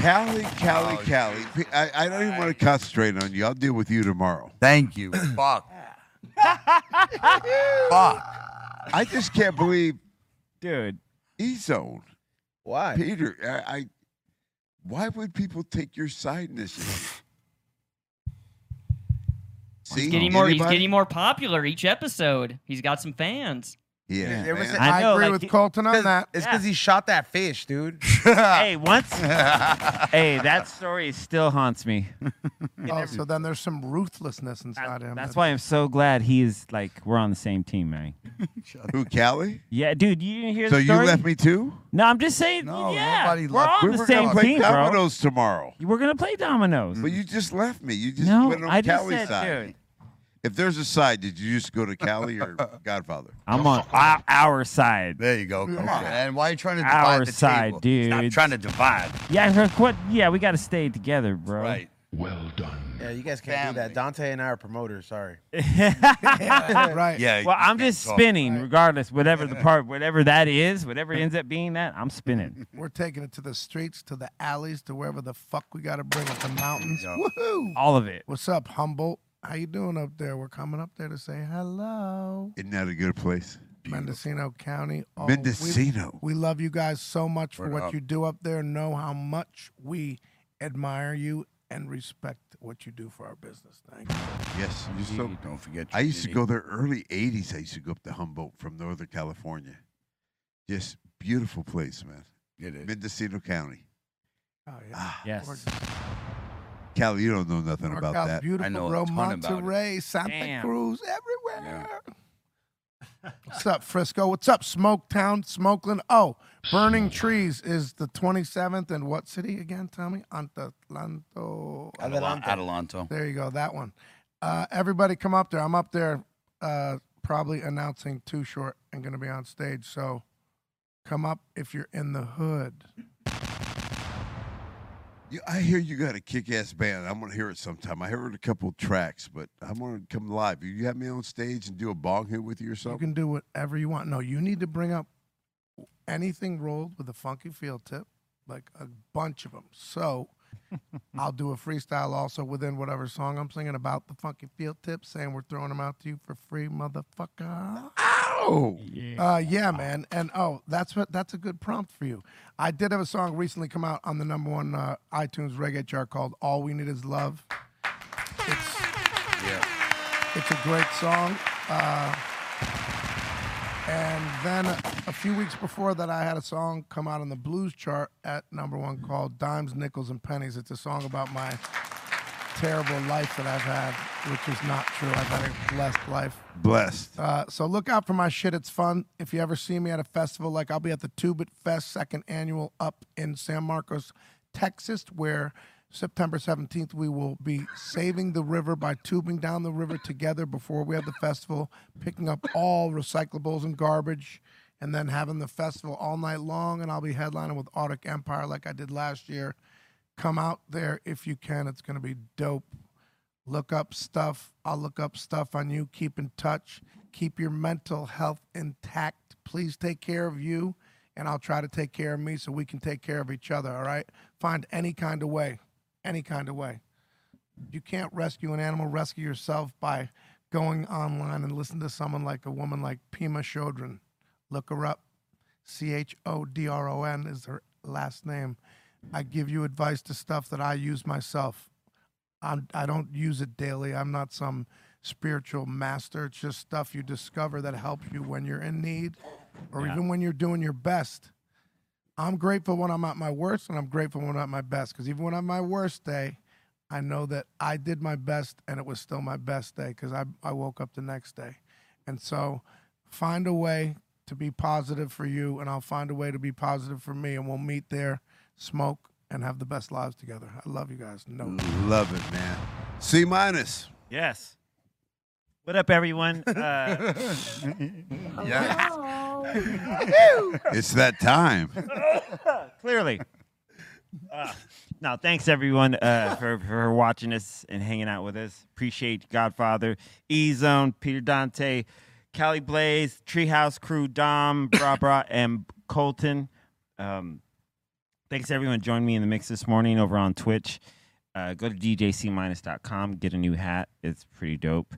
Cali, Oh, Cali, Cali. I, I don't even want to concentrate on you. I'll deal with you tomorrow. Thank you. Fuck. Fuck. I just can't believe, dude. Ezone, Why? Peter. I, I. Why would people take your side in this? issue? See, He's getting more. He's Anybody? getting more popular each episode. He's got some fans. Yeah, There was man. a- I, I know, agree like, with he- Colton on that. It's because he shot that fish, dude. hey, once. hey, that story still haunts me. Oh, so then there's some ruthlessness inside him. That's why I'm so glad he's like we're on the same team, man. Who, Cali? Yeah, dude, you didn't hear So the you story. left me too? No, I'm just saying. No, yeah, nobody we're left. on We the were same gonna play team, bro. Domino's tomorrow. We're gonna play dominoes. But you just left me. You just No, went on I just Cali's said, side. dude. If there's a side, did you just go to Cali or Godfather? I'm on our, our side. There you go. Come on, man. Why are you trying to divide Our the side, table? dude. Stop trying to divide. Yeah, we're- what? Yeah, we gotta stay together, bro. Right. Well done. Yeah, you guys can't do that. Dante and I are promoters. Sorry. right. Yeah. Well, you I'm can't just talk. spinning, regardless, whatever the part, whatever that is, whatever ends up being that, I'm spinning. We're taking it to the streets, to the alleys, to wherever the fuck we got to bring it, the mountains. Yeah. Woohoo! All of it. What's up, Humboldt? How you doing up there? We're coming up there to say hello. Isn't that a good place? Mendocino County. Oh, we- Mendocino. We, love you guys so much for Word what up. you do up there. Know how much we admire you and respect what you do for our business. Thank you. Yes. you so- Don't forget. I your used to duty. go there early 80s. I used to go up to Humboldt from Northern California. Just beautiful place, man. It is. Mendocino County. Oh, yeah. Ah, Yes. Gorgeous. Cali, you don't know nothing Mark about out that. Beautiful know a bro, ton about it. Monterey, Santa Damn. Cruz, everywhere. What's up, Frisco? What's up, Smoketown, Smokeland? Oh, Burning Trees is the 27th in what city again, Tommy? Antatlanto. Adela- Adelanto. There you go, that one. Uh, everybody come up there. I'm up there uh, probably announcing Too Short and going to be on stage. So come up if you're in the hood. You, I hear you got a kick ass band. I'm going to hear it sometime. I heard a couple tracks, but I want to come live. You have me on stage and do a bong hit with you or You something? can do whatever you want. No, you need to bring up anything rolled with a funky feel tip, like a bunch of them. So I'll do a freestyle also within whatever song I'm singing about the funky feel tip, saying we're throwing them out to you for free, motherfucker. Whoa. Uh, yeah, man. And oh, that's what that's a good prompt for you. I did have a song recently come out on the number one uh, iTunes reggae chart called "All We Need Is Love." Yeah. It's a great song. Uh, and then a few weeks before that, I had a song come out on the blues chart at number one called Dimes, Nickels, and Pennies. It's a song about my terrible life that I've had, which is not true. I've had a blessed life. Blessed. Uh, so look out for my shit. It's fun. If you ever see me at a festival, like I'll be at the Tubit Fest second annual up in San Marcos, Texas, where September 17th we will be saving the river by tubing down the river together before we have the festival, picking up all recyclables and garbage. And then having the festival all night long, and I'll be headlining with Arctic Empire like I did last year come out there if you can. It's going to be dope. Look up stuff. I'll look up stuff on you. Keep in touch. Keep your mental health intact. Please take care of you, and I'll try to take care of me so we can take care of each other. All right? Find any kind of way. Any kind of way. You can't rescue an animal, rescue yourself by going online and listen to someone like a woman like Pima Chodron. Look her up. C H O D R O N is her last name. I give you advice to stuff that I use myself. I'm, I don't use it daily. I'm not some spiritual master. It's just stuff you discover that helps you when you're in need or Yeah. even when you're doing your best. I'm grateful when I'm at my worst and I'm grateful when I'm at my best because even when I'm my worst day, I know that I did my best and it was still my best day because I, I woke up the next day. And so find a way to be positive for you and I'll find a way to be positive for me and we'll meet there, smoke, and have the best lives together. I love you guys. No. Love it, man. C minus. Yes. What up, everyone? Uh, It's that time. Clearly. Uh, no, thanks everyone uh, for for watching us and hanging out with us. Appreciate Godfather, E Zone, Peter Dante, Cali Blaze, Treehouse Crew, Dom, Bra Bra, and Colton. Um, thanks everyone joining me in the mix this morning over on Twitch. Uh, go to djcminus.com, get a new hat. It's pretty dope.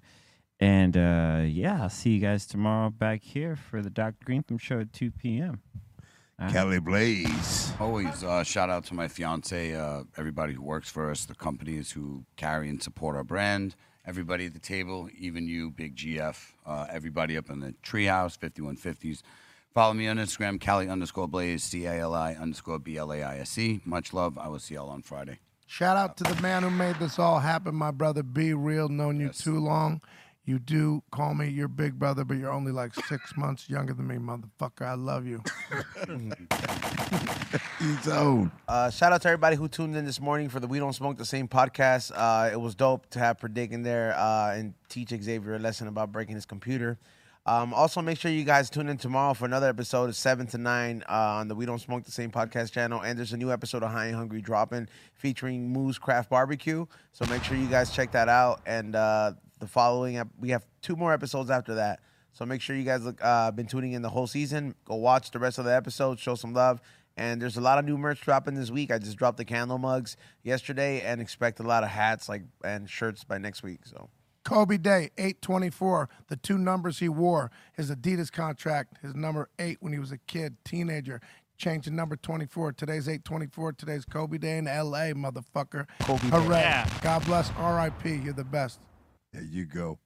And uh, yeah, I'll see you guys tomorrow back here for the Dr. Greentham show at 2 p.m. All right. Kelly Blaze. Always uh, shout out to my fiance, uh, everybody who works for us, the companies who carry and support our brand, everybody at the table, even you, Big GF, uh, everybody up in the treehouse, 5150s. Follow me on Instagram, Cali underscore Blaze, C A L I underscore B L A I S E. Much love. I will see y'all on Friday. Shout out to the man who made this all happen, my brother Be Real. Known you too long. You do call me your big brother, but you're only like six months younger than me, motherfucker. I love you. Uh, shout out to everybody who tuned in this morning for the We Don't Smoke the Same podcast. Uh, it was dope to have Predig in there uh, and teach Xavier a lesson about breaking his computer. Um, also, make sure you guys tune in tomorrow for another episode of 7 to 9 uh, on the We Don't Smoke the Same podcast channel. And there's a new episode of High and Hungry dropping featuring Moose Craft Barbecue. So make sure you guys check that out. And uh, the following, ep- we have two more episodes after that. So make sure you guys look uh, been tuning in the whole season. Go watch the rest of the episode, show some love. And there's a lot of new merch dropping this week. I just dropped the candle mugs yesterday and expect a lot of hats like and shirts by next week. So Kobe Day, 824. The two numbers he wore his Adidas contract, his number eight when he was a kid, teenager. Changed to number 24. Today's 824. Today's Kobe Day in LA, motherfucker. Kobe Day. Hooray. Yeah. God bless RIP. You're the best. There you go.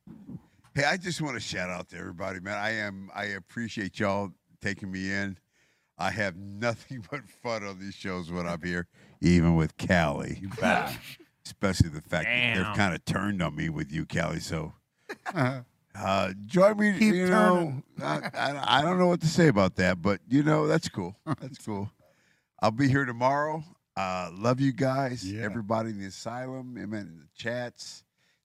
Hey, I just want to shout out to everybody, man. I am I appreciate y'all taking me in. I have nothing but fun on these shows when I'm here, even with Callie. You better. Especially the fact that Damn. they've kind of turned on me with you, Callie. So uh, join me. Keep you know, turning. I, I, I don't know what to say about that, but you know that's cool. That's cool. I'll be here tomorrow. Uh, love you guys, everybody in the asylum, and in the chats,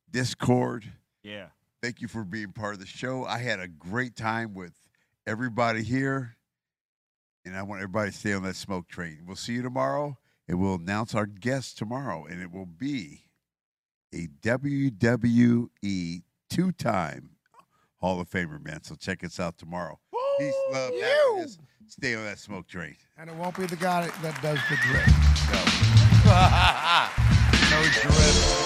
Discord. Yeah. Thank you for being part of the show. I had a great time with everybody here, and I want everybody to stay on that smoke train. We'll see you tomorrow, and we'll announce our guest tomorrow, and it will be a WWE two time Hall of Famer, man. So check us out tomorrow. Peace, love, happiness. Stay on that smoke train. And it won't be the guy that does the drip. no drip.